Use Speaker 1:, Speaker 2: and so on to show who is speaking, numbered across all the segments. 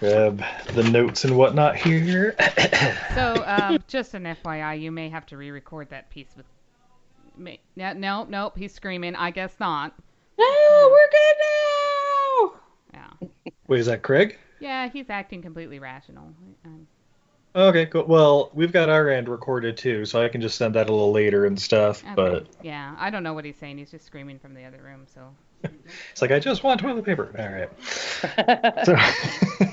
Speaker 1: grab the notes and whatnot here.
Speaker 2: So, um, just an FYI, you may have to re-record that piece with. May, no, no, nope. He's screaming. I guess not.
Speaker 3: No, Oh, we're good now.
Speaker 2: Yeah,
Speaker 1: Wait, is that Craig?
Speaker 2: yeah. He's acting completely rational. Um,
Speaker 1: Okay, cool. Well, we've got our end recorded too, so I can just send that a little later and stuff.
Speaker 2: okay.
Speaker 1: But
Speaker 2: yeah, I don't know what he's saying. He's just screaming from the other room. So
Speaker 1: it's like I just want toilet paper. All right. So,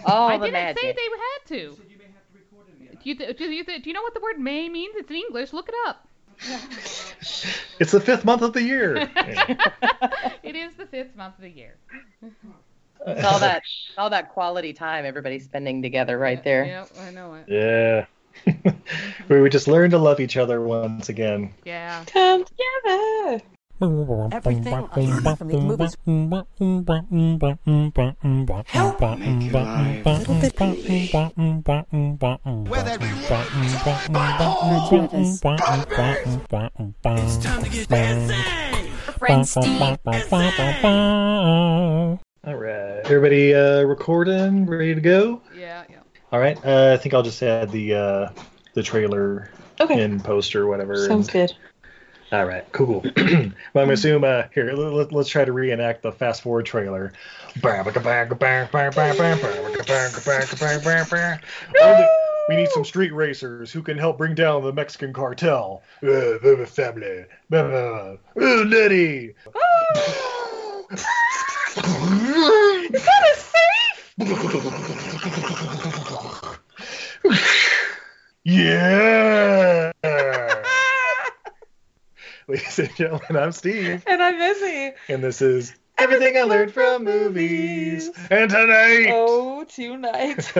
Speaker 3: All
Speaker 2: I
Speaker 3: the
Speaker 2: didn't
Speaker 3: magic.
Speaker 2: say they had to. Do you, th- do, you th- do you know what the word "may" means? It's in English. Look it up.
Speaker 1: it's the fifth month of the year. Yeah.
Speaker 2: It is the fifth month of the year.
Speaker 3: It's all that all that quality time everybody's spending together right there.
Speaker 2: Yep, I know it.
Speaker 1: Yeah. we would just learn to love each other once again.
Speaker 2: Yeah.
Speaker 3: Come together.
Speaker 4: Everything I learned from these movies.
Speaker 5: Help make it live.
Speaker 4: Little bit believe.
Speaker 5: It's time to get dancing!
Speaker 1: All right. Everybody uh, recording, ready to go?
Speaker 2: Yeah. Yeah.
Speaker 1: All right. Uh, I think I'll just add the uh, the trailer
Speaker 3: Okay.
Speaker 1: in poster, whatever.
Speaker 3: Sounds
Speaker 1: and-
Speaker 3: good. Mm-hmm.
Speaker 1: All right, cool. well, I'm gonna assume uh, here. Let, us try to reenact the fast forward trailer. We need some street racers who can help bring down the Mexican cartel. Uh, family. Uh, Letty.
Speaker 3: Is Oh! that a safe?
Speaker 1: Yeah. Ladies and gentlemen, I'm Steve.
Speaker 3: And I'm busy.
Speaker 1: And this is Everything I Learned from Movies. And tonight,
Speaker 3: Oh, tonight.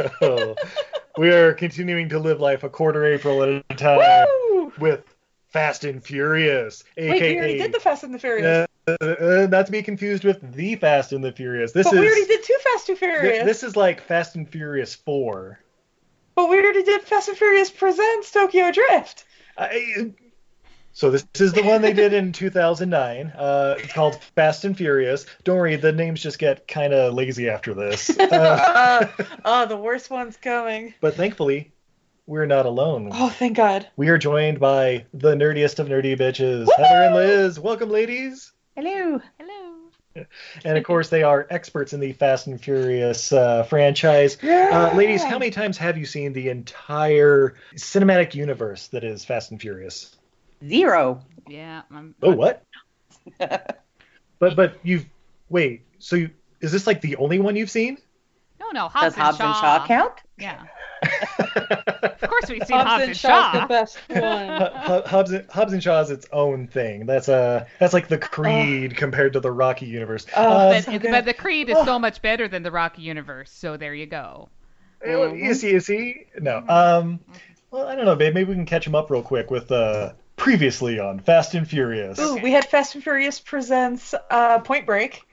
Speaker 1: we are continuing to live life a quarter April at a time
Speaker 3: Woo!
Speaker 1: with Fast and Furious, aka.
Speaker 3: Wait, we already did the Fast and the Furious.
Speaker 1: Uh, uh, uh, not to be confused with The Fast and the Furious. This
Speaker 3: but
Speaker 1: is
Speaker 3: we already did two Fast and
Speaker 1: thi-
Speaker 3: Furious.
Speaker 1: this is like Fast and Furious 4.
Speaker 3: But we already did Fast and Furious presents Tokyo Drift.
Speaker 1: I, so this, this is the one they did in 2009. Uh, it's called Fast and Furious. Don't worry, the names just get kind of lazy after this. Uh,
Speaker 3: Uh, oh, the worst one's coming.
Speaker 1: But thankfully, we're not alone.
Speaker 3: Oh, thank God.
Speaker 1: We are joined by the nerdiest of nerdy bitches, Heather and Liz. Welcome, ladies.
Speaker 3: Hello.
Speaker 2: Hello.
Speaker 1: And of course, they are experts in the Fast and Furious uh, franchise. Uh, ladies, how many times have you seen the entire cinematic universe that is Fast and Furious?
Speaker 3: Zero.
Speaker 2: Yeah. I'm,
Speaker 1: Oh, what? but but you've wait. So you, is this like the only one you've seen?
Speaker 2: No, no.
Speaker 3: Does
Speaker 2: Hobbs,
Speaker 3: Hobbs and Shaw count?
Speaker 2: Yeah. of course we've seen Hobbs
Speaker 3: Hobbs and
Speaker 2: and
Speaker 3: Shaw's the
Speaker 2: Shaw.
Speaker 3: best one.
Speaker 1: Hu- Hu- Hobbs and, Hobbs and Shaw is its own thing. That's uh, that's like the Creed compared to the Rocky universe.
Speaker 3: Oh,
Speaker 1: Uh,
Speaker 2: But,
Speaker 3: so good. Oh.
Speaker 2: but the Creed is so much better than the Rocky universe, so there you go.
Speaker 1: Well, You see, you see?
Speaker 3: Mm-hmm.
Speaker 1: No. Um, well, I don't know, babe. Maybe we can catch him up real quick with uh, previously on Fast and Furious.
Speaker 3: Ooh, we had Fast and Furious presents uh, Point Break.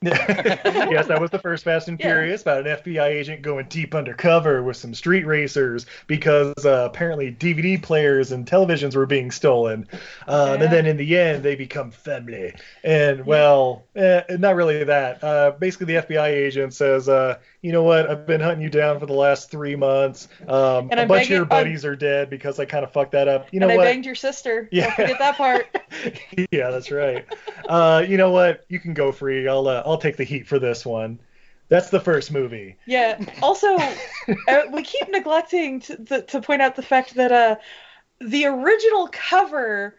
Speaker 1: yes, that was the first Fast and
Speaker 3: Yeah.
Speaker 1: Furious about an FBI agent going deep undercover with some street racers because uh, apparently DVD players and televisions were being stolen. Um,
Speaker 3: Yeah.
Speaker 1: And then in the end, they become family. And, well, eh, not really that. Uh, basically, the FBI agent says, uh, you know what? I've been hunting you down for the last three months. Um,
Speaker 3: And
Speaker 1: a
Speaker 3: I'm
Speaker 1: bunch of your
Speaker 3: begging- I'm-
Speaker 1: buddies are dead because I kind of fucked that up. You know
Speaker 3: and
Speaker 1: what?
Speaker 3: I banged your sister.
Speaker 1: Yeah.
Speaker 3: Don't forget that part.
Speaker 1: yeah, that's right. Uh, you know what? You can go free. I'll uh, I'll take the heat for this one. That's the first movie.
Speaker 3: Yeah. Also, uh, we keep neglecting to, the, to point out the fact that uh, the original cover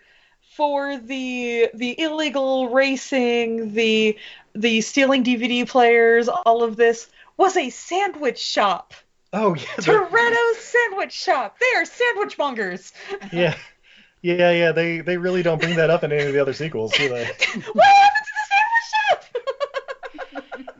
Speaker 3: for the the illegal racing, the the stealing DVD players, all of this was a sandwich shop.
Speaker 1: Oh yeah, the-
Speaker 3: Toretto's sandwich shop. They are sandwich mongers.
Speaker 1: yeah, yeah, yeah. They they really don't bring that up in any of the other sequels, do they?
Speaker 3: What happened to the sandwich shop?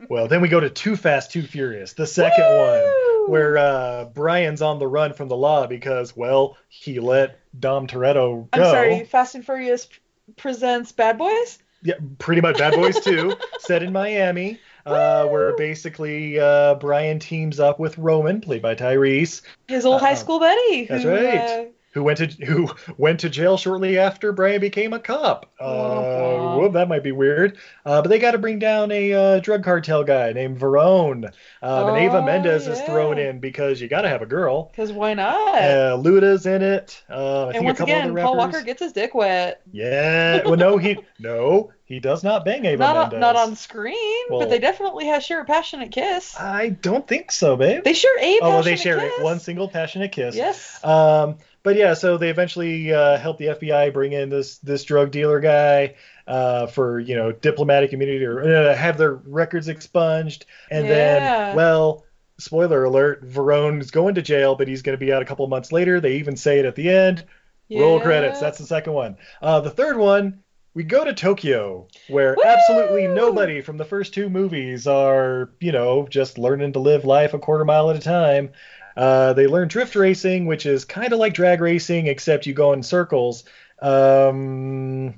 Speaker 1: Well, then we go to Too Fast, Too Furious, the second
Speaker 3: Woo!
Speaker 1: one, where uh, Brian's on the run from the law because well he let Dom Toretto go.
Speaker 3: I'm sorry, Fast and Furious presents Bad Boys?
Speaker 1: Yeah, pretty much Bad Boys 2, set in Miami, uh, where basically uh, Brian teams up with Roman, played by Tyrese.
Speaker 3: His old
Speaker 1: Uh-oh.
Speaker 3: high school buddy.
Speaker 1: That's
Speaker 3: who,
Speaker 1: right.
Speaker 3: uh,
Speaker 1: who went to who went to jail shortly after Brian became a cop. Uh,
Speaker 3: Oh.
Speaker 1: whoop, that might be weird. Uh, but they got to bring down a uh, drug cartel guy named Verone, um, and Ava
Speaker 3: Oh,
Speaker 1: Mendez is
Speaker 3: yeah.
Speaker 1: thrown in because you got to have a girl.
Speaker 3: Because why not?
Speaker 1: Uh, Luda's in it. Uh, I
Speaker 3: and
Speaker 1: think a
Speaker 3: once
Speaker 1: couple
Speaker 3: again,
Speaker 1: other
Speaker 3: Paul
Speaker 1: rappers.
Speaker 3: Walker gets his dick wet.
Speaker 1: Yeah. Well, no, he no, he does not bang Ava
Speaker 3: Not
Speaker 1: Mendez.
Speaker 3: on, not on screen,
Speaker 1: Well-
Speaker 3: but they definitely have share a passionate kiss.
Speaker 1: I don't think so, babe.
Speaker 3: They share a passionate
Speaker 1: Ah. oh, well, they share
Speaker 3: kiss.
Speaker 1: it. One single passionate kiss.
Speaker 3: Yes.
Speaker 1: Um, but yeah, so they eventually uh, help the FBI bring in this this drug dealer guy uh, for you know diplomatic immunity or uh, have their records expunged, and
Speaker 3: Yeah.
Speaker 1: then well. Spoiler alert, Verone is going to jail, but he's going to be out a couple months later. They even say it at the end. Roll
Speaker 3: Yeah.
Speaker 1: credits. That's the second one. Uh, the third one, we go to Tokyo, where absolutely
Speaker 3: Woo!
Speaker 1: nobody from the first two movies are, you know, just learning to live life a quarter mile at a time. Uh, they learn drift racing, which is kind of like drag racing, except you go in circles. Um,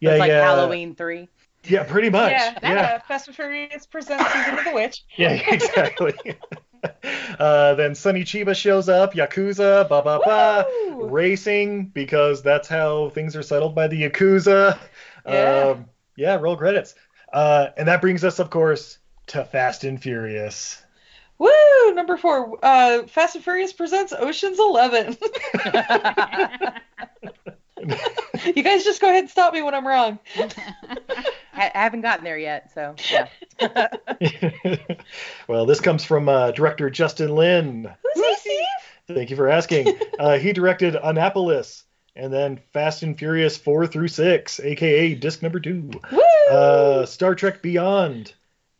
Speaker 1: yeah,
Speaker 6: it's like
Speaker 1: yeah,
Speaker 6: Halloween three.
Speaker 1: yeah, pretty much.
Speaker 3: Yeah,
Speaker 1: yeah.
Speaker 3: uh, Fast and Furious presents Season of the Witch.
Speaker 1: Yeah, exactly. uh, then Sonny Chiba shows up, Yakuza, ba ba ba,
Speaker 3: Woo!
Speaker 1: racing, because that's how things are settled by the Yakuza.
Speaker 3: Yeah.
Speaker 1: Um, yeah, roll credits. Uh, and that brings us, of course, to Fast and Furious.
Speaker 3: Woo! Number four, uh, Fast and Furious presents Ocean's Eleven. you guys just go ahead and stop me when I'm wrong.
Speaker 6: I, I haven't gotten there yet, so yeah.
Speaker 1: well, this comes from uh, director Justin Lin.
Speaker 3: Who's he, Steve?
Speaker 1: Thank you for asking. uh, he directed Annapolis and then Fast and Furious 4 through 6, aka disc number 2.
Speaker 3: Woo!
Speaker 1: uh, Star Trek Beyond,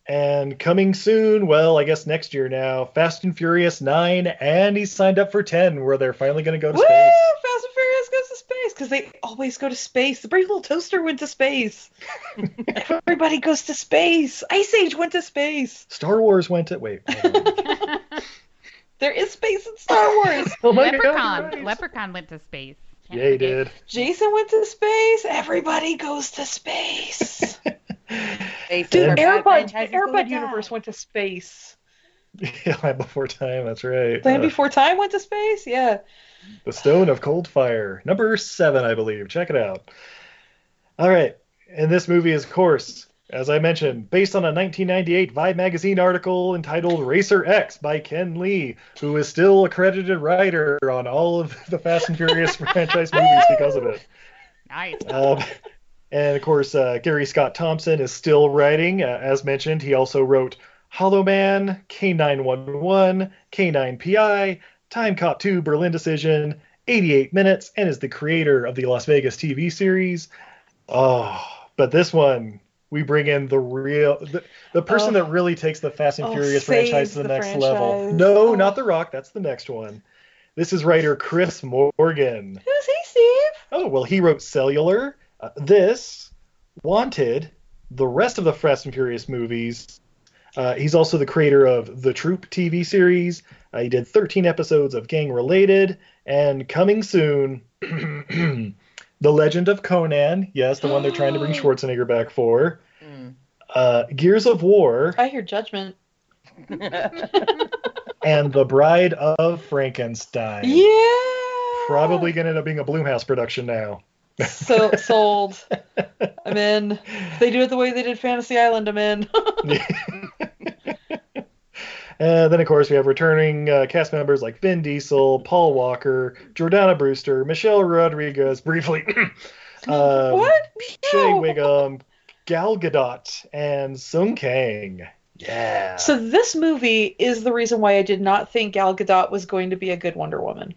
Speaker 1: and coming soon. Well, I guess next year now. Fast and Furious Nine, and he's signed up for ten, where they're finally going to go to
Speaker 3: Woo!
Speaker 1: space.
Speaker 3: Fast and Furious goes to space because they always go to space. The Brave Little Toaster went to space. Everybody goes to space. Ice Age went to space.
Speaker 1: Star Wars went to wait. hold on.
Speaker 3: There is space in Star Wars.
Speaker 1: Oh my God, you're
Speaker 2: Leprechaun.
Speaker 1: right.
Speaker 2: Leprechaun went to space. Can't
Speaker 1: Yeah, he
Speaker 2: forget.
Speaker 1: did.
Speaker 3: Jason went to space. Everybody goes to space.
Speaker 6: They said our
Speaker 3: Dude,
Speaker 6: bad
Speaker 3: Airbud,
Speaker 6: franchise is gonna
Speaker 3: Airbud
Speaker 6: die.
Speaker 3: Universe went to space.
Speaker 1: Yeah, Land Before Time. That's right.
Speaker 3: Land
Speaker 1: Uh,
Speaker 3: Before Time went to space? Yeah.
Speaker 1: the Stone of Cold Fire, number seven, I believe. Check it out. All right, and this movie is, of course, as I mentioned, based on a 1998 Vibe magazine article entitled "Racer X" by Ken Lee, who is still a credited writer on all of the Fast and Furious franchise movies because of it.
Speaker 2: Nice.
Speaker 1: Um, and of course, uh, Gary Scott Thompson is still writing. Uh, as mentioned, he also wrote Hollow Man, K911, K9PI, Time Cop 2 Berlin Decision, 88 Minutes, and is the creator of the Las Vegas TV series. Oh, but this one, we bring in the real, the, the person
Speaker 3: Oh.
Speaker 1: that really takes the Fast and
Speaker 3: Oh,
Speaker 1: Furious
Speaker 3: saves
Speaker 1: franchise to the,
Speaker 3: the
Speaker 1: next
Speaker 3: franchise.
Speaker 1: level. No,
Speaker 3: Oh.
Speaker 1: not The Rock. That's the next one. This is writer Chris Morgan.
Speaker 3: Who's he, Steve?
Speaker 1: Oh, well, he wrote Cellular, uh, this, Wanted, the rest of the Fast and Furious movies. Uh, he's also the creator of the Troop TV series. Uh, he did 13 episodes of Gang Related, and coming soon, The Legend of Conan. Yes, the one they're trying to bring Schwarzenegger back for.
Speaker 6: Mm.
Speaker 1: Uh, Gears of War
Speaker 3: I hear Judgment.
Speaker 1: and The Bride of Frankenstein.
Speaker 3: Yeah.
Speaker 1: Probably going to end up being a Bloomhouse production now.
Speaker 3: so sold. I'm in. If they do it the way they did Fantasy Island, I'm in.
Speaker 1: Uh, then, of course, we have returning uh, cast members like Vin Diesel, Paul Walker, Jordana Brewster, Michelle Rodriguez, briefly, um,
Speaker 3: what?
Speaker 1: Shay
Speaker 3: No.
Speaker 1: Wiggum, Gal Gadot, and Sung Kang. Yeah.
Speaker 3: So this movie is the reason why I did not think Gal Gadot was going to be a good Wonder Woman.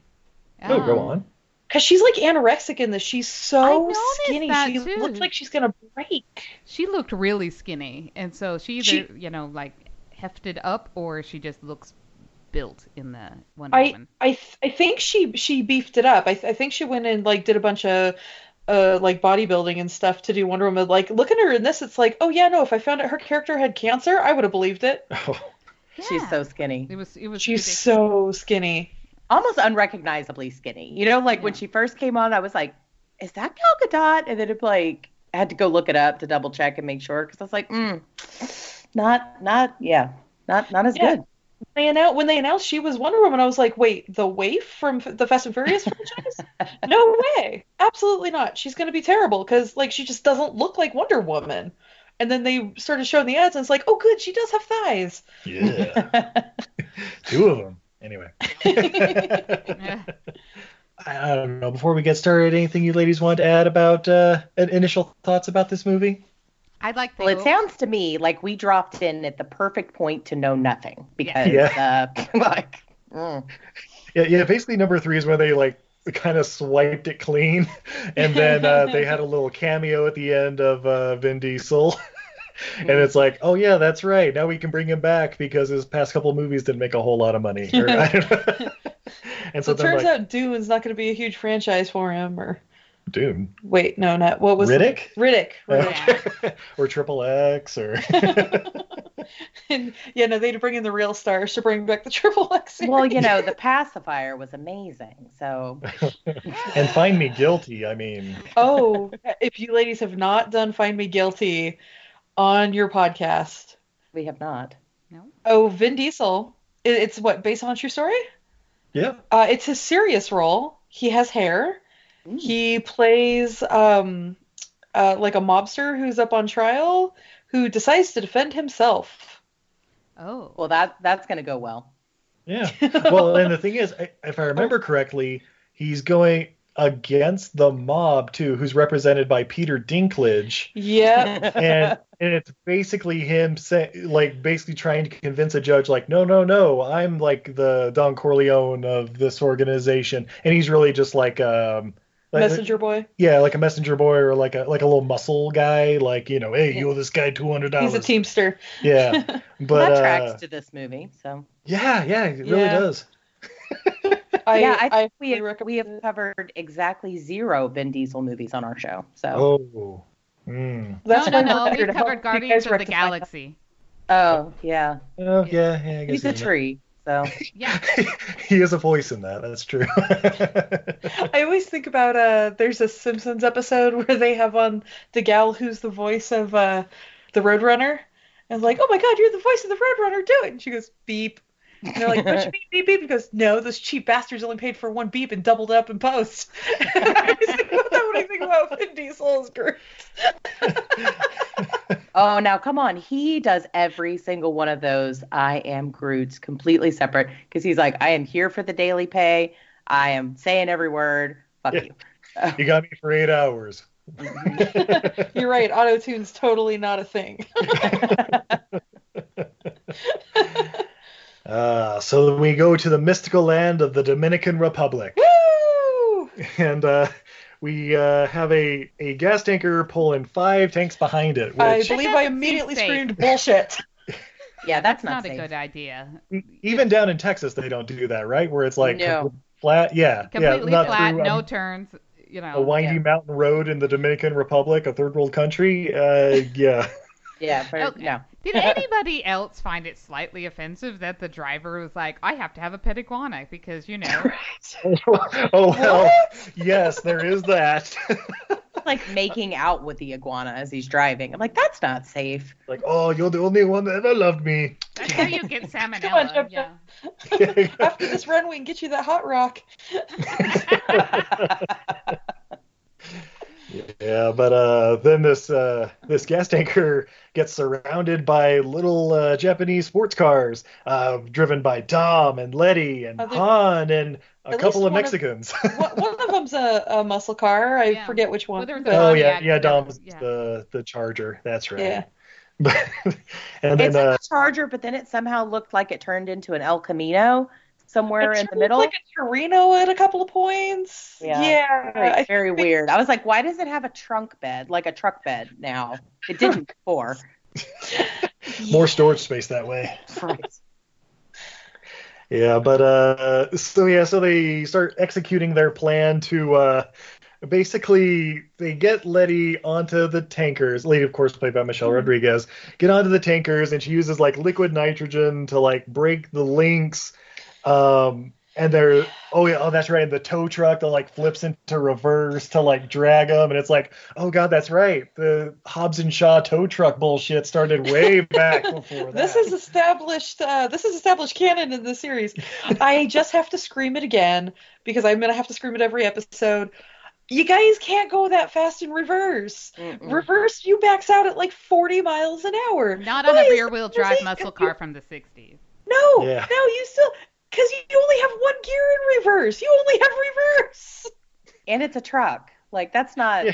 Speaker 1: oh, go
Speaker 2: Oh.
Speaker 3: um,
Speaker 1: on.
Speaker 3: Because she's like anorexic in this. She's so
Speaker 2: I noticed
Speaker 3: skinny.
Speaker 2: that
Speaker 3: She
Speaker 2: too.
Speaker 3: looks like she's gonna break.
Speaker 2: She looked really skinny, and so she either
Speaker 3: She-
Speaker 2: you know like hefted up or she just looks built in the Wonder
Speaker 3: I
Speaker 2: Woman.
Speaker 3: I th- I think she she beefed it up. I, th- I think she went and like did a bunch of uh like bodybuilding and stuff to do Wonder Woman. Like looking at her in this, it's like, oh yeah, no. If I found out her character had cancer, I would have believed it.
Speaker 6: She's
Speaker 2: Yeah.
Speaker 6: so skinny,
Speaker 2: It was it was.
Speaker 3: She's
Speaker 2: ridiculous.
Speaker 3: so skinny.
Speaker 6: almost unrecognizably skinny. You know, like when
Speaker 2: Yeah.
Speaker 6: she first came on, I was like, "Is that Gal Gadot?" And then it like I had to go look it up to double check and make sure because I was like, mm, "Not, not, yeah, not, not as
Speaker 3: Yeah.
Speaker 6: good."
Speaker 3: they announced when they announced she was Wonder Woman, I was like, wait, the waif from F- the Fast and Furious franchise? No way, absolutely not. She's gonna be terrible because like she just doesn't look like Wonder Woman. And then they started showing the ads, and it's like, oh, good, she does have thighs.
Speaker 1: Yeah. Two of them. Anyway. I
Speaker 2: Eh,
Speaker 1: I don't know. Before we get started, anything you ladies want to add about uh, in- initial thoughts about this movie?
Speaker 2: I'd like to.
Speaker 6: Well, it sounds to me like we dropped in at the perfect point to know nothing because, uh, like, mm.
Speaker 1: Yeah, yeah. Basically, number three is where they like kind of swiped it clean, and then uh, they had a little cameo at the end of uh, Vin Diesel, and
Speaker 3: Mm.
Speaker 1: it's like, oh yeah, that's right. Now we can bring him back because his past couple movies didn't make a whole lot of money. Or, I don't know. and so
Speaker 3: So it turns
Speaker 1: like,
Speaker 3: out Dune's not going to be a huge franchise for him. Or
Speaker 1: Doom,
Speaker 3: wait, no, not what was
Speaker 1: Riddick, Oh.
Speaker 3: Riddick. Riddick.
Speaker 1: Okay. or Triple X, or
Speaker 3: And, yeah, no, they'd bring in the real stars to bring back the triple X.
Speaker 6: well, you know, the pacifier was amazing. So,
Speaker 1: and Find Me Guilty. I mean,
Speaker 3: oh, if you ladies have not done Find Me Guilty on your podcast,
Speaker 6: we have not.
Speaker 3: oh, Vin Diesel, it- it's what based on a true story.
Speaker 1: yeah.
Speaker 3: Uh, it's his serious role. He has hair.
Speaker 6: Mm.
Speaker 3: He plays um, uh, like a mobster who's up on trial who decides to defend himself.
Speaker 2: Oh.
Speaker 6: Well, that that's going to go well.
Speaker 1: Yeah. Well, and the thing is, I- if I
Speaker 3: Oh.
Speaker 1: remember correctly, he's going against the mob too, who's represented by Peter Dinklage,
Speaker 3: Yep.
Speaker 1: and and it's basically him say, like basically trying to convince a judge, like, no, no, no, I'm like the Don Corleone of this organization, and he's really just like um. like-
Speaker 3: Messenger boy.
Speaker 1: yeah, like a messenger boy or like a like a little muscle guy, like you know, hey, you owe this guy two hundred dollars.
Speaker 3: He's a teamster.
Speaker 1: Yeah, but
Speaker 6: Well, that
Speaker 1: uh,
Speaker 6: tracks to this movie. So,
Speaker 1: yeah, yeah, it really
Speaker 3: Yeah.
Speaker 1: does.
Speaker 3: I,
Speaker 6: yeah, I, think we
Speaker 3: highly
Speaker 6: have, we have
Speaker 3: recommend
Speaker 6: covered exactly zero Vin Diesel movies on our show. So,
Speaker 1: Oh, mm.
Speaker 3: it. That's
Speaker 2: no,
Speaker 3: why
Speaker 2: no,
Speaker 3: we're
Speaker 2: no.
Speaker 3: here
Speaker 2: We've
Speaker 3: to
Speaker 2: covered
Speaker 3: help you
Speaker 2: Guardians
Speaker 3: guys
Speaker 2: of the
Speaker 3: rectify that.
Speaker 2: Galaxy.
Speaker 6: oh yeah,
Speaker 1: Oh yeah, yeah. I guess
Speaker 6: he's a tree. So,
Speaker 2: Yeah.
Speaker 1: he is a voice in that. That's true.
Speaker 3: I always think about uh there's a Simpsons episode where they have on the gal who's the voice of uh the Roadrunner. And like, oh my god, you're the voice of the Roadrunner, do it. And she goes, beep. And they're like, which beep, beep, beep? And goes, no, those cheap bastards only paid for one beep and doubled up in post. I always think about that when I think about Vin Diesel's group.
Speaker 6: Oh, now come on. He does every single one of those I am Groot's completely separate because he's like, I am here for the daily pay. I am saying every word. Fuck
Speaker 1: Yeah.
Speaker 6: you.
Speaker 1: you got me for eight hours.
Speaker 3: You're right, auto tune's totally not a thing.
Speaker 1: Uh, so we go to the mystical land of the Dominican Republic,
Speaker 3: Woo!
Speaker 1: and uh, we uh, have a a gas tanker pulling five tanks behind it,
Speaker 3: I
Speaker 1: which
Speaker 3: believe I immediately
Speaker 2: safe.
Speaker 3: screamed bullshit.
Speaker 6: Yeah,
Speaker 2: It's
Speaker 6: that's,
Speaker 2: not,
Speaker 6: not,
Speaker 2: a
Speaker 6: safe.
Speaker 2: good idea.
Speaker 1: e-, even down in Texas they don't do that, right? Where it's like
Speaker 6: No.
Speaker 1: complete flat, yeah,
Speaker 2: Completely
Speaker 1: yeah, not
Speaker 2: flat,
Speaker 3: um,
Speaker 1: through um, a-
Speaker 2: no turns. You know.
Speaker 1: a windy
Speaker 6: yeah.
Speaker 1: mountain road in the Dominican Republic, a third world country. Uh, yeah.
Speaker 6: Yeah, but
Speaker 2: Okay.
Speaker 6: no.
Speaker 2: Did anybody else find it slightly offensive that the driver was like, I have to have a pet iguana because, you know,
Speaker 1: oh well, yes, there is that.
Speaker 6: It's like making out with the iguana as he's driving. I'm like, that's not safe.
Speaker 1: like, oh, you're the only one that ever loved me.
Speaker 2: that's how you get salmonella.
Speaker 3: Come on, Jeff.
Speaker 2: yeah.
Speaker 3: After this run, we can get you that hot rock.
Speaker 1: yeah, but uh, then this uh, this gas tanker gets surrounded by little uh, Japanese sports cars, uh, driven by Tom and Letty and
Speaker 3: Are they-
Speaker 1: Han and a
Speaker 3: At
Speaker 1: couple
Speaker 3: least
Speaker 1: of
Speaker 3: one of- Oh,
Speaker 1: Mexicans.
Speaker 3: one, one of them's a, a muscle car. I
Speaker 2: Yeah.
Speaker 3: forget which one.
Speaker 2: Well, there's
Speaker 3: but-
Speaker 2: a-
Speaker 1: oh
Speaker 2: Pontiac,
Speaker 1: yeah, yeah,
Speaker 2: that
Speaker 1: Dom's
Speaker 2: was- yeah.
Speaker 1: the the charger. That's right.
Speaker 3: Yeah.
Speaker 1: and
Speaker 6: It's
Speaker 1: then uh,
Speaker 6: like a charger, but then it somehow looked like it turned into an El Camino somewhere
Speaker 3: It
Speaker 6: in
Speaker 3: sure
Speaker 6: the middle.
Speaker 3: looked like a Torino at a couple of points.
Speaker 6: Yeah.
Speaker 3: Yeah.
Speaker 6: very,
Speaker 3: I-
Speaker 6: very weird. I was like, why does it have a trunk bed, like a truck bed now? It didn't before.
Speaker 1: more storage space that way.
Speaker 6: Right.
Speaker 1: Yeah, but uh, so yeah, so they start executing their plan to uh, basically they get Letty onto the tankers. Letty, of course, played by
Speaker 3: Hmm.
Speaker 1: Michelle Rodriguez, get onto the tankers, and she uses like liquid nitrogen to like break the links. Um, and they're oh yeah oh that's right and the tow truck that like flips into reverse to like drag them and it's like oh god that's right the Hobbs and Shaw tow truck bullshit started way back before that.
Speaker 3: This is established. Uh, this is established canon in the series. I just have to scream it again because I'm gonna have to scream it every episode. You guys can't go that fast in reverse.
Speaker 6: Mm.
Speaker 3: Reverse, you backs out at like 40 miles an hour.
Speaker 2: Not on a
Speaker 3: Why is
Speaker 2: rear wheel drive
Speaker 3: Jersey-
Speaker 2: muscle car from the 60s.
Speaker 3: No,
Speaker 1: Yeah.
Speaker 3: no, you still because you only have one gear in reverse. You only have reverse.
Speaker 6: and it's a truck. Like that's not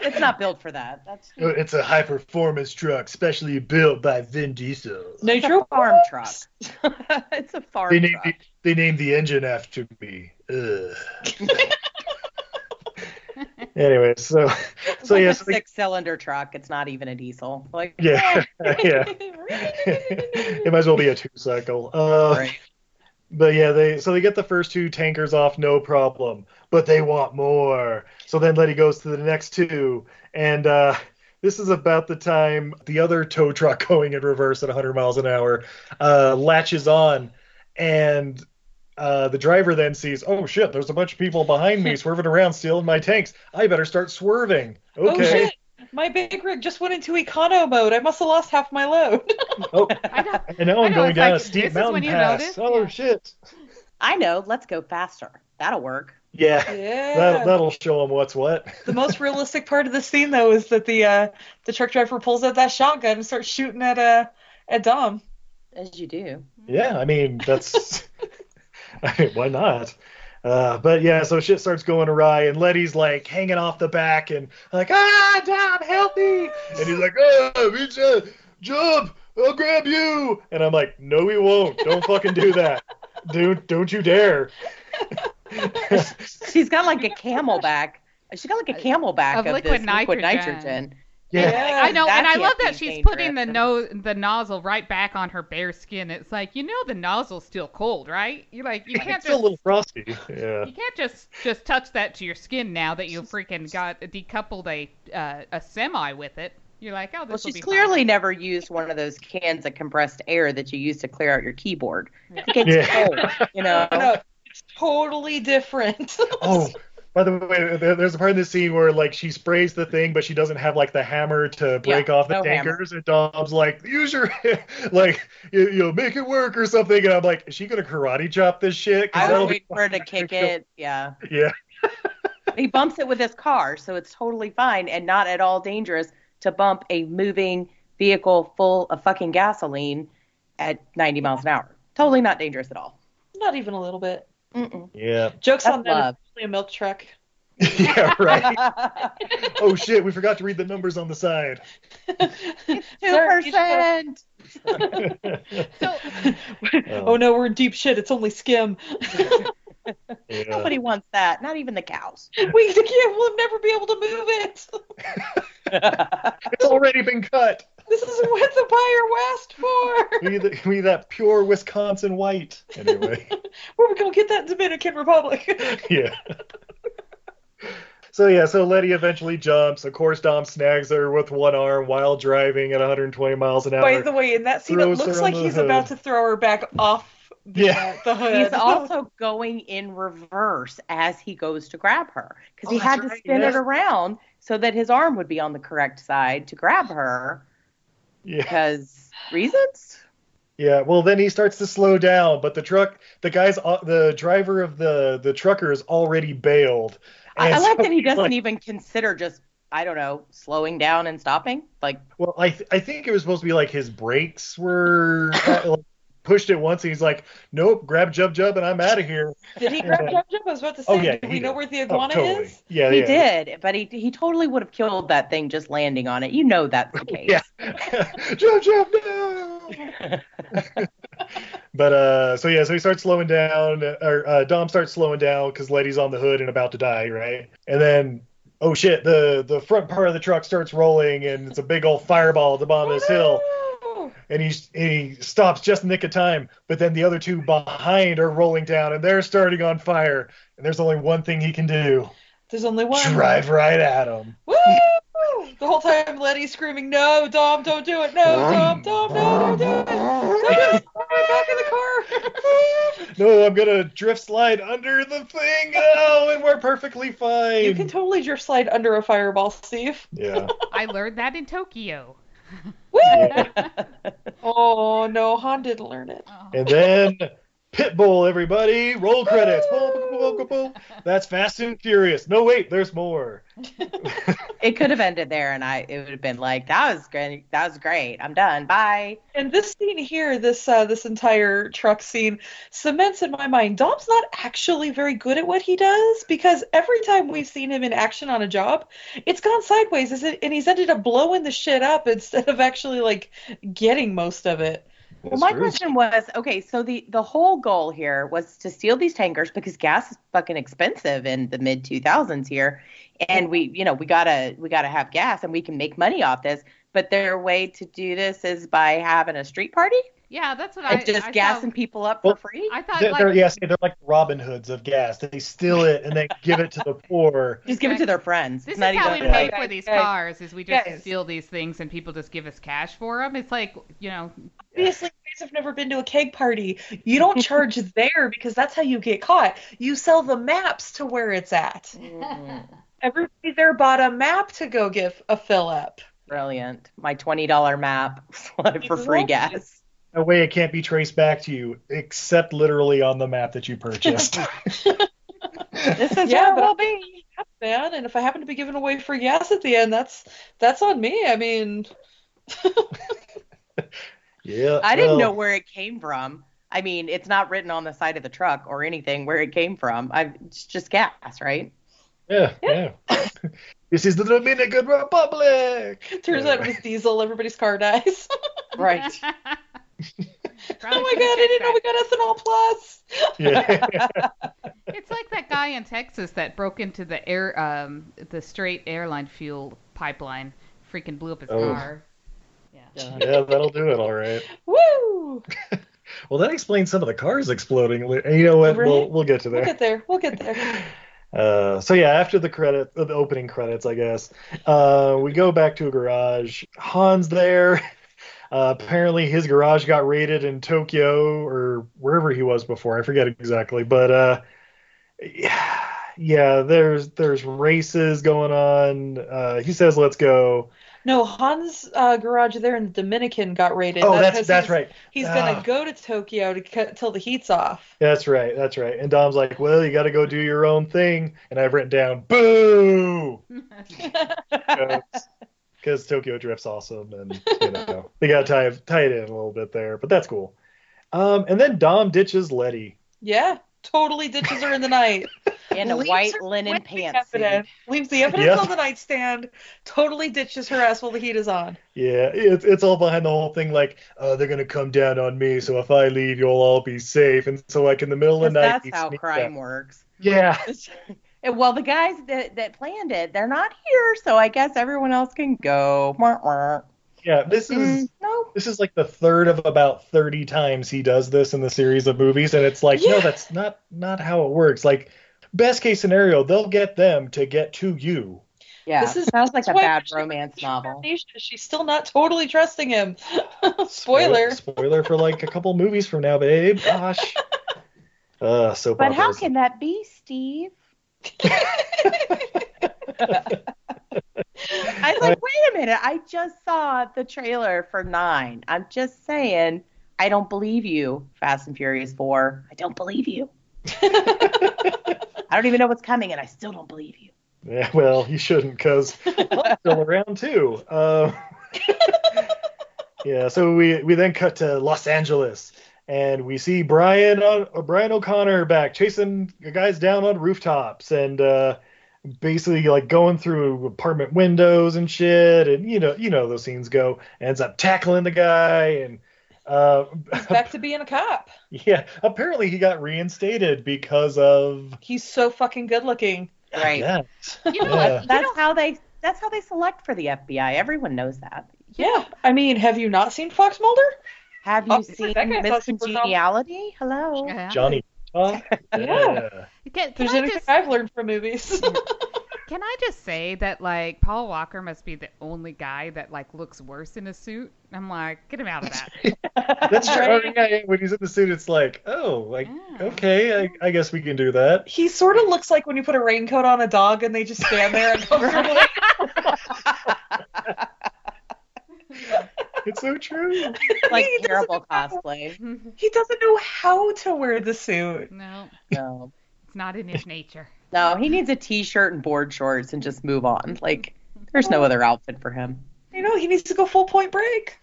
Speaker 6: it's not built for that. That's
Speaker 1: Oh, it's a high performance truck specially built by Vin Diesel
Speaker 6: it's a farm truck.
Speaker 2: Uh,
Speaker 6: it's a farm
Speaker 1: they named
Speaker 6: truck.
Speaker 1: the, they named the engine after me Ugh. anyway so
Speaker 6: It's
Speaker 1: so
Speaker 6: like
Speaker 1: yeah
Speaker 6: a
Speaker 1: so they-
Speaker 6: six cylinder truck. It's not even a diesel. Like
Speaker 1: yeah yeah
Speaker 3: truck.
Speaker 1: it might as well be a two cycle uh
Speaker 6: right.
Speaker 1: But yeah, they so they get the first two tankers off no problem, but they want more. So then Letty goes to the next two, and uh, this is about the time the other tow truck going in reverse at 100 miles an hour uh, latches on, and uh, the driver then sees, oh shit, there's a bunch of people behind me swerving around stealing my tanks. I better start swerving.
Speaker 3: oh
Speaker 1: Okay.
Speaker 3: shit! My big rig just went into econo mode. I must have lost half my load.
Speaker 1: Oh,
Speaker 2: I know.
Speaker 1: and now
Speaker 2: I
Speaker 1: I'm going
Speaker 2: know, it's
Speaker 1: down
Speaker 2: like,
Speaker 1: a
Speaker 2: this
Speaker 1: steep
Speaker 2: is when
Speaker 1: mountain
Speaker 2: you
Speaker 1: pass.
Speaker 2: notice?
Speaker 1: Oh
Speaker 2: Yeah.
Speaker 1: shit.
Speaker 6: I know. Let's go faster. That'll work.
Speaker 1: Yeah.
Speaker 3: Yeah.
Speaker 1: That, that'll show them what's what.
Speaker 3: The most realistic part of the scene, though, is that the uh, the truck driver pulls out that shotgun and starts shooting at uh, at Dom.
Speaker 6: As you do.
Speaker 1: Yeah, I mean that's I mean, why not? Uh, but yeah, so shit starts going awry, and Letty's like hanging off the back and like, ah, Dom, help me! And he's like, ah, reach out, jump, I'll grab you. And I'm like, no, we won't. Don't fucking do that. Dude, don't you dare.
Speaker 6: She's got like a camel back. She's got like a camel back
Speaker 2: Of
Speaker 6: of,
Speaker 2: liquid
Speaker 6: this liquid
Speaker 2: nitrogen.
Speaker 6: nitrogen.
Speaker 1: Yeah.
Speaker 2: I know, and
Speaker 6: That
Speaker 2: I love that
Speaker 6: can't be
Speaker 2: she's
Speaker 6: dangerous.
Speaker 2: putting the no the nozzle right back on her bare skin. It's like you know the nozzle's still cold, right? You're like you can't
Speaker 1: It's still a
Speaker 2: just
Speaker 1: little frosty. Yeah.
Speaker 2: you can't just just touch that to your skin now that you freaking got decoupled a uh, a semi with it. You're like, oh,
Speaker 6: Well,
Speaker 2: this will
Speaker 6: she's
Speaker 2: be fine.
Speaker 6: clearly never used one of those cans of compressed air that you use to clear out your keyboard. Oh,
Speaker 2: Yeah.
Speaker 6: It gets
Speaker 1: Yeah.
Speaker 6: cold, you know.
Speaker 3: No, it's totally different.
Speaker 1: Oh, by the way, there, there's a part in the scene where like she sprays the thing, but she doesn't have like the hammer to break
Speaker 6: Yeah,
Speaker 1: off the
Speaker 6: no hammer.
Speaker 1: tankers. And Dom's like, "Use your like, you, you know, make it work or something." And I'm like, "Is she gonna karate chop this shit?" 'Cause
Speaker 6: I
Speaker 1: that'll
Speaker 6: was
Speaker 1: be-
Speaker 6: waiting for her to kick it. Yeah.
Speaker 1: yeah,
Speaker 6: He bumps it with his car, so it's totally fine and not at all dangerous to bump a moving vehicle full of fucking gasoline at 90 miles an hour. Totally not dangerous at all.
Speaker 3: Not even a little bit.
Speaker 6: Mm-mm.
Speaker 1: yeah,
Speaker 3: Jokes
Speaker 6: That's
Speaker 3: on that.
Speaker 6: love.
Speaker 3: It's really a milk truck.
Speaker 1: yeah, right. oh shit, we forgot to read the numbers on the side.
Speaker 6: Two
Speaker 3: Sir, you should go-
Speaker 6: percent.
Speaker 2: So
Speaker 3: Oh no, we're in deep shit. It's only skim.
Speaker 1: yeah.
Speaker 6: Nobody wants that. Not even the cows.
Speaker 3: we can't. We'll never be able to move it.
Speaker 1: It's already been cut.
Speaker 3: This is what the buyer asked for.
Speaker 1: We need, the, we need that pure Wisconsin white. Anyway.
Speaker 3: Where we gonna get that Dominican Republic?
Speaker 1: yeah. So yeah, so Letty eventually jumps. Of course, Dom snags her with one arm while driving at 120 miles an hour.
Speaker 3: By the way, in that scene, it
Speaker 1: Throws her
Speaker 3: looks
Speaker 1: on
Speaker 3: like
Speaker 1: the
Speaker 3: he's
Speaker 1: hood.
Speaker 3: about to throw her back off the,
Speaker 1: Yeah.
Speaker 3: the hood.
Speaker 6: He's also going in reverse as he goes to grab her because he
Speaker 1: Oh,
Speaker 6: had
Speaker 1: that's
Speaker 6: to
Speaker 1: right,
Speaker 6: spin
Speaker 1: yes.
Speaker 6: it around so that his arm would be on the correct side to grab her
Speaker 1: yeah,
Speaker 6: because reasons.
Speaker 1: yeah. Well, then he starts to slow down, but the truck, the guy's, au- the driver of the the trucker is already bailed.
Speaker 6: I,
Speaker 1: And
Speaker 6: I like
Speaker 1: so
Speaker 6: that he
Speaker 1: he's
Speaker 6: doesn't
Speaker 1: like-
Speaker 6: even consider just I don't know slowing down and stopping. Like
Speaker 1: Well, I th- I think it was supposed to be like his brakes were uh, like, pushed at once. And he's like, nope, grab jub jub, and I'm out of here.
Speaker 3: Did he grab Jub Jub? I was about to say,
Speaker 1: Oh, yeah,
Speaker 3: do
Speaker 1: he
Speaker 3: we know
Speaker 1: did.
Speaker 3: where the
Speaker 1: Oh,
Speaker 3: iguana
Speaker 1: totally.
Speaker 3: is?
Speaker 1: Yeah,
Speaker 6: he
Speaker 1: yeah.
Speaker 6: did, but he he totally would have killed that thing just landing on it. You know that's the case.
Speaker 1: Yeah. jump, jump, no. but uh, so yeah, so he starts slowing down, or uh, Dom starts slowing down because Letty's on the hood and about to die, right? And then oh shit, the the front part of the truck starts rolling, and it's a big old fireball at the bottom of this hill,
Speaker 3: Oh,
Speaker 1: and he and he stops just in the nick of time. But then the other two behind are rolling down, and they're starting on fire. And there's only one thing he can do:
Speaker 3: There's only one.
Speaker 1: drive right at them.
Speaker 3: Woo! The whole time Letty's screaming, No, Dom, don't do it. No, Dom, Dom, no, don't do it. No, no, no, right back in the car.
Speaker 1: no, I'm gonna drift slide under the thing. Oh, and we're perfectly fine.
Speaker 3: You can totally drift slide under a fireball, Steve.
Speaker 1: yeah.
Speaker 2: I learned that in Tokyo.
Speaker 3: Woo!
Speaker 1: yeah.
Speaker 3: Oh no, Han didn't learn it.
Speaker 2: Oh.
Speaker 1: And then Pitbull, everybody, roll credits. Boom, boom, boom, boom, boom. That's Fast and Furious. No, wait, there's more.
Speaker 6: It could have ended there, and I it would have been like that was great. That was great. I'm done. Bye.
Speaker 3: And this scene here, this uh, this entire truck scene, cements in my mind. Dom's not actually very good at what he does because every time we've seen him in action on a job, it's gone sideways, is it? And he's ended up blowing the shit up instead of actually like getting most of it.
Speaker 6: Well, my question was okay. So the the whole goal here was to steal these tankers because gas is fucking expensive in the mid two thousands here, and we you know we gotta we gotta have gas and we can make money off this. But their way to do this is by having a street party
Speaker 2: Yeah, that's what I,
Speaker 6: and just
Speaker 2: I
Speaker 6: gassing
Speaker 2: thought.
Speaker 6: people up
Speaker 1: Well,
Speaker 6: for free.
Speaker 2: I thought
Speaker 1: They're,
Speaker 2: like
Speaker 1: they're- yeah, see, they're like the Robin Hoods of gas. They steal it and then give it to the poor.
Speaker 6: just give it to their friends.
Speaker 2: This
Speaker 6: Not
Speaker 2: is how we
Speaker 6: even-
Speaker 2: pay
Speaker 3: Guys,
Speaker 2: for these
Speaker 3: guys,
Speaker 2: cars: is we just
Speaker 3: guys.
Speaker 2: steal these things and people just give us cash for them. It's like you know,
Speaker 3: Obviously, you guys have never been to a keg party. You don't charge there because that's how you get caught. You sell the maps to where it's at.
Speaker 6: Mm,
Speaker 3: Everybody there bought a map to go give a fill up.
Speaker 6: Brilliant. My twenty dollar map for free
Speaker 3: Exactly.
Speaker 6: gas.
Speaker 1: That way it can't be traced back to you, except literally on the map that you purchased.
Speaker 6: This is
Speaker 3: Yeah,
Speaker 6: yeah, where
Speaker 3: but-
Speaker 6: we'll be.
Speaker 3: man and if i happen to be giving away free gas at the end that's that's on me i mean
Speaker 1: yeah.
Speaker 6: I didn't know
Speaker 1: well,
Speaker 6: where it came from. I mean, it's not written on the side of the truck or anything where it came from. I it's just gas, right?
Speaker 1: Yeah, yeah. this is the Dominican Republic.
Speaker 3: turns out it was diesel everybody's car dies
Speaker 6: Right.
Speaker 2: oh my god,
Speaker 3: oh my god i didn't know we got ethanol plus
Speaker 1: Yeah.
Speaker 2: It's like that guy in Texas that broke into the air, um, the straight airline fuel pipeline, freaking blew up his
Speaker 1: Oh.
Speaker 2: car. Yeah.
Speaker 1: yeah, that'll do it. All right.
Speaker 3: woo
Speaker 1: Well, that explains some of the cars exploding. And you know what? We'll
Speaker 3: Right?
Speaker 1: we'll get to
Speaker 3: we'll
Speaker 1: there.
Speaker 3: get there we'll get there
Speaker 1: Uh, so yeah, after the credit, uh, the opening credits, I guess, uh, we go back to a garage. Han's there. Uh, apparently, his garage got raided in Tokyo or wherever he was before. I forget exactly, but uh, yeah, yeah, there's there's races going on. Uh, he says, "Let's go."
Speaker 3: no hans uh, garage there in the dominican got raided
Speaker 1: oh,
Speaker 3: That-
Speaker 1: that's
Speaker 3: 'cause
Speaker 1: that's
Speaker 3: he's-
Speaker 1: right.
Speaker 3: he's
Speaker 1: Ah.
Speaker 3: gonna go to tokyo to cut till the heat's off
Speaker 1: That's right. That's right. And Dom's like, "Well, you got to go do your own thing." And I've written down, "Boo." because Tokyo Drift's awesome, and you know they got to tie tie it in a little bit there, but that's cool. Um, and then Dom ditches Letty.
Speaker 3: yeah totally ditches her in the night
Speaker 6: In a
Speaker 3: Leaves
Speaker 6: white
Speaker 3: her
Speaker 6: linen
Speaker 3: with the
Speaker 6: pantsuit.
Speaker 3: evidence- leaves the evidence
Speaker 1: Yep.
Speaker 3: on the nightstand totally ditches her ass while the heat is on
Speaker 1: Yeah, it's it's all behind the whole thing. Like uh, they're gonna come down on me, so if I leave, you'll all be safe. And so, like in the middle of
Speaker 6: 'Cause
Speaker 1: the night,
Speaker 6: That's
Speaker 1: he
Speaker 6: how
Speaker 1: sneaks
Speaker 6: crime
Speaker 1: out.
Speaker 6: works.
Speaker 1: Yeah,
Speaker 6: And, well, the guys that, that planned it, they're not here, so I guess everyone else can go. Wah, wah.
Speaker 1: yeah. This is
Speaker 6: Mm, no.
Speaker 1: this is like the third of about 30 times he does this in the series of movies and it's like no
Speaker 3: Yeah.
Speaker 1: that's not not how it works like best case scenario they'll get them to get to you
Speaker 6: Yeah.
Speaker 3: This
Speaker 6: This
Speaker 3: is-
Speaker 6: sounds like
Speaker 3: that's
Speaker 6: a
Speaker 3: why
Speaker 6: bad
Speaker 3: she-
Speaker 6: romance novel.
Speaker 3: She's still not totally trusting him. Spoiler.
Speaker 1: spoiler for like a couple movies from now babe gosh uh so
Speaker 6: But how can that be, Steve? I was like, wait a minute. I just saw the trailer for nine. I'm just saying, I don't believe you, Fast and Furious 4. I don't believe you. I don't even know what's coming, and I still don't believe you.
Speaker 1: yeah well you shouldn't because i'm still around too uh yeah so we we then cut to los angeles and we see brian on brian o'connor back chasing guys down on rooftops and uh basically like going through apartment windows and shit and you know you know how those scenes go ends up tackling the guy and uh
Speaker 3: He's back to being a cop.
Speaker 1: Yeah, apparently he got reinstated because of
Speaker 3: He's so fucking good looking.
Speaker 6: Right.
Speaker 1: that.
Speaker 2: You
Speaker 1: Yeah.
Speaker 2: know, what? you
Speaker 6: That's
Speaker 2: know,
Speaker 6: how they. That's how they select for the FBI. Everyone knows that.
Speaker 3: Yeah. I mean, have you not seen Fox Mulder?
Speaker 6: Have you
Speaker 3: Oh,
Speaker 6: seen
Speaker 3: that guy's
Speaker 6: Miss
Speaker 3: not super
Speaker 6: Congeniality? Hello.
Speaker 2: yeah.
Speaker 1: Johnny. Utah?
Speaker 3: Yeah.
Speaker 2: Can,
Speaker 3: If there's
Speaker 2: can I
Speaker 3: anything
Speaker 2: just
Speaker 3: I've learned from movies.
Speaker 2: can I just say that like Paul Walker must be the only guy that like looks worse in a suit? I'm like, get him out of that.
Speaker 1: That's true.
Speaker 3: Right?
Speaker 1: Oh, yeah, yeah, When he's in the suit, it's like, oh, like
Speaker 2: Yeah.
Speaker 1: okay, I, I guess we can do that.
Speaker 3: He sort of looks like when you put a raincoat on a dog and they just stand there uncomfortably.
Speaker 1: It's so true.
Speaker 6: like
Speaker 3: He doesn't
Speaker 6: terrible cosplay.
Speaker 3: he doesn't know how to wear the
Speaker 2: Mm.
Speaker 3: suit.
Speaker 2: no,
Speaker 6: No.
Speaker 2: it's not in his nature.
Speaker 6: No, he needs a t-shirt and board shorts and just move on. Like there's no other outfit for him.
Speaker 3: You know, he needs to go full point break.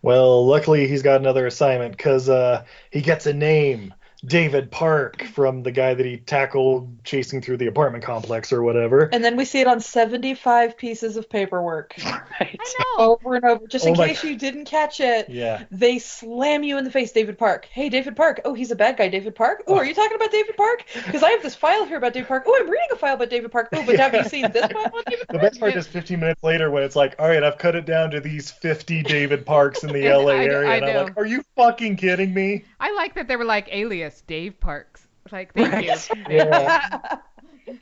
Speaker 1: Well, luckily he's got another assignment because uh, he gets a name, David Park, from the guy that he tackled chasing through the apartment complex or whatever.
Speaker 2: Uh,
Speaker 3: And then we see it on 75 pieces of paperwork
Speaker 6: Right.
Speaker 2: I know.
Speaker 3: over and over. Just in
Speaker 1: Oh my
Speaker 3: case you didn't catch it,
Speaker 1: Yeah.
Speaker 3: they slam you in the face, David Park. Hey, David Park. Oh, he's a bad guy, David Park. Oh, are you talking about David Park? Because I have this file here about David Park. Oh, I'm reading a file about David Park. Oh, but have you seen this file about David
Speaker 1: The
Speaker 3: Park?
Speaker 1: best part is 15 minutes later when it's like, all right, I've cut it down to these 50 David Parks in the LA
Speaker 2: I-
Speaker 1: area.
Speaker 2: I
Speaker 1: and I'm
Speaker 2: know.
Speaker 1: like, are you fucking kidding me?
Speaker 2: I like that they were like alias Dave Parks. Like, thank you.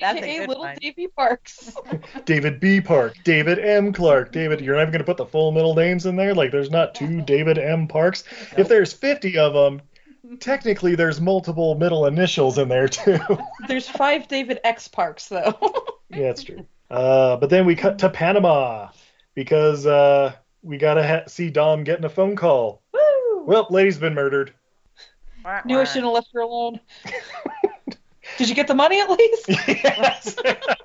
Speaker 6: That's a
Speaker 3: AKA
Speaker 6: good
Speaker 3: little
Speaker 6: one.
Speaker 3: Davy Parks.
Speaker 1: David B. Park, David M. Clark, David. You're not even going to put the full middle names in there? Like, there's not two David M. Parks. If there's 50 of them, technically there's multiple middle initials in there, too.
Speaker 3: There's five David X Parks though.
Speaker 1: yeah, that's true. Uh, but then we cut to Panama because uh, we got to ha- see Dom getting a phone call.
Speaker 3: Woo!
Speaker 1: Well, lady's been murdered.
Speaker 3: Knew I shouldn't have left her alone. Did you get the money at least? 'Cause
Speaker 1: Yes.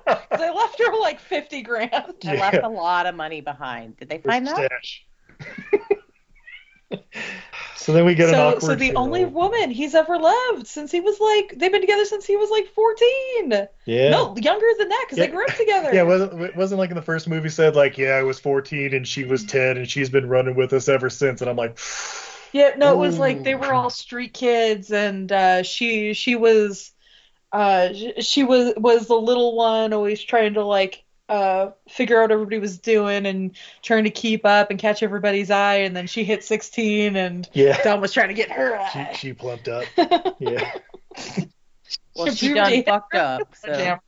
Speaker 3: I left her like 50 grand.
Speaker 6: I left a lot of money behind. Did they find that?
Speaker 1: Stash. so then we get an
Speaker 3: so,
Speaker 1: awkward.
Speaker 3: so the
Speaker 1: funeral.
Speaker 3: only woman he's ever loved since he was like they've been together since he was like 14.
Speaker 1: Yeah.
Speaker 3: No, younger than that because
Speaker 1: Yeah.
Speaker 3: they grew up together.
Speaker 1: Yeah, wasn't wasn't like in the first movie said like, yeah, I was 14 and she was 10 and she's been running with us ever since. And I'm like,
Speaker 3: Yeah, no, it was like
Speaker 1: Ooh.
Speaker 3: they were all street kids, and uh, she she was uh, sh- she was was the little one, always trying to like uh, figure out what everybody was doing and trying to keep up and catch everybody's eye, and then she hit sixteen, and
Speaker 1: yeah,
Speaker 3: Don was trying to get her
Speaker 1: she,
Speaker 3: eye.
Speaker 1: she plumped up. Yeah,
Speaker 6: Well, she
Speaker 3: Puberty
Speaker 6: done
Speaker 3: hit
Speaker 6: fucked up. So.
Speaker 3: Damn.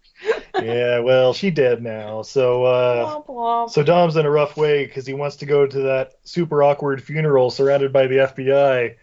Speaker 1: yeah. Well, she dead now. So, uh,
Speaker 3: Womp womp.
Speaker 1: so Dom's in a rough way because he wants to go to that super awkward funeral surrounded by the FBI,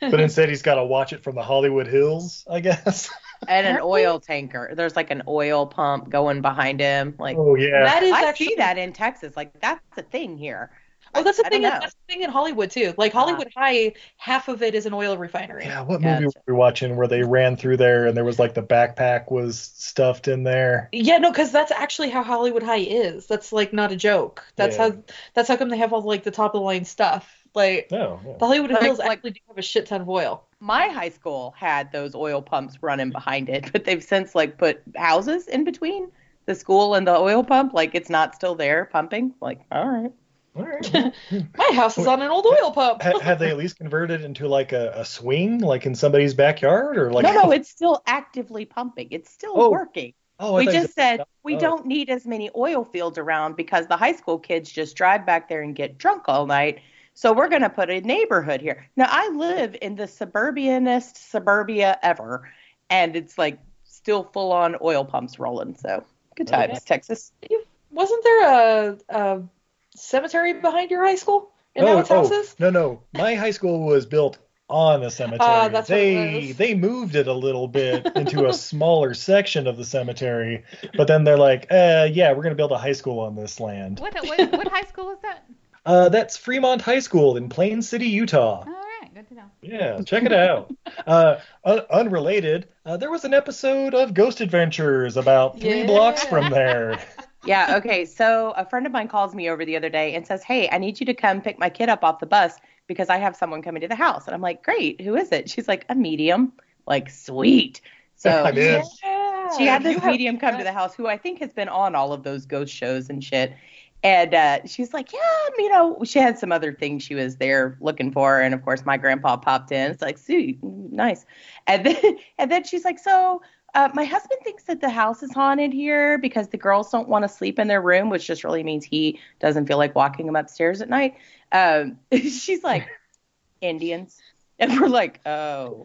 Speaker 1: but instead he's got to watch it from the Hollywood Hills, I guess.
Speaker 6: And an oil tanker. There's like an oil pump going behind him. Like
Speaker 1: Oh yeah,
Speaker 3: That is
Speaker 6: I
Speaker 3: actually
Speaker 6: see that in Texas. Like that's a thing here.
Speaker 3: Oh, that's the
Speaker 6: I don't
Speaker 3: thing.
Speaker 6: know. Uh-huh.
Speaker 3: That's the thing in Hollywood too. Like Hollywood High, half of it is an oil refinery.
Speaker 1: yeah. What
Speaker 6: Yeah,
Speaker 1: movie
Speaker 6: it's-
Speaker 1: were we watching where they ran through there and there was like the backpack was stuffed in there?
Speaker 3: Yeah, no, because that's actually how Hollywood High is. That's like not a joke. That's
Speaker 1: Yeah.
Speaker 3: how. That's how come they have all like the top of the line stuff. Like
Speaker 1: No. Oh, yeah.
Speaker 3: the Hollywood
Speaker 6: Like-
Speaker 3: Hills
Speaker 6: like-
Speaker 3: actually do have a shit ton of oil.
Speaker 6: My high school had those oil pumps running behind it, but they've since like put houses in between the school and the oil pump. Like it's not still there pumping. Like all right.
Speaker 1: All right.
Speaker 3: My house is on an old oil pump.
Speaker 1: Ha- have they at least converted into like a, a swing, like in somebody's backyard, or like?
Speaker 6: no, no, it's still actively pumping. It's still
Speaker 1: Oh,
Speaker 6: working.
Speaker 1: oh, I
Speaker 6: we
Speaker 1: thought you
Speaker 6: just said we
Speaker 1: Oh.
Speaker 6: don't need as many oil fields around because the high school kids just drive back there and get drunk all night. So we're going to put a neighborhood here. Now I live in the suburbianest suburbia ever, and it's like still full on oil pumps rolling. So good
Speaker 1: Okay.
Speaker 6: times, Texas.
Speaker 3: Wasn't there a, a cemetery behind your high school? And now
Speaker 1: oh,
Speaker 3: it's
Speaker 1: oh,
Speaker 3: houses.
Speaker 1: no, no. My high school was built on a cemetery.
Speaker 3: Ah, that's what
Speaker 1: they
Speaker 3: it was.
Speaker 1: they moved it a little bit into a smaller section of the cemetery, but then they're like, uh, yeah, we're gonna build a high school on this land.
Speaker 2: What, what what high school is that?
Speaker 1: Uh, that's Fremont High School in Plain City, Utah.
Speaker 2: All right, good to know.
Speaker 1: Yeah, check it out. uh, un- unrelated, uh, there was an episode of Ghost Adventures about three
Speaker 3: Yeah.
Speaker 1: blocks from there.
Speaker 6: Yeah. Okay. So a friend of mine calls me over the other day and says, Hey, I need you to come pick my kid up off the bus because I have someone coming to the house. And I'm like, Great. Who is it? She's like, A medium. Like, sweet. So
Speaker 1: I'm in.
Speaker 3: Yeah.
Speaker 6: she had
Speaker 3: You
Speaker 6: this
Speaker 3: have-
Speaker 6: medium come to the house who I think has been on all of those ghost shows and shit. And uh, she's like, yeah, you know, she had some other thing she was there looking for, and of course my grandpa popped in. It's like, Sue, nice. And then, and then she's like, so uh, my husband thinks that the house is haunted here because the girls don't want to sleep in their room, which just really means he doesn't feel like walking them upstairs at night. Um, she's like, Indians. And we're like, oh,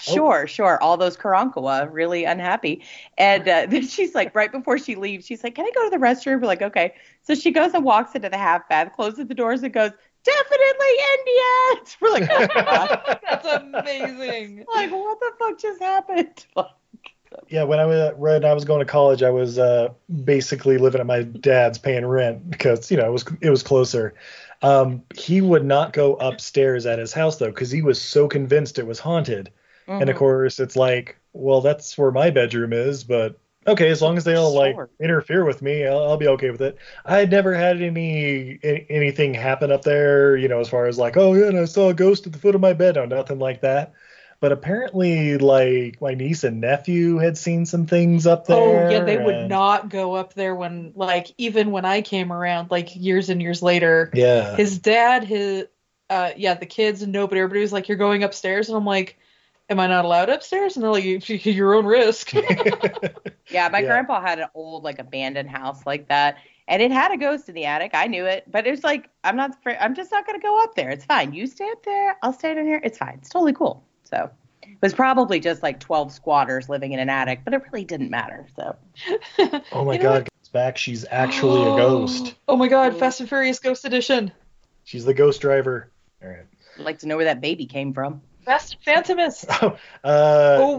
Speaker 6: sure, sure. All those Karankawa really unhappy. And uh, then she's like, right before she leaves, she's like, can I go to the restroom? We're like, okay. So she goes and walks into the half bath, closes the doors, and goes, definitely Indians. We're like, oh, my God.
Speaker 3: That's amazing.
Speaker 6: like what the fuck just happened?
Speaker 1: Yeah, when I was when I was going to college, I was uh, basically living at my dad's paying rent because you know it was it was closer. Um, he would not go upstairs at his house though because he was so convinced it was haunted. And of
Speaker 3: Mm-hmm.
Speaker 1: course, it's like, well, that's where my bedroom is, but okay, as long as they don't like
Speaker 6: Sure.
Speaker 1: interfere with me, I'll, I'll be okay with it. I had never had any, any anything happen up there, you know, as far as like, oh yeah, and I saw a ghost at the foot of my bed, no, nothing like that. But apparently, like my niece and nephew had seen some things up there.
Speaker 3: Oh yeah, they would
Speaker 1: and-
Speaker 3: not go up there when like even when I came around like years and years later.
Speaker 1: Yeah,
Speaker 3: His dad, his uh yeah, the kids, nobody, everybody was like, "You're going upstairs," and I'm like, "Am I not allowed upstairs?" And they're like, "You- "Your own risk."
Speaker 6: Yeah, my
Speaker 1: Yeah.
Speaker 6: grandpa had an old like abandoned house like that, and it had a ghost in the attic. I knew it, but it's like I'm not. fr- I'm just not gonna go up there. It's fine. You stay up there. I'll stay down here. It's fine. It's totally cool. So it was probably just like 12 squatters living in an attic, but it really didn't matter. So
Speaker 1: oh my
Speaker 3: you know
Speaker 1: God, comes back. She's actually a ghost.
Speaker 3: Oh my god, Fast and Furious Ghost Edition.
Speaker 1: She's the ghost driver. All right.
Speaker 6: I'd like to know where that baby came from.
Speaker 3: Fast and Phantomus.
Speaker 1: Uh,
Speaker 3: Oh,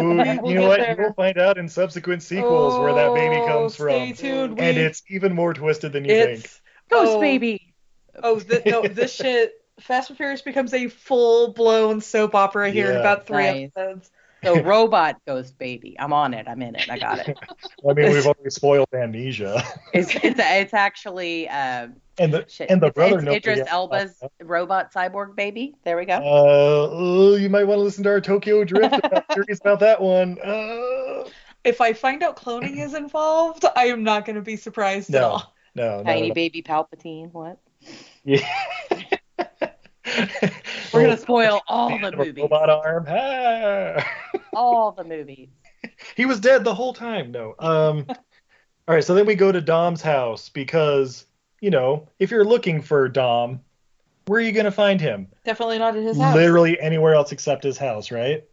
Speaker 1: we'll-
Speaker 3: we
Speaker 1: you
Speaker 3: will
Speaker 1: know
Speaker 3: get
Speaker 1: what?
Speaker 3: there.
Speaker 1: We'll find out in subsequent sequels where that baby
Speaker 3: Oh,
Speaker 1: comes
Speaker 3: stay
Speaker 1: from,
Speaker 3: tuned. We,
Speaker 1: and it's even more twisted than you
Speaker 3: it's
Speaker 1: think.
Speaker 6: Ghost
Speaker 3: oh,
Speaker 6: baby.
Speaker 3: Oh, th no, this shit. Fast and Furious becomes a full blown soap opera here in
Speaker 1: Yeah.
Speaker 3: about three
Speaker 6: Nice.
Speaker 3: episodes.
Speaker 6: The robot ghost baby. I'm on it. I'm in it. I got it.
Speaker 1: I mean, we've already spoiled amnesia,
Speaker 6: It's it's, it's actually uh,
Speaker 1: and the
Speaker 6: shit.
Speaker 1: and the
Speaker 6: it's,
Speaker 1: brother.
Speaker 6: it's
Speaker 1: nobody
Speaker 6: Idris
Speaker 1: else
Speaker 6: Elba's
Speaker 1: talked
Speaker 6: robot cyborg baby. There we go.
Speaker 1: about. Uh, oh, you might want to listen to our Tokyo Drift. I'm curious about that one. Uh,
Speaker 3: If I find out cloning is involved, I am not going to be surprised at
Speaker 1: No.
Speaker 3: all.
Speaker 1: no, no,
Speaker 6: Tiny
Speaker 1: no.
Speaker 6: baby Palpatine. What? We're
Speaker 1: We're
Speaker 6: gonna spoil all the movies.
Speaker 1: robot arm. Ah.
Speaker 6: All the movies.
Speaker 1: he was dead the whole time. No. Um. all right. So then we go to Dom's house because you know if you're looking for Dom, where are you gonna find him?
Speaker 3: Definitely not in his house.
Speaker 1: Literally anywhere else except his house, right?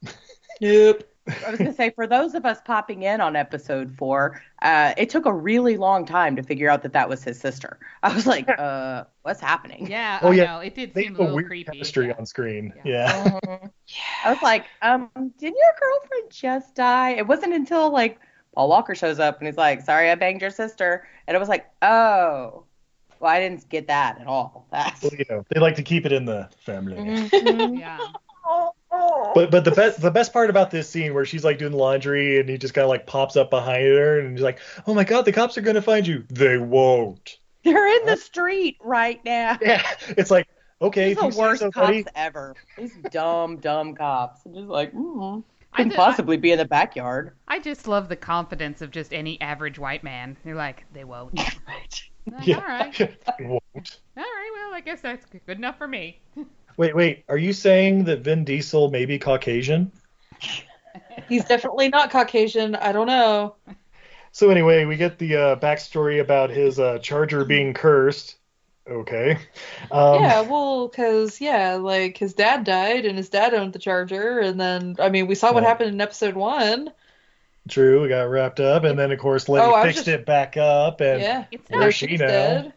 Speaker 3: Nope.
Speaker 6: I was gonna say for those of us popping in on episode four, uh, it took a really long time to figure out that that was his sister. I was like, uh, what's happening?
Speaker 2: Yeah.
Speaker 1: Oh,
Speaker 2: I
Speaker 1: yeah.
Speaker 2: know. It did
Speaker 1: They
Speaker 2: seem
Speaker 1: have
Speaker 2: a
Speaker 1: a
Speaker 2: little
Speaker 1: weird
Speaker 2: creepy.
Speaker 1: chemistry
Speaker 2: yeah.
Speaker 1: on screen.
Speaker 2: Yeah.
Speaker 1: Yeah.
Speaker 6: Mhm. I was like, um, did your girlfriend just die? It wasn't until like Paul Walker shows up and he's like, sorry, I banged your sister, and I was like, oh, well, I didn't get that at all. That's
Speaker 1: Well, you know, they like to keep it in the family.
Speaker 6: Mm-hmm.
Speaker 2: Yeah.
Speaker 1: But but the best the best part about this scene where she's like doing laundry and he just kind of like pops up behind her and he's like, "Oh my god, the cops are gonna find you." They won't.
Speaker 6: they're in the street right now.
Speaker 1: Yeah, it's like okay,
Speaker 6: He's
Speaker 1: if you
Speaker 6: the
Speaker 1: say
Speaker 6: worst
Speaker 1: so, buddy.
Speaker 6: cops ever. These dumb, dumb cops. I'm just like, mm,
Speaker 2: I,
Speaker 6: couldn't
Speaker 2: ju-
Speaker 6: possibly be in the backyard.
Speaker 2: I, I just love the confidence of just any average white man. You're like, they won't. Like,
Speaker 1: Yeah.
Speaker 2: All right.
Speaker 1: won't.
Speaker 2: All right. Well, I guess that's good enough for me.
Speaker 1: Wait, wait, are you saying that Vin Diesel may be Caucasian?
Speaker 3: He's definitely not Caucasian. I don't know.
Speaker 1: So anyway, we get the uh, backstory about his uh, charger being cursed. Okay. Um,
Speaker 3: yeah, well, because, yeah, like his dad died and his dad owned the Charger. And then, I mean, we saw what
Speaker 1: Yeah.
Speaker 3: happened in episode one.
Speaker 1: True, it got wrapped up, and then of course Lenny
Speaker 3: Oh, I was
Speaker 1: fixed
Speaker 3: just-
Speaker 1: it back up, and
Speaker 3: yeah.
Speaker 2: It's
Speaker 1: Where
Speaker 2: not.
Speaker 1: she
Speaker 3: she's
Speaker 1: now?
Speaker 3: dead.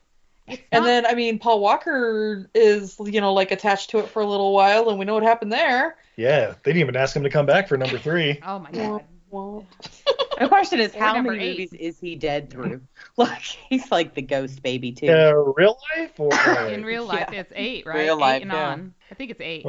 Speaker 2: It's
Speaker 3: And
Speaker 2: not-
Speaker 3: then, I mean, Paul Walker is, you know, like attached to it for a little while, and we know what happened there.
Speaker 1: yeah, they didn't even ask him to come back for number three.
Speaker 2: Oh my god.
Speaker 3: Well,
Speaker 6: The question is,
Speaker 2: Or
Speaker 6: how
Speaker 2: number
Speaker 6: many
Speaker 2: eight.
Speaker 6: movies is he dead through? Like, he's like the ghost baby, too.
Speaker 1: Uh, real life or
Speaker 2: In real life, it's eight, right?
Speaker 6: Real
Speaker 2: eight
Speaker 6: life,
Speaker 2: and
Speaker 6: yeah.
Speaker 2: on. I think it's eight.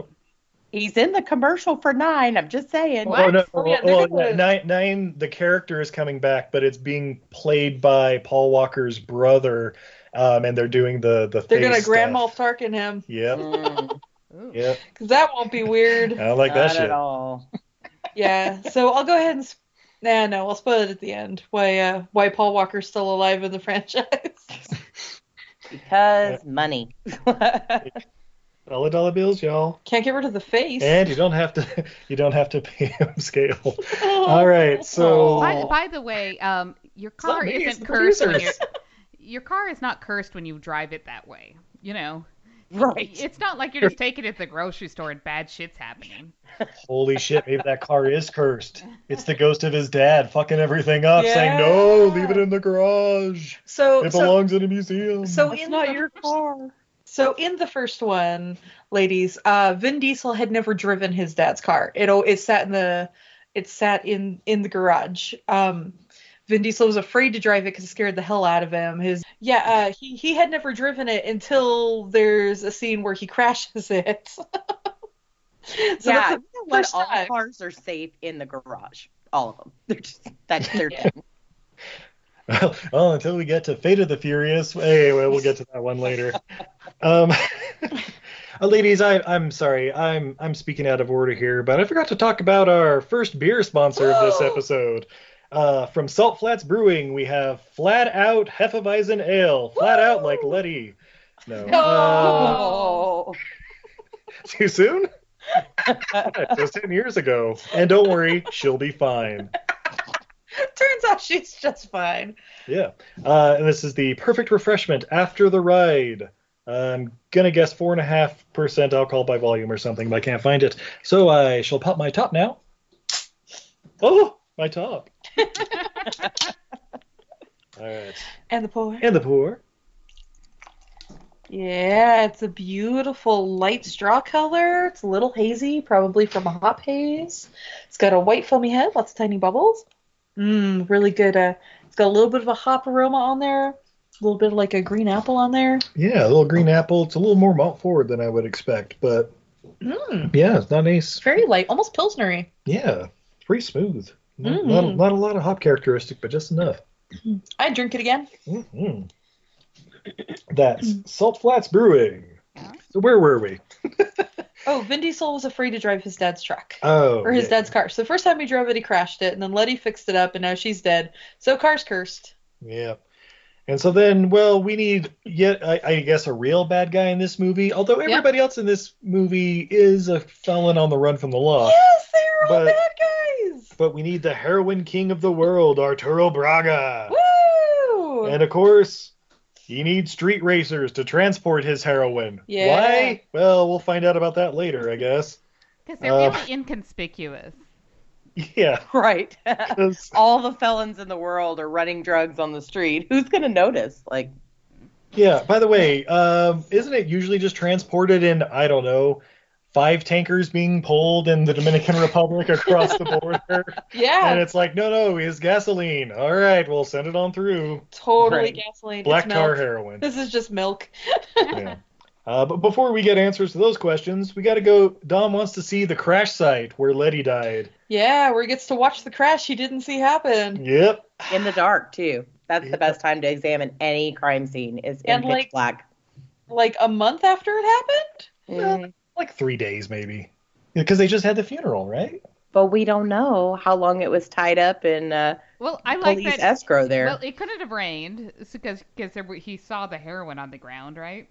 Speaker 6: He's in the commercial for nine. I'm just saying.
Speaker 1: Oh no!
Speaker 3: Oh, yeah,
Speaker 1: well,
Speaker 3: Nicholas.
Speaker 1: yeah, nine, nine. The character is coming back, but it's being played by Paul Walker's brother, um, and they're doing the the.
Speaker 3: they're going to
Speaker 1: face
Speaker 3: Grand Moff
Speaker 1: stuff.
Speaker 3: Tarkin him,
Speaker 1: Yep,
Speaker 6: Mm,
Speaker 2: Ooh.
Speaker 1: yep.
Speaker 3: because that won't be weird.
Speaker 1: I don't like that
Speaker 6: not
Speaker 1: shit.
Speaker 6: at all.
Speaker 3: yeah so i'll go ahead and sp- nah no i'll spoil it at the end why uh why paul walker's still alive in the franchise
Speaker 6: Because money.
Speaker 1: Dollar dollar bills, y'all,
Speaker 3: can't get rid of the face
Speaker 1: and you don't have to. You don't have to pay him scale. All right, so
Speaker 2: By, by the way, um, your
Speaker 1: not
Speaker 2: car
Speaker 1: me, it's
Speaker 2: isn't
Speaker 1: the
Speaker 2: cursed when you're,
Speaker 1: producers.
Speaker 2: your car is not cursed when you drive it that way. You know,
Speaker 6: Right.
Speaker 2: It's not like you're just taking it at the grocery store and bad shit's happening.
Speaker 1: Holy shit, maybe that car is cursed. It's the ghost of his dad fucking everything up, saying,
Speaker 3: Yeah.
Speaker 1: no, leave it in the garage.
Speaker 3: So
Speaker 1: It
Speaker 3: so-
Speaker 1: belongs in a museum.
Speaker 3: So
Speaker 6: It's
Speaker 3: in
Speaker 6: not
Speaker 3: the
Speaker 6: your
Speaker 3: first-
Speaker 6: car.
Speaker 3: So in the first one, ladies, uh, Vin Diesel had never driven his dad's car. It al- it sat in the it sat in in the garage. Um, Vin Diesel was afraid to drive it because it scared the hell out of him. His yeah, uh, he he had never driven it until there's a scene where he crashes it. so
Speaker 6: yeah,
Speaker 3: that's
Speaker 6: you know
Speaker 3: the
Speaker 6: what?
Speaker 3: first
Speaker 6: all
Speaker 3: time.
Speaker 6: cars are safe in the garage. All of them. They're just that's their thing.
Speaker 1: Well, well, until we get to Fate of the Furious. Hey, well, we'll get to that one later. Um, uh, ladies, I, I'm sorry, I'm I'm speaking out of order here, but I forgot to talk about our first beer sponsor of this episode. Uh, from Salt Flats Brewing, we have Flat Out Hefeweizen Ale. Flat out like Letty. No. Uh,
Speaker 6: Oh.
Speaker 1: too soon? Just 10 years ago. And don't worry, she'll be fine.
Speaker 3: Turns out she's just fine.
Speaker 1: Yeah. Uh, and this is the perfect refreshment after the ride. I'm going to guess 4.5% alcohol by volume or something, but I can't find it. So I shall pop my top now. Oh, my top. All right.
Speaker 3: And the poor.
Speaker 1: And the pour.
Speaker 3: Yeah, it's a beautiful light straw color. It's a little hazy, probably from a hop haze. It's got a white foamy head, lots of tiny bubbles. Mmm, really good. Uh, it's got a little bit of a hop aroma on there, a little bit of like a green apple on there.
Speaker 1: Yeah, a little green apple. It's a little more malt forward than I would expect, but
Speaker 3: Mmm,
Speaker 1: yeah, it's not nice.
Speaker 3: it's very light, almost pilsnery.
Speaker 1: Yeah, it's pretty smooth. Not, not,
Speaker 3: Mhm.
Speaker 1: not a lot of hop characteristic, but just enough.
Speaker 3: I'd drink it again.
Speaker 1: hmm That's Salt Flats Brewing. So where were we?
Speaker 3: Oh, Vin Diesel was afraid to drive his dad's truck.
Speaker 1: Oh,
Speaker 3: or his
Speaker 1: yeah.
Speaker 3: dad's car. So the first time he drove it, he crashed it, and then Letty fixed it up, and now she's dead. So car's cursed.
Speaker 1: Yeah. And so then, well, we need yet, I, I guess, a real bad guy in this movie. Although everybody else in this movie is a felon on the run from the law.
Speaker 3: yes, they're all
Speaker 1: but-
Speaker 3: bad guys.
Speaker 1: But we need the heroin king of the world, Arturo Braga.
Speaker 3: Woo!
Speaker 1: And of course, he needs street racers to transport his heroin.
Speaker 3: Yeah.
Speaker 1: Why? Well, we'll find out about that later, I guess.
Speaker 2: Because they're
Speaker 1: Uh.
Speaker 2: really inconspicuous.
Speaker 1: Yeah.
Speaker 6: Right.
Speaker 1: 'cause-
Speaker 6: All the felons in the world are running drugs on the street. Who's gonna notice? Like
Speaker 1: Yeah, by the way, um, isn't it usually just transported in, I don't know, five tankers being pulled in the Dominican Republic across the border?
Speaker 3: yeah,
Speaker 1: And it's like, no, no, it's gasoline. All right, we'll send it on through.
Speaker 3: totally
Speaker 1: Right.
Speaker 3: gasoline.
Speaker 1: Black
Speaker 3: it's
Speaker 1: tar
Speaker 3: milk.
Speaker 1: heroin.
Speaker 3: This is just milk.
Speaker 1: Yeah. Uh, but before we get answers to those questions, we got to go. Dom wants to see the crash site where Letty died.
Speaker 3: Yeah, where he gets to watch the crash he didn't see happen.
Speaker 1: Yep.
Speaker 6: in the dark too. That's
Speaker 1: Yeah.
Speaker 6: the best time to examine any crime scene is in
Speaker 3: And,
Speaker 6: pitch
Speaker 3: like-
Speaker 6: black.
Speaker 3: Like a month after it happened?
Speaker 6: Mm.
Speaker 1: Like three days, maybe. Because they just had the funeral, right?
Speaker 6: But we don't know how long it was tied up in uh,
Speaker 2: Well, I like
Speaker 6: police
Speaker 2: that.
Speaker 6: escrow there.
Speaker 2: Well, it couldn't have rained because he saw the heroin on the ground, right?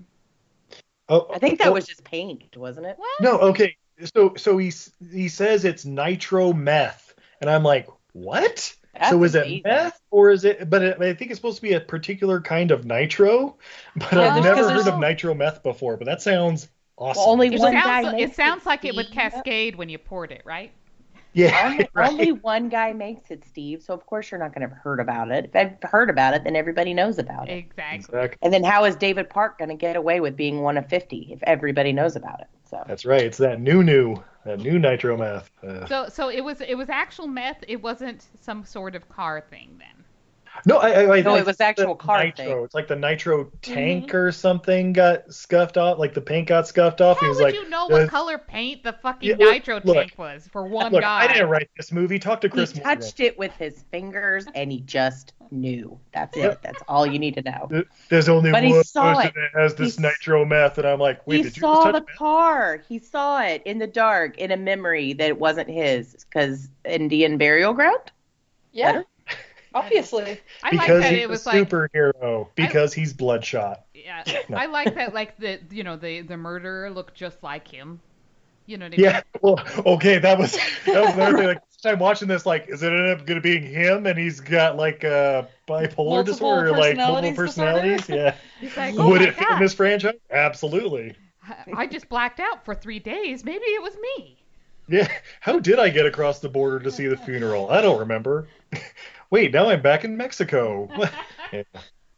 Speaker 1: Oh,
Speaker 6: I think that
Speaker 1: oh,
Speaker 6: was just paint, wasn't it?
Speaker 2: What?
Speaker 1: No, okay. So so he s- he says it's nitro meth, and I'm like, what?
Speaker 6: That's
Speaker 1: so is
Speaker 6: amazing.
Speaker 1: it meth or is it? But it, I think it's supposed to be a particular kindd of nitro. But
Speaker 6: Uh,
Speaker 3: Yeah,
Speaker 1: I've
Speaker 3: there's-
Speaker 1: never
Speaker 3: 'cause
Speaker 1: heard
Speaker 3: there's-
Speaker 1: of nitro meth before. But that sounds awesome.
Speaker 6: Well, only
Speaker 2: It
Speaker 6: one guy
Speaker 2: sounds,
Speaker 6: makes
Speaker 2: it sounds like it would
Speaker 6: Steve.
Speaker 2: cascade when you poured it, right?
Speaker 1: yeah,
Speaker 6: Only,
Speaker 1: right.
Speaker 6: only one guy makes it, Steve. So of course you're not going to have heard about it. If I've heard about it, then everybody knows about it.
Speaker 2: Exactly.
Speaker 1: Exact-
Speaker 6: And then how is David Park going to get away with being one of 50 if everybody knows about it? So
Speaker 1: That's right. It's that new new that new nitro meth. Uh,
Speaker 2: So, so it was it was actual meth. It wasn't some sort of car thing then.
Speaker 1: no, I, I, I
Speaker 6: No,
Speaker 1: I
Speaker 6: it was
Speaker 1: think
Speaker 6: actual
Speaker 1: the
Speaker 6: car
Speaker 1: nitro.
Speaker 6: thing. Mm-hmm.
Speaker 1: It's like the nitro tank or something got scuffed off. Like the paint got scuffed off.
Speaker 2: How
Speaker 1: he was
Speaker 2: would
Speaker 1: like,
Speaker 2: you know
Speaker 1: uh,
Speaker 2: what color paint the fucking
Speaker 1: Yeah, look-
Speaker 2: nitro
Speaker 1: look.
Speaker 2: tank was for one
Speaker 1: Look,
Speaker 2: guy?
Speaker 1: I didn't write this movie. Talk to
Speaker 6: he
Speaker 1: Chris. Morgan.
Speaker 6: touched it with his fingers and he just knew. That's it.
Speaker 1: Yep.
Speaker 6: That's all you need to know.
Speaker 1: There's only
Speaker 6: But he
Speaker 1: one
Speaker 6: saw
Speaker 1: person
Speaker 6: it.
Speaker 1: that has this
Speaker 6: He s-
Speaker 1: nitro meth, and I'm like, wait,
Speaker 6: He
Speaker 1: did you just
Speaker 6: saw
Speaker 1: touch
Speaker 6: the
Speaker 1: meth?
Speaker 6: car. He saw it in the dark in a memory that it wasn't his because Indian burial ground.
Speaker 3: Yeah.
Speaker 6: Better?
Speaker 3: Obviously.
Speaker 2: I like
Speaker 1: Because
Speaker 2: that
Speaker 1: he's
Speaker 2: it was
Speaker 1: a
Speaker 2: like
Speaker 1: superhero. Because he's bloodshot.
Speaker 2: yeah,
Speaker 1: No.
Speaker 2: I like that like the you know the the murderer looked just like him. You know what I mean?
Speaker 1: Yeah. Well, okay, that was that was another thing. Like, each time watching this, like, is it end up gonna being him, and he's got like uh, bipolar
Speaker 3: Multiple
Speaker 1: disorder, or, like multiple
Speaker 3: personalities disorder?
Speaker 1: personalities? Yeah.
Speaker 2: He's like, oh
Speaker 1: Would
Speaker 2: my
Speaker 1: it fit
Speaker 2: God.
Speaker 1: in this franchise? Absolutely.
Speaker 2: I just blacked out for three days. Maybe it was me.
Speaker 1: Yeah. How did I get across the border to see the funeral? I don't remember. Wait, now I'm back in Mexico. yeah.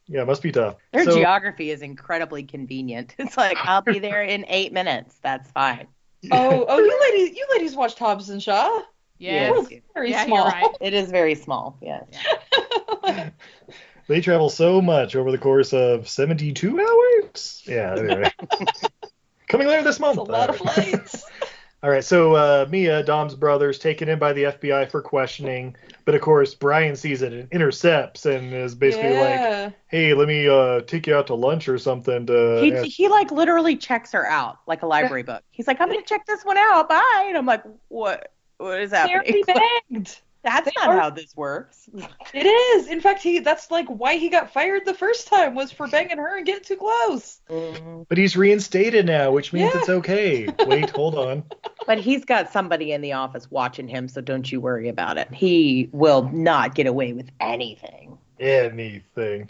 Speaker 1: yeah, it must be tough.
Speaker 6: Their
Speaker 1: So-
Speaker 6: geography is incredibly convenient. It's like I'll be there in eight minutes. That's fine.
Speaker 3: Oh, oh, you ladies, you ladies watched Hobbs and Shaw.
Speaker 2: Yes.
Speaker 6: Yes.
Speaker 3: Very
Speaker 2: yeah,
Speaker 3: small.
Speaker 2: You're right.
Speaker 6: It is very small. Yes.
Speaker 1: They travel so much over the course of 72 hours? Yeah, anyway. Coming later this month.
Speaker 3: That's a lot of
Speaker 1: All right.
Speaker 3: flights.
Speaker 1: All right, so uh, Mia, Dom's brother, is taken in by the FBI for questioning, but of course Brian sees it and intercepts and is basically like,
Speaker 3: yeah.
Speaker 1: "Hey, let me uh, take you out to lunch or something." To
Speaker 6: he,
Speaker 1: ask-
Speaker 6: he like literally checks her out like a library book. He's like, I'm gonna check this one out. Bye. And I'm like, what? What is
Speaker 3: They're
Speaker 6: happening?
Speaker 3: bagged.
Speaker 6: That's
Speaker 3: They
Speaker 6: not
Speaker 3: are-
Speaker 6: how this works.
Speaker 3: It is. In fact, he that's like why he got fired the first time was for banging her and getting too close.
Speaker 1: but he's reinstated now, which means
Speaker 3: Yeah.
Speaker 1: it's okay. Wait, hold on.
Speaker 6: But he's got somebody in the office watching him, so don't you worry about it. He will not get away with anything.
Speaker 1: Anything.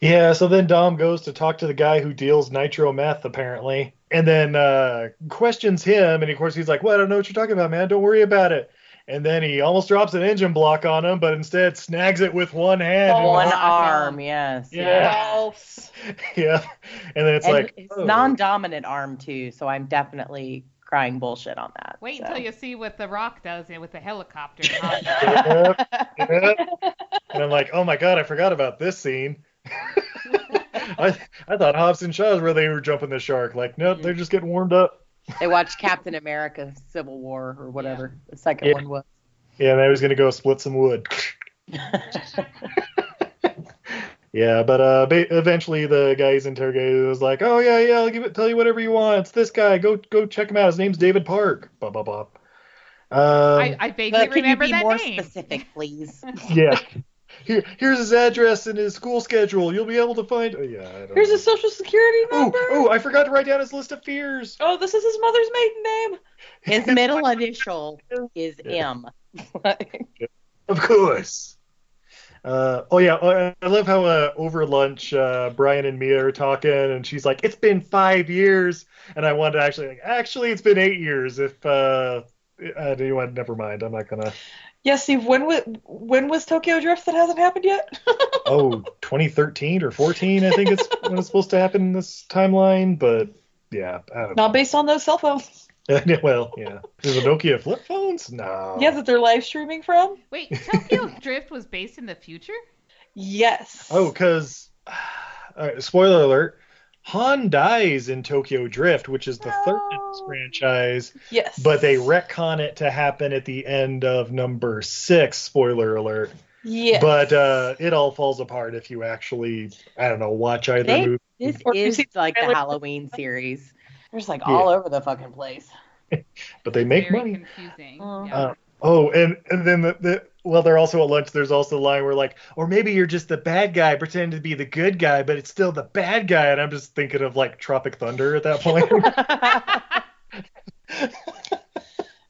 Speaker 1: Yeah, so then Dom goes to talk to the guy who deals nitro meth, apparently, and then uh, questions him. And of course, he's like, Well, I don't know what you're talking about, man. Don't worry about it. And then he almost drops an engine block on him, but instead snags it with one hand.
Speaker 2: Oh,
Speaker 6: One
Speaker 2: wow.
Speaker 6: arm, yes.
Speaker 1: Yeah.
Speaker 3: False.
Speaker 1: yeah. And then it's
Speaker 6: and
Speaker 1: like,
Speaker 6: his
Speaker 1: oh.
Speaker 6: non-dominant arm too, so I'm definitely crying bullshit on that.
Speaker 2: Wait
Speaker 6: so.
Speaker 2: until you see what The Rock does with the helicopter.
Speaker 1: Yep, yep. And I'm like, oh my god, I forgot about this scene. I I thought Hobbs and Shaw is where they were jumping the shark. Like, no, they're just getting warmed up.
Speaker 6: They watched Captain America: Civil War or whatever the second
Speaker 1: Yeah.
Speaker 6: one was.
Speaker 1: Yeah, and I was gonna go split some wood. yeah, but uh, ba- eventually the guy he's interrogated was like, oh yeah, yeah, I'll give it, tell you whatever you want. It's this guy. Go go check him out. His name's David Park. Blah blah blah. Um,
Speaker 2: I, I vaguely
Speaker 6: But can you
Speaker 2: remember
Speaker 6: be
Speaker 2: that
Speaker 6: more
Speaker 2: name.
Speaker 6: specific, please?
Speaker 1: yeah. Here, here's his address and his school schedule. You'll be able to find. Oh, yeah, I don't
Speaker 3: Here's
Speaker 1: know.
Speaker 3: his social security
Speaker 1: Oh,
Speaker 3: number.
Speaker 1: oh, I forgot to write down his list of fears.
Speaker 3: Oh, this is his mother's maiden name.
Speaker 6: His middle initial is M.
Speaker 1: Of course. Uh, oh yeah, uh, I love how uh, over lunch uh, Brian and Mia are talking, and she's like, "It's been five years," and I wanted to actually, like, actually, it's been eight years. If uh, uh, anyone, never mind, I'm not gonna.
Speaker 3: Yeah, Steve. When was when was Tokyo Drift that hasn't happened yet?
Speaker 1: Oh, 2013 or 14, I think it's when it's supposed to happen in this timeline, but yeah, I don't know.
Speaker 3: Not based on those cell phones.
Speaker 1: well, yeah, is it Nokia flip phones? No.
Speaker 3: Yeah, that they're live streaming from.
Speaker 2: Wait, Tokyo Drift was based in the future?
Speaker 3: Yes.
Speaker 1: Oh, because spoiler alert, Han dies in Tokyo Drift, which is the third in this franchise,
Speaker 3: Yes.
Speaker 1: but they retcon it to happen at the end of number six. Spoiler alert.
Speaker 3: Yes.
Speaker 1: But uh, it all falls apart if you actually, I don't know, watch either
Speaker 6: They-
Speaker 1: movie.
Speaker 6: This
Speaker 3: Or you
Speaker 6: is
Speaker 3: see the
Speaker 6: like the
Speaker 3: trailer-
Speaker 6: Halloween series. There's like
Speaker 1: Yeah.
Speaker 6: all over the fucking place.
Speaker 1: But they make
Speaker 2: Very
Speaker 1: money.
Speaker 2: confusing.
Speaker 6: Mm.
Speaker 2: Yeah.
Speaker 1: Uh, Oh, and, and then the, the well, they're also at lunch. There's also the line where like, or maybe you're just the bad guy pretending to be the good guy, but it's still the bad guy. And I'm just thinking of like Tropic Thunder at that point.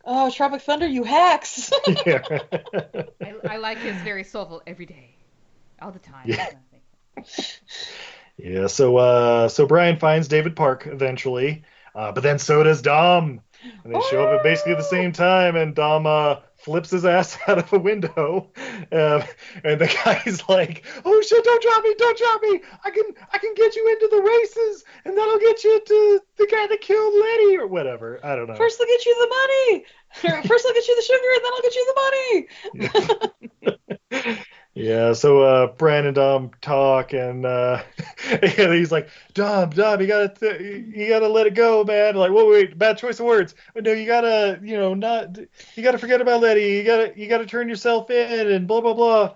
Speaker 3: oh, Tropic Thunder, you hacks.
Speaker 1: Uh. yeah.
Speaker 2: I, I like his very soulful every day, all the time.
Speaker 1: Yeah. Yeah, so uh, so Brian finds David Park eventually, uh, but then so does Dom. And they show up at basically the same time, and Dom uh, flips his ass out of a window, um, and the guy's like, "Oh shit! Don't drop me! Don't drop me! I can I can get you into the races, and that'll get you to the guy that killed Letty or whatever. I don't know."
Speaker 3: First, they'll get you the money. Or First, they'll get you the sugar, and then I'll get you the money.
Speaker 1: Yeah, so uh, Bran and Dom talk, and uh, and he's like, "Dom, Dom, you gotta, th- you gotta let it go, man." Like, whoa, wait, bad choice of words. Oh, no, you gotta, you know, not, you gotta forget about Letty. You gotta, you gotta turn yourself in, and blah blah blah.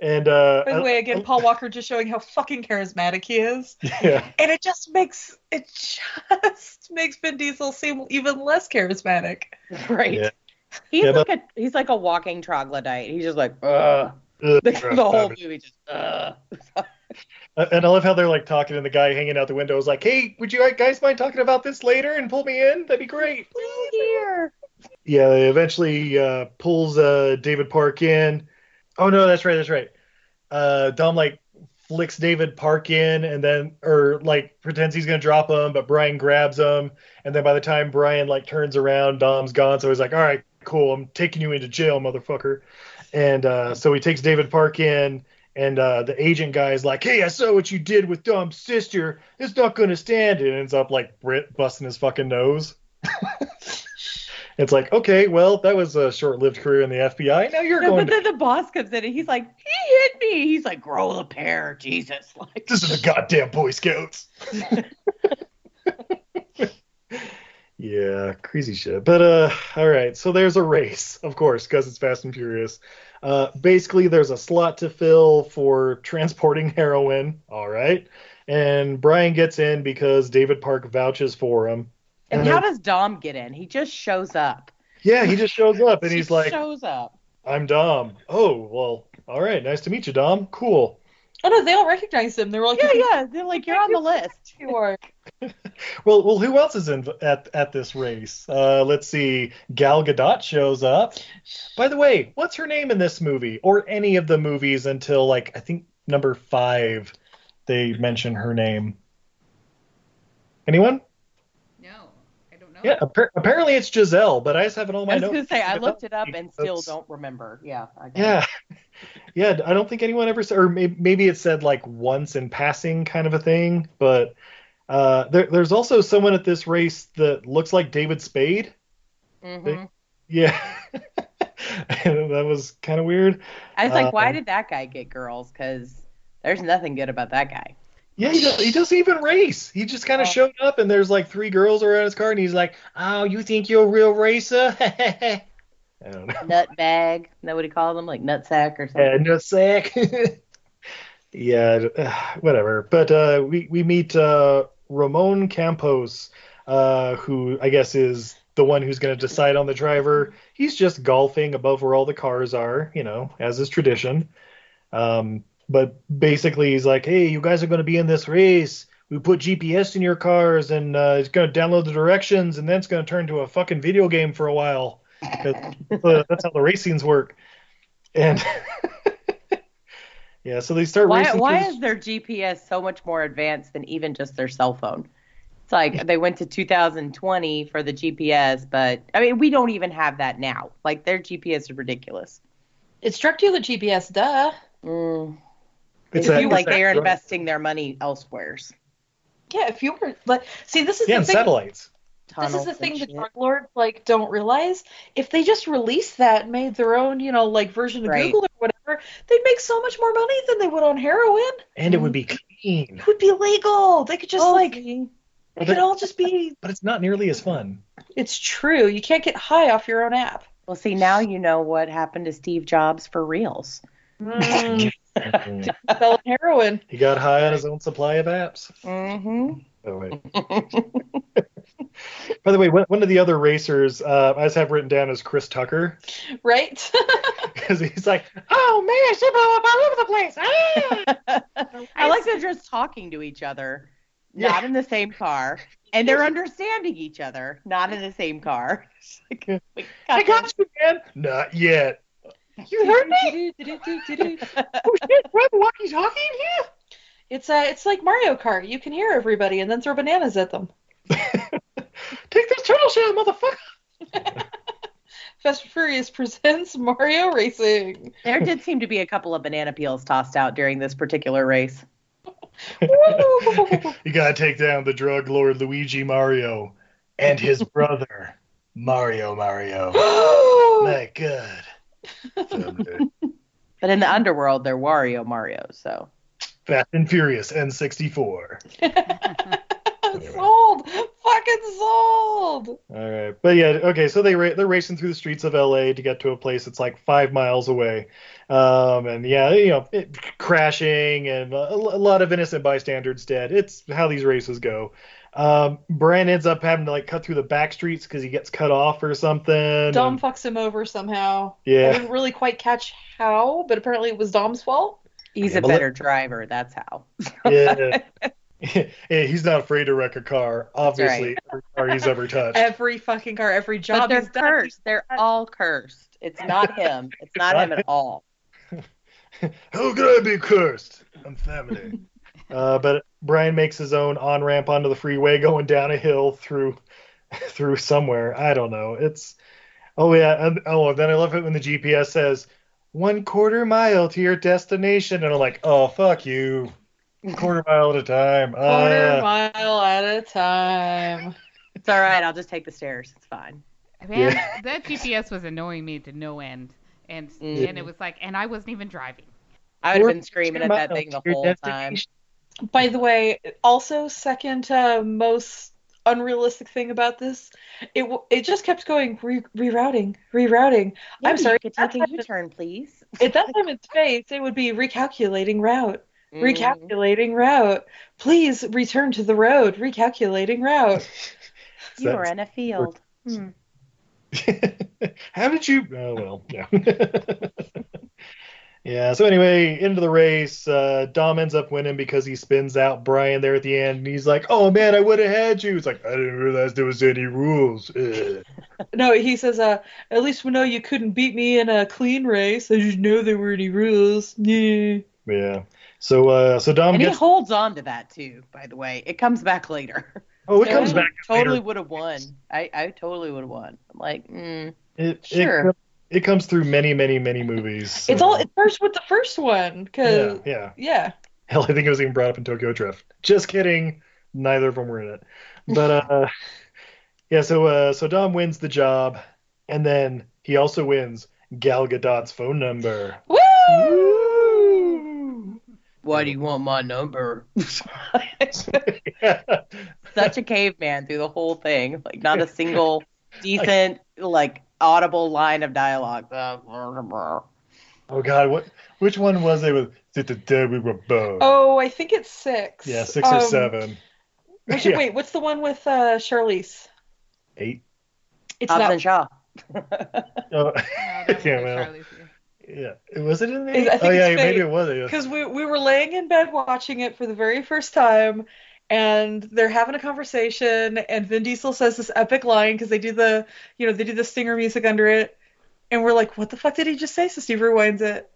Speaker 1: And uh,
Speaker 3: By the way, again, Paul Walker just showing how fucking charismatic he is,
Speaker 1: yeah,
Speaker 3: and it just makes it just makes Vin Diesel seem even less charismatic.
Speaker 6: right.
Speaker 1: Yeah.
Speaker 6: He's
Speaker 1: Yeah,
Speaker 6: like
Speaker 1: but-
Speaker 6: a he's like a walking troglodyte. He's just like ugh.
Speaker 1: Ugh,
Speaker 6: The, the whole movie just ugh.
Speaker 1: Uh, and I love how they're like talking, and the guy hanging out the window is like, "Hey, would you guys mind talking about this later and pull me in? That'd be great."
Speaker 6: Here.
Speaker 1: Yeah, they eventually uh, pulls uh, David Park in. Oh no, that's right, that's right. Uh, Dom like flicks David Park in and then or like pretends he's gonna drop him, but Brian grabs him, and then by the time Brian like turns around, Dom's gone, so he's like, All right, cool, I'm taking you into jail, motherfucker. And uh, so he takes David Park in and uh, the agent guy's like, Hey, I saw what you did with Dom's sister. It's not gonna stand it and ends up like Brit busting his fucking nose. It's like, okay, well, that was a short-lived career in the FBI. Now you're
Speaker 6: No,
Speaker 1: going
Speaker 6: but
Speaker 1: to
Speaker 6: then the boss comes in and he's like, he hit me. He's like, grow the pair, Jesus. Like,
Speaker 1: This is the goddamn Boy Scouts. yeah, crazy shit. But uh, all right. So there's a race, of course, because it's Fast and Furious. Uh, basically, there's a slot to fill for transporting heroin. All right, and Brian gets in because David Park vouches for him.
Speaker 6: and
Speaker 1: And
Speaker 6: how
Speaker 1: then-
Speaker 6: does Dom get in? He just shows up.
Speaker 1: Yeah, he just shows up and he's
Speaker 6: he
Speaker 1: like,
Speaker 6: shows up.
Speaker 1: "I'm Dom." Oh, well, all right. Nice to meet you, Dom. Cool.
Speaker 3: Oh no, they all recognized him. They were like,
Speaker 6: Yeah, yeah. They're like, you're on the list.
Speaker 3: you are.
Speaker 1: Well, well, who else is in at at this race? Uh, let's see. Gal Gadot shows up. By the way, what's her name in this movie or any of the movies until like I think number five, they mention her name. Anyone?
Speaker 2: No, I don't know.
Speaker 1: Yeah. appar- apparently it's Giselle, but I just have it all in my
Speaker 6: Oh. I was
Speaker 1: notes.
Speaker 6: going to say, I looked it up and
Speaker 1: Because-
Speaker 6: still don't remember. Yeah. I got it.
Speaker 1: Yeah. Yeah, I don't think anyone ever said, or may- maybe it said like once in passing kind of a thing, but uh, there, there's also someone at this race that looks like David Spade.
Speaker 6: Mhm.
Speaker 1: Yeah. And that was kind of weird.
Speaker 6: I was like, why
Speaker 1: Um,
Speaker 6: did that guy get girls? Because there's nothing good about that guy.
Speaker 1: Yeah, he, does, he doesn't even race. He just kind
Speaker 6: Oh.
Speaker 1: of showed up, and there's like three girls around his car, and he's like, "Oh, you think you're a real racer?" I don't know.
Speaker 6: Nutbag. Is that what he called him? Like nutsack or something?
Speaker 1: Yeah, no sack. yeah, uh, whatever. But uh, we we meet uh, Ramon Campos, uh, who I guess is the one who's going to decide on the driver. He's just golfing above where all the cars are, you know, as is tradition. Um, but basically, he's like, "Hey, you guys are going to be in this race." We put GPS in your cars, and uh, it's going to download the directions, and then it's going to turn to a fucking video game for a while. 'Cause, uh, that's how the racings work. And yeah, so they start
Speaker 6: Why,
Speaker 1: racing.
Speaker 6: why
Speaker 1: through
Speaker 6: is their GPS so much more advanced than even just their cell phone? It's like they went to 2020 for the GPS, but I mean, we don't even have that now. Like their GPS is ridiculous.
Speaker 3: It struck you the GPS, duh.
Speaker 6: Mm.
Speaker 1: It's
Speaker 6: It's
Speaker 1: that-
Speaker 6: like
Speaker 1: it's that
Speaker 6: they are
Speaker 1: drug-
Speaker 6: investing their money elsewheres.
Speaker 3: Yeah, if you were like, see, this is
Speaker 1: Yeah,
Speaker 3: the
Speaker 1: and
Speaker 3: thing.
Speaker 1: satellites.
Speaker 3: This is
Speaker 6: Tunnels
Speaker 3: the
Speaker 6: and
Speaker 3: thing that
Speaker 6: shit.
Speaker 3: drug lords like don't realize. If they just released that, and made their own, you know, like version of
Speaker 6: Right.
Speaker 3: Google or whatever, they'd make so much more money than they would on heroin.
Speaker 1: And it would be
Speaker 3: Mm-hmm.
Speaker 1: clean,
Speaker 3: It would be legal. They could just
Speaker 6: Oh,
Speaker 3: like
Speaker 6: see?
Speaker 3: it could all just be.
Speaker 1: but it's not nearly as fun.
Speaker 3: It's true. You can't get high off your own app.
Speaker 6: Well, see, now you know what happened to Steve Jobs for reals.
Speaker 3: Mm,
Speaker 1: Mm.
Speaker 3: selling heroin.
Speaker 1: he got high on his own supply of apps.
Speaker 6: Mm-hmm.
Speaker 1: Oh, wait. By the way, one one of the other racers uh, I just have written down is Chris Tucker
Speaker 3: Right?
Speaker 1: because he's like, "Oh man, shit all all over the place." Ah!
Speaker 6: I like they're just talking to each other, not in the same car, and they're understanding each other, not in the same car. It's like,
Speaker 1: Yeah.
Speaker 6: we
Speaker 1: I
Speaker 6: got
Speaker 1: got you, man. Not yet. You heard me? Oh shit, we're the walkie-talkie in here.
Speaker 3: It's uh, it's like Mario Kart. You can hear everybody and then throw bananas at them.
Speaker 1: Take this turtle shell, motherfucker.
Speaker 3: Fast and Furious presents Mario Racing.
Speaker 6: There did seem to be a couple of banana peels tossed out during this particular race.
Speaker 3: Woo!
Speaker 1: You gotta take down the drug lord Luigi Mario and his brother Mario Mario. My God. Someday.
Speaker 6: But in the underworld, they're Wario Mario. So
Speaker 1: Fast and Furious N64.
Speaker 3: sold, fucking sold.
Speaker 1: All right, but yeah, okay. So they ra- they're racing through the streets of LA to get to a place that's like five miles away, um, and yeah, you know, it, crashing and a, a lot of innocent bystanders dead. It's how these races go. Um, Bran ends up having to like cut through the back streets because he gets cut off or something.
Speaker 3: Dom
Speaker 1: and-
Speaker 3: fucks him over somehow. I
Speaker 1: yeah,
Speaker 3: didn't really quite catch how, but apparently it was Dom's fault.
Speaker 6: he's
Speaker 1: Yeah,
Speaker 6: a
Speaker 1: but let-
Speaker 6: better driver. That's how.
Speaker 1: yeah. yeah. He's not afraid to wreck a car. Obviously,
Speaker 6: right.
Speaker 1: every car he's ever touched.
Speaker 3: Every fucking car, every
Speaker 6: But
Speaker 3: job
Speaker 6: they're
Speaker 3: he's done.
Speaker 6: cursed. They're all cursed. It's not him. It's not him at all.
Speaker 1: How could I be cursed? I'm family. uh, but Brian makes his own on ramp onto the freeway, going down a hill through through somewhere. I don't know. It's oh yeah. And, oh, and then I love it when the GPS says one quarter mile to your destination, and I'm like, oh fuck you, quarter mile at a time.
Speaker 3: Quarter
Speaker 1: Ah.
Speaker 3: mile at a time.
Speaker 6: It's all right. I'll just take the stairs. It's fine.
Speaker 2: Man,
Speaker 1: Yeah.
Speaker 2: that GPS was annoying me to no end, and
Speaker 6: Mm.
Speaker 2: and it was like, and I wasn't even driving.
Speaker 6: I would have
Speaker 1: Or
Speaker 6: been screaming at
Speaker 1: Quarter
Speaker 6: that
Speaker 1: mile
Speaker 6: thing the
Speaker 1: to your
Speaker 6: whole time.
Speaker 1: destination.
Speaker 3: By the way, also second uh, most unrealistic thing about this, it w- it just kept going re- rerouting, rerouting.
Speaker 6: Yeah,
Speaker 3: I'm sorry.
Speaker 6: You could
Speaker 3: that's
Speaker 6: take a
Speaker 3: not-
Speaker 6: U-turn, please.
Speaker 3: At that time in space, it would be recalculating route,
Speaker 6: Mm.
Speaker 3: recalculating route. Please return to the road, recalculating route.
Speaker 6: You were in a field. Hmm.
Speaker 1: How did you? Oh well, yeah. yeah. So anyway, into the race, uh, Dom ends up winning because he spins out Brian there at the end, and he's like, "Oh man, I would have had you." It's like I didn't realize there was any rules. Ugh.
Speaker 3: No, he says, uh, at least we know you couldn't beat me in a clean race. I just know there were any rules. Yeah.
Speaker 1: yeah. So uh, so Dom
Speaker 6: And he
Speaker 1: gets.
Speaker 6: holds on to that too. By the way, it comes back later.
Speaker 1: Oh, it
Speaker 6: So
Speaker 1: comes
Speaker 6: I
Speaker 1: back
Speaker 6: Totally
Speaker 1: later.
Speaker 6: would have won. I, I totally would have won. I'm like, mm,
Speaker 1: It, it
Speaker 6: sure.
Speaker 1: com- It, comes through many, many, many movies.
Speaker 3: It's
Speaker 1: so-
Speaker 3: all it starts with the first one,
Speaker 1: yeah,
Speaker 3: because
Speaker 1: yeah.
Speaker 3: yeah.
Speaker 1: Hell, I think it was even brought up in Tokyo Drift. Just kidding. Neither of them were in it. But uh, yeah, so uh, so Dom wins the job, and then he also wins Gal Gadot's phone number. Woo!
Speaker 6: why do you want my number?
Speaker 1: Yeah.
Speaker 6: Such a caveman through the whole thing. Like not a single decent like audible line of dialogue. Uh,
Speaker 1: Oh God, what? Which one was it with? Did the day we were both?
Speaker 3: Oh, I think it's six.
Speaker 1: yeah, six or
Speaker 3: Um,
Speaker 1: seven,
Speaker 3: we should-
Speaker 1: Yeah.
Speaker 3: Wait, what's the one with uh, Charlize?
Speaker 1: eight.
Speaker 3: It's
Speaker 6: Hobbs
Speaker 3: not.
Speaker 6: and Shaw.
Speaker 1: Oh,
Speaker 2: No, that
Speaker 1: Yeah,
Speaker 2: was like
Speaker 1: well.
Speaker 2: Charlie's-
Speaker 1: yeah, was it in there?
Speaker 3: Is- I think
Speaker 1: oh yeah,
Speaker 3: it's
Speaker 1: maybe
Speaker 3: fake.
Speaker 1: it was. yeah.
Speaker 3: Because we, we were laying in bed watching it for the very first time, and they're having a conversation, and Vin Diesel says this epic line because they do the you know they do the stinger music under it, and we're like, what the fuck did he just say? So Steve rewinds it.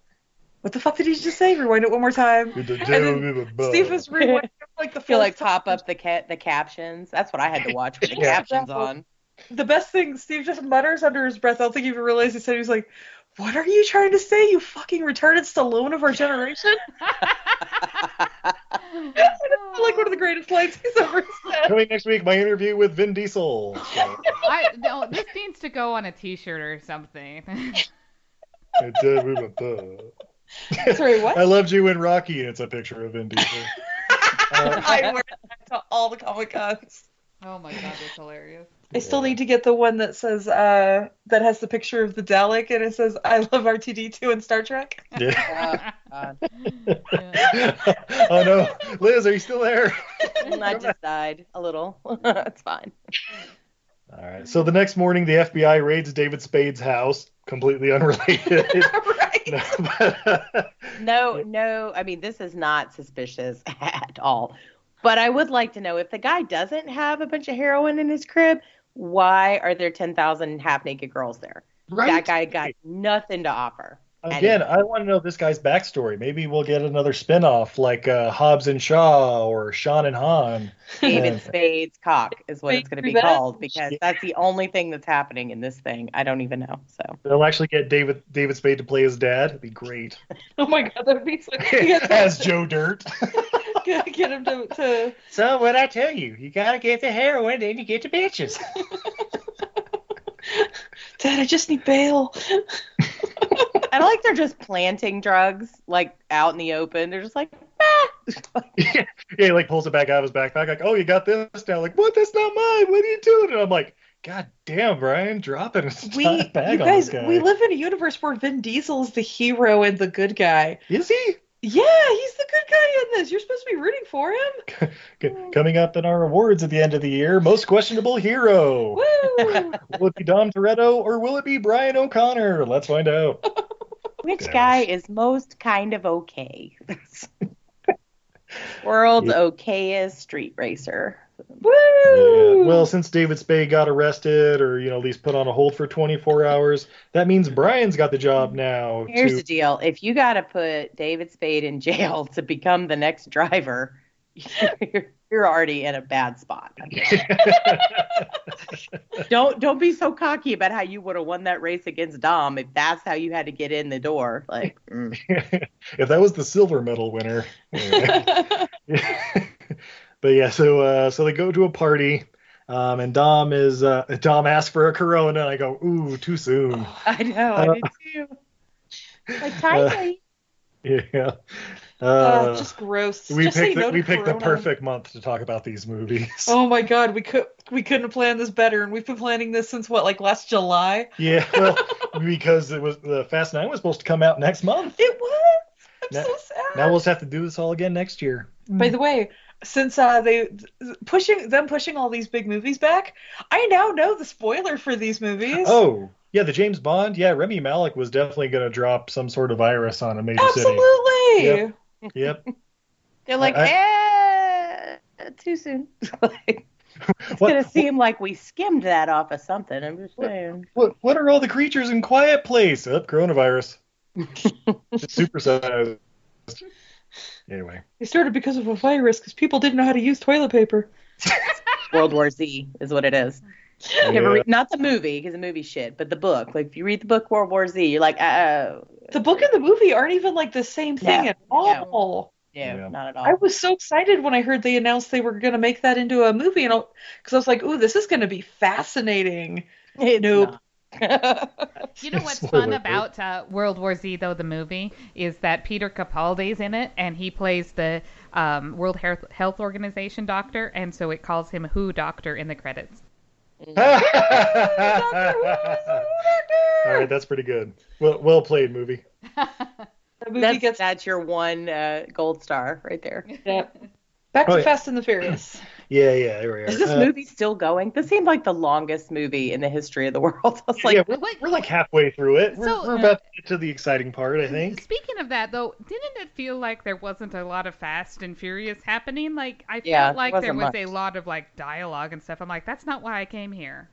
Speaker 3: What the fuck did he just say? Rewind it one more time.
Speaker 1: Did the day
Speaker 3: then
Speaker 1: we were both.
Speaker 3: Steve is rewinding it, like the
Speaker 6: I feel
Speaker 3: fourth
Speaker 6: like
Speaker 3: time.
Speaker 6: pop up the ca- the captions. That's what I had to watch with the
Speaker 1: Yeah.
Speaker 6: captions on.
Speaker 3: The best thing Steve just mutters under his breath. I don't think he even realized he said he was like, "What are you trying to say? You fucking retarded Stallone of our generation!"
Speaker 2: Oh,
Speaker 3: like one of the greatest lines he's ever said.
Speaker 1: Coming next week, my interview with Vin Diesel. So,
Speaker 2: I no, this needs to go on a T-shirt or something.
Speaker 1: the day we were both.
Speaker 3: Sorry, what?
Speaker 1: I loved you in Rocky, and it's a picture of Vin Diesel. Uh,
Speaker 3: I wear that to all the Comic Cons.
Speaker 2: oh my god, that's hilarious.
Speaker 3: I still need to get the one that says uh that has the picture of the Dalek and it says I love RTD2 in Star Trek.
Speaker 1: Yeah.
Speaker 6: Uh, uh,
Speaker 2: Yeah.
Speaker 1: oh no, Liz, are you still there?
Speaker 6: I just died a little. it's fine.
Speaker 1: All right. So the next morning, the FBI raids David Spade's house, completely unrelated.
Speaker 3: right.
Speaker 1: No, but-
Speaker 6: No, no. I mean, this is not suspicious at all. But I would like to know if the guy doesn't have a bunch of heroin in his crib, why are there 10,000 half naked girls there? That guy got nothing to offer.
Speaker 1: Again, I want to know this guy's backstory. Maybe we'll get another spinoff like uh, Hobbs and Shaw or Sean and Han.
Speaker 6: David Spade's cock is what it's going to be
Speaker 3: Spade's
Speaker 6: called because that's the only thing that's happening in this thing. I don't even know. So
Speaker 1: They'll actually get David David Spade to play his dad. It'd be great.
Speaker 3: Oh my god, that would be so get,
Speaker 1: As Joe Dirt.
Speaker 3: get him to, to
Speaker 1: So what I tell you, you gotta get the heroin, then you get the bitches.
Speaker 3: Dad, I just need bail.
Speaker 6: I like they're just planting drugs like out in the open. They're just like, ah.
Speaker 1: yeah, he like pulls it back out of his backpack, like, "Oh, you got this now?" Like, "What? That's not mine. What are you doing?" And I'm like, "God damn, Brian, dropping a
Speaker 3: We you
Speaker 1: bag on this
Speaker 3: guys
Speaker 1: guy.
Speaker 3: we live in a universe where Vin Diesel's the hero and the good guy.
Speaker 1: Is he
Speaker 3: Yeah, he's the good guy in this. You're supposed to be rooting for him.
Speaker 1: C- coming up in our awards at the end of the year? Most questionable hero.
Speaker 3: Woo!
Speaker 1: will it be Dom Toretto or will it be Brian O'Connor? Let's find out.
Speaker 6: Which
Speaker 1: Yes.
Speaker 6: guy is most kind of okay? World's okayest street racer.
Speaker 3: Woo!
Speaker 1: Yeah. Well, since David Spade got arrested or, you know, at least put on a hold for 24 hours, that means Brian's got the job now.
Speaker 6: Here's
Speaker 1: to-
Speaker 6: the deal: if you got to put David Spade in jail to become the next driver, you're, you're already in a bad spot. don't don't be so cocky about how you would have won that race against Dom if that's how you had to get in the door. Like, mm.
Speaker 1: if that was the silver medal winner. but yeah, so uh, so they go to a party, um, and Dom is uh, Dom asks for a Corona, and I go, ooh, too soon.
Speaker 6: I know,
Speaker 1: Uh,
Speaker 6: I did too. Like, tightly.
Speaker 1: yeah. Uh,
Speaker 3: Oh, just gross.
Speaker 1: we
Speaker 3: just say
Speaker 1: picked
Speaker 3: no
Speaker 1: the,
Speaker 3: to
Speaker 1: we picked the
Speaker 3: Corona.
Speaker 1: perfect month to talk about these movies.
Speaker 3: Oh my god, we could we couldn't plan this better, and we've been planning this since what, like last July?
Speaker 1: Yeah, well, because it was the Fast Nine was supposed to come out next month.
Speaker 3: It was. I'm
Speaker 1: Now-
Speaker 3: so sad.
Speaker 1: Now we'll just have to do this all again next year.
Speaker 3: By the way, since uh, they pushing them pushing all these big movies back, I now know the spoiler for these movies.
Speaker 1: Oh, yeah, the James Bond. Yeah, Remy Malik was definitely going to drop some sort of virus on a major
Speaker 3: absolutely.
Speaker 1: Yep. city. Yep.
Speaker 6: They're like,
Speaker 1: I-
Speaker 6: eh, too soon. like, it's
Speaker 1: What-
Speaker 6: gonna seem like we skimmed that off of something. I'm just saying.
Speaker 1: What what are all the creatures in Quiet Place? Up coronavirus. Just supersized. Anyway,
Speaker 3: They started because of a virus because people didn't know how to use toilet paper.
Speaker 6: World War Z is what it is. You ever
Speaker 1: Yeah.
Speaker 6: read- not the movie because the movie's shit, but the book. Like if you read the book World War Z, you're like, oh,
Speaker 3: The book and the movie aren't even like the same thing
Speaker 6: No,
Speaker 3: at all.
Speaker 6: no,
Speaker 1: Yeah.
Speaker 6: not at
Speaker 3: I
Speaker 6: all.
Speaker 3: was so excited when I heard they announced they were going to make that into a movie, and because I was like, "Ooh, this is going to be fascinating."
Speaker 6: It's
Speaker 3: nope.
Speaker 6: not.
Speaker 2: You know what's
Speaker 1: Spoiler
Speaker 2: fun
Speaker 1: alert.
Speaker 2: about uh, World War Z, though, the movie, is that Peter Capaldi's in it, and he plays the um, World Health, Health Organization doctor, and so it calls him Who Doctor in the credits.
Speaker 1: all right, that's pretty good. Well, well played movie.
Speaker 3: That movie
Speaker 6: That's,
Speaker 3: gets
Speaker 6: that's your one uh, gold star right there.
Speaker 3: back to
Speaker 1: Oh, yeah.
Speaker 3: Fast and the Furious.
Speaker 1: Yeah, yeah, here we are.
Speaker 6: Is this
Speaker 1: Uh,
Speaker 6: movie still going? This seemed like the longest movie in the history of the world. I was like, uh,
Speaker 1: yeah, we're,
Speaker 2: What-
Speaker 1: we're like halfway through it. We're,
Speaker 2: So-
Speaker 1: we're about to get to the exciting part, I think.
Speaker 2: Speaking of that, though, didn't it feel like there wasn't a lot of Fast and Furious happening? Like, I
Speaker 6: Yeah,
Speaker 2: felt
Speaker 6: there
Speaker 2: like there
Speaker 6: wasn't
Speaker 2: was
Speaker 6: much.
Speaker 2: a lot of, like dialogue and stuff. I'm like, that's not why I came here.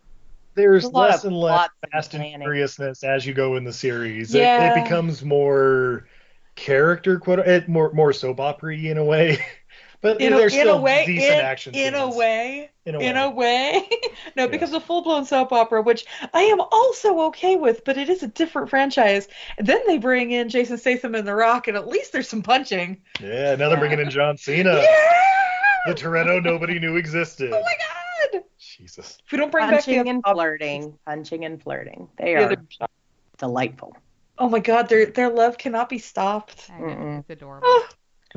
Speaker 1: There's
Speaker 6: a lot
Speaker 1: less
Speaker 6: of
Speaker 1: and less
Speaker 6: plots and
Speaker 1: Fast and
Speaker 6: planning.
Speaker 1: Furiousness as you go in the series. It- It,
Speaker 3: Yeah.
Speaker 1: becomes more character quote it more more soap opera in a way. But
Speaker 3: In a,
Speaker 1: there's
Speaker 3: in
Speaker 1: still
Speaker 3: a way,
Speaker 1: decent
Speaker 3: in,
Speaker 1: action
Speaker 3: in a
Speaker 1: scenes.
Speaker 3: way,
Speaker 1: In a way.
Speaker 3: in a way. no, it
Speaker 1: Yeah.
Speaker 3: becomes a full-blown soap opera, which I am also okay with, but it is a different franchise. And then they bring in Jason Statham and The Rock, and at least there's some punching.
Speaker 1: Yeah, now they're bringing in John Cena. The Toretto nobody knew existed.
Speaker 3: Oh my god!
Speaker 1: Jesus.
Speaker 3: If we don't bring back
Speaker 6: punching
Speaker 3: the
Speaker 6: and flirting, punching and flirting. They are
Speaker 3: other-
Speaker 6: delightful.
Speaker 3: oh my god, their their love cannot be stopped.
Speaker 2: I know,
Speaker 6: Mm-mm.
Speaker 2: it's adorable.
Speaker 3: Oh,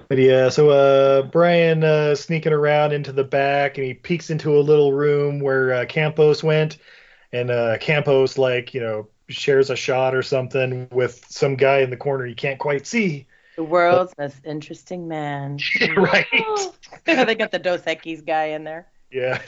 Speaker 1: But yeah, so uh, Brian uh, sneaking around into the back, and he peeks into a little room where uh, Campos went, and uh, Campos like you know shares a shot or something with some guy in the corner you can't quite see.
Speaker 6: The world's most interesting man.
Speaker 1: right.
Speaker 6: they got the Dos Equis guy in there.
Speaker 1: Yeah.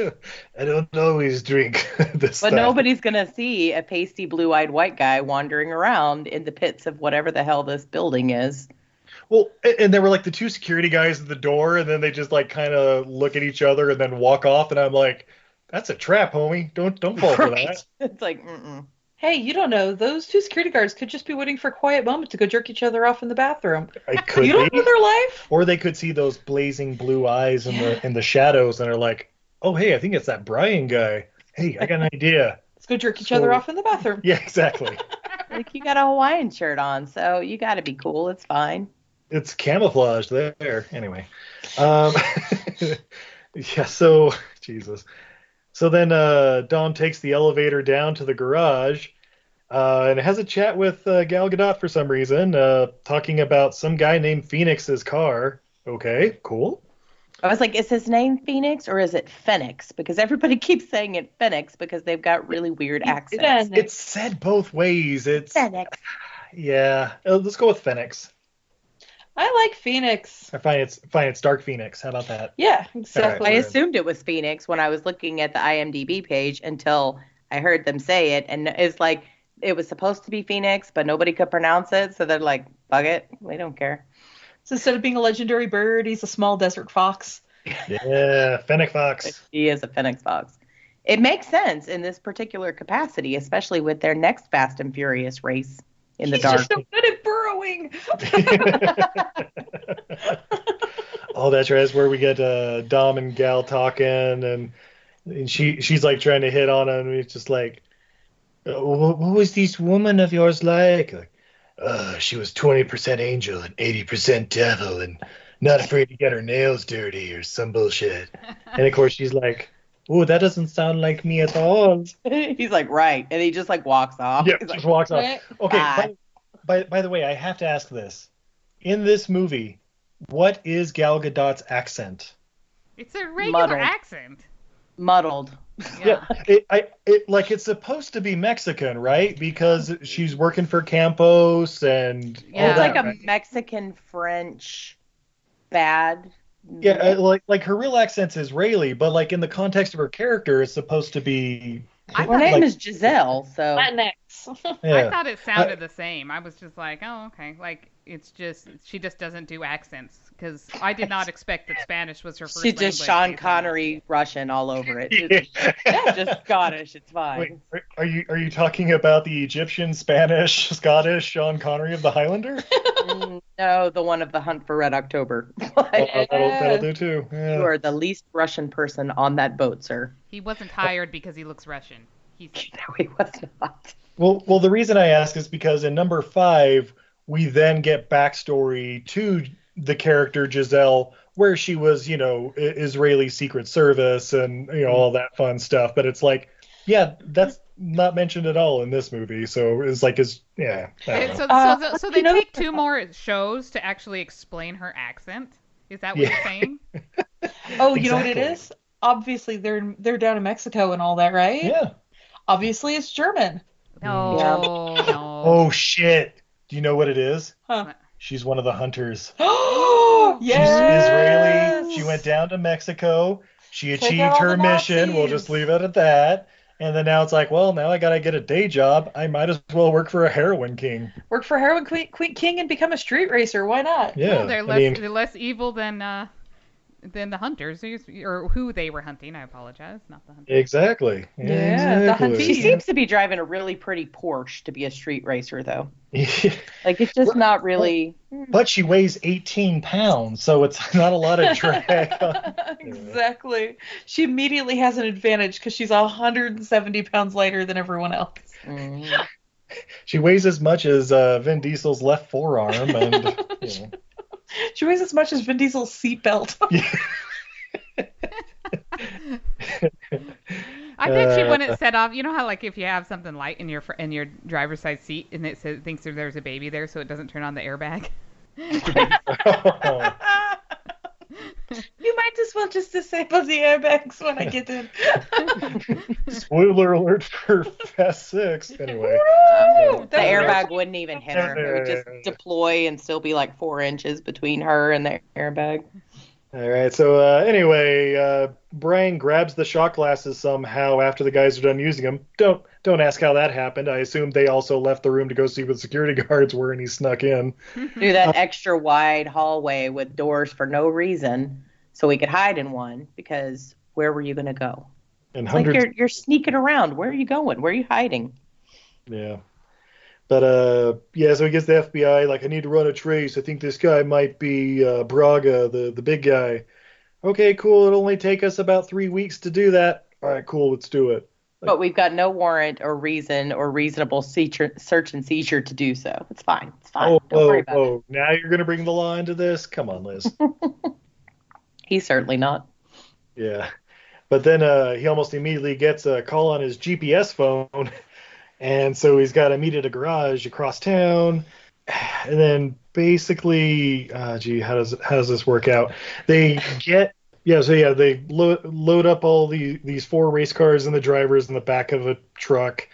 Speaker 1: I don't always drink this.
Speaker 6: But
Speaker 1: stuff.
Speaker 6: nobody's going to see a pasty blue eyed white guy wandering around in the pits of whatever the hell this building is.
Speaker 1: Well, a- and there were like the two security guys at the door, and then they just like kind of look at each other and then walk off, and I'm like, "That's a trap, homie. Don't don't fall for that."
Speaker 6: It's like, mm-mm.
Speaker 3: hey, you don't know. Those two security guards could just be waiting for a quiet moment to go jerk each other off in the bathroom.
Speaker 1: I could
Speaker 3: you don't
Speaker 1: be.
Speaker 3: know their life.
Speaker 1: or they could see those blazing blue eyes in the in the shadows and are like, "Oh, hey, I think it's that Brian guy. Hey, I got an idea."
Speaker 3: Let's go jerk each
Speaker 1: So-
Speaker 3: other off in the bathroom.
Speaker 1: Yeah, exactly.
Speaker 6: like you got a Hawaiian shirt on, so you got to be cool. It's fine.
Speaker 1: it's camouflaged there. Anyway, um, yeah. So Jesus. So then uh, Dom takes the elevator down to the garage. Uh, and has a chat with uh, Gal Gadot for some reason, uh, talking about some guy named Phoenix's car. Okay, cool.
Speaker 6: I was like, is his name Phoenix or is it Phoenix? Because everybody keeps saying it Phoenix because they've got really weird accents.
Speaker 3: Phoenix.
Speaker 1: It's said both ways. It's
Speaker 6: Phoenix.
Speaker 1: yeah. Uh, let's go with Phoenix.
Speaker 3: I like Phoenix.
Speaker 1: I find it's find it's Dark Phoenix. How about that?
Speaker 3: Yeah,
Speaker 6: I
Speaker 3: exactly.
Speaker 1: Alright.
Speaker 6: assumed it was Phoenix when I was looking at the IMDb page until I heard them say it, and it's like it was supposed to be Phoenix, but nobody could pronounce it, so they're like, "Bug it, we don't care."
Speaker 3: So instead of being a legendary bird, he's a small desert fox.
Speaker 1: Yeah, Fennec Fox.
Speaker 6: He is a Phoenix Fox. It makes sense in this particular capacity, especially with their next Fast and Furious race in the
Speaker 3: He's
Speaker 6: dark.
Speaker 3: just so good at burrowing.
Speaker 1: oh, that's right. That's where we get uh, Dom and Gal talking, and and she she's like trying to hit on him. And it's just like, uh, what, what was this woman of yours like? Like, uh, she was twenty percent angel and eighty percent devil, and not afraid to get her nails dirty or some bullshit. And of course, she's like, oh, that doesn't sound like me at all.
Speaker 6: He's like, right. And he just like walks off.
Speaker 1: Yeah,
Speaker 6: Oh, He's like,
Speaker 1: just walks off.
Speaker 3: Right.
Speaker 1: Okay. By,
Speaker 6: Bye.
Speaker 1: by, by the way, I have to ask this. In this movie, what is Gal Gadot's accent?
Speaker 2: It's a regular
Speaker 6: Muddled.
Speaker 2: accent.
Speaker 6: muddled.
Speaker 2: Yeah.
Speaker 1: It, I, it, like it's supposed to be Mexican, right? Because she's working for Campos and
Speaker 2: Yeah.
Speaker 1: all
Speaker 6: it's
Speaker 1: that.
Speaker 6: like a
Speaker 1: right?
Speaker 6: Mexican French bad.
Speaker 1: yeah, uh, like like her real accent's Israeli, but like in the context of her character, it's supposed to be.
Speaker 2: I
Speaker 6: Her
Speaker 2: thought,
Speaker 6: name
Speaker 1: like-
Speaker 6: is Giselle, so Oh,
Speaker 3: Latinx.
Speaker 2: I
Speaker 1: Yeah,
Speaker 2: thought it sounded the same. I was just like, oh, okay. Like, it's just, she just doesn't do accents. Because I did not expect that Spanish was her first
Speaker 6: she's just
Speaker 2: language
Speaker 6: Sean
Speaker 2: based on
Speaker 6: Connery Russian all over it. It's just Scottish. It's fine.
Speaker 1: Wait, are- are you are you talking about the Egyptian, Spanish, Scottish Sean Connery of the Highlander?
Speaker 6: Mm, no, the one of the Hunt for Red October.
Speaker 1: Oh,
Speaker 6: But
Speaker 1: that'll, that'll do too. Yeah.
Speaker 6: you are the least Russian person on that boat, sir.
Speaker 2: that. He wasn't hired because he looks Russian. He's
Speaker 6: No, he was not.
Speaker 1: Well, well, the reason I ask is because in number five, we then get backstory to the character Giselle, where she was, you know, I- Israeli Secret Service and you know all that fun stuff. But it's like, yeah, that's not mentioned at all in this movie. So it's like, is yeah. I don't know.
Speaker 2: so, so,
Speaker 3: Uh,
Speaker 2: so, so they
Speaker 3: you know-
Speaker 2: take two more shows to actually explain her accent. Is that what
Speaker 1: Yeah.
Speaker 2: you're saying?
Speaker 3: Oh, you know what it
Speaker 1: Exactly.
Speaker 3: is? Obviously, they're they're down in Mexico and all that, right?
Speaker 1: Yeah.
Speaker 3: Obviously, it's German.
Speaker 2: No, no.
Speaker 1: Mm. Oh shit! Do you know what it is?
Speaker 3: Huh.
Speaker 1: She's one of the hunters.
Speaker 3: Oh,
Speaker 1: She's
Speaker 3: yes.
Speaker 1: Israeli. She went down to Mexico. She
Speaker 3: Take
Speaker 1: achieved
Speaker 3: out all
Speaker 1: her
Speaker 3: the
Speaker 1: mission. We'll
Speaker 3: Nazis.
Speaker 1: just leave it at that. And then now it's like, well, now I gotta get a day job. I might as well work for a heroin king.
Speaker 3: Work for heroin queen, queen king and become a street racer. Why not?
Speaker 1: Yeah,
Speaker 2: No, they're less
Speaker 1: I mean,
Speaker 2: they're less evil than uh than the hunters or who they were hunting. I apologize, not the hunters.
Speaker 1: exactly.
Speaker 3: Yeah, the
Speaker 6: She
Speaker 1: exactly.
Speaker 3: Hunties.
Speaker 6: seems to be driving a really pretty Porsche to be a street racer, though. Like it's just
Speaker 1: Right.
Speaker 6: not really.
Speaker 1: but she weighs 18 pounds, so it's not a lot of drag. on-
Speaker 3: exactly. She immediately has an advantage because she's 170 pounds lighter than everyone else.
Speaker 6: Mm.
Speaker 1: she weighs as much as uh, Vin Diesel's left forearm, and you know.
Speaker 3: She weighs as much as Vin Diesel's seatbelt.
Speaker 2: I bet you
Speaker 1: Uh,
Speaker 2: when it set off, you know how like if you have something light in your fr- in your driver's side seat and it says, thinks that there's a baby there, so it doesn't turn on the airbag.
Speaker 3: you might as well just disable the airbags when I get in.
Speaker 1: spoiler alert for Fast Six. Anyway.
Speaker 3: Woo!
Speaker 6: The
Speaker 3: That was
Speaker 6: airbag wouldn't even hit her. It would just deploy and still be like four inches between her and the airbag.
Speaker 1: All right. So uh, anyway, uh, Brian grabs the shot glasses somehow after the guys are done using them. Don't don't ask how that happened. I assume they also left the room to go see what the security guards were, and he snuck in.
Speaker 6: Through that extra wide hallway with doors for no reason, so we could hide in one. Because where were you going to go?
Speaker 1: And
Speaker 6: It's like
Speaker 1: hundreds.
Speaker 6: you're you're sneaking around. Where are you going? Where are you hiding?
Speaker 1: yeah. But uh, yeah. So he gets the FBI. Like, I need to run a trace. I think this guy might be uh, Braga, the the big guy. Okay, cool. It'll only take us about three weeks to do that. All right, cool. Let's do it.
Speaker 6: But we've got no warrant or reason or reasonable seizure, search and seizure to do so. It's fine. It's fine.
Speaker 1: Oh,
Speaker 6: Don't worry
Speaker 1: whoa,
Speaker 6: about it.
Speaker 1: whoa. Now you're gonna bring the law into this? Come on, Liz.
Speaker 6: He's certainly not.
Speaker 1: Yeah. But then uh, he almost immediately gets a call on his GPS phone. And so he's got to meet at a garage across town. And then basically, uh, gee, how does how does this work out? They get yeah, so yeah, they lo- load up all the these four race cars and the drivers in the back of a truck,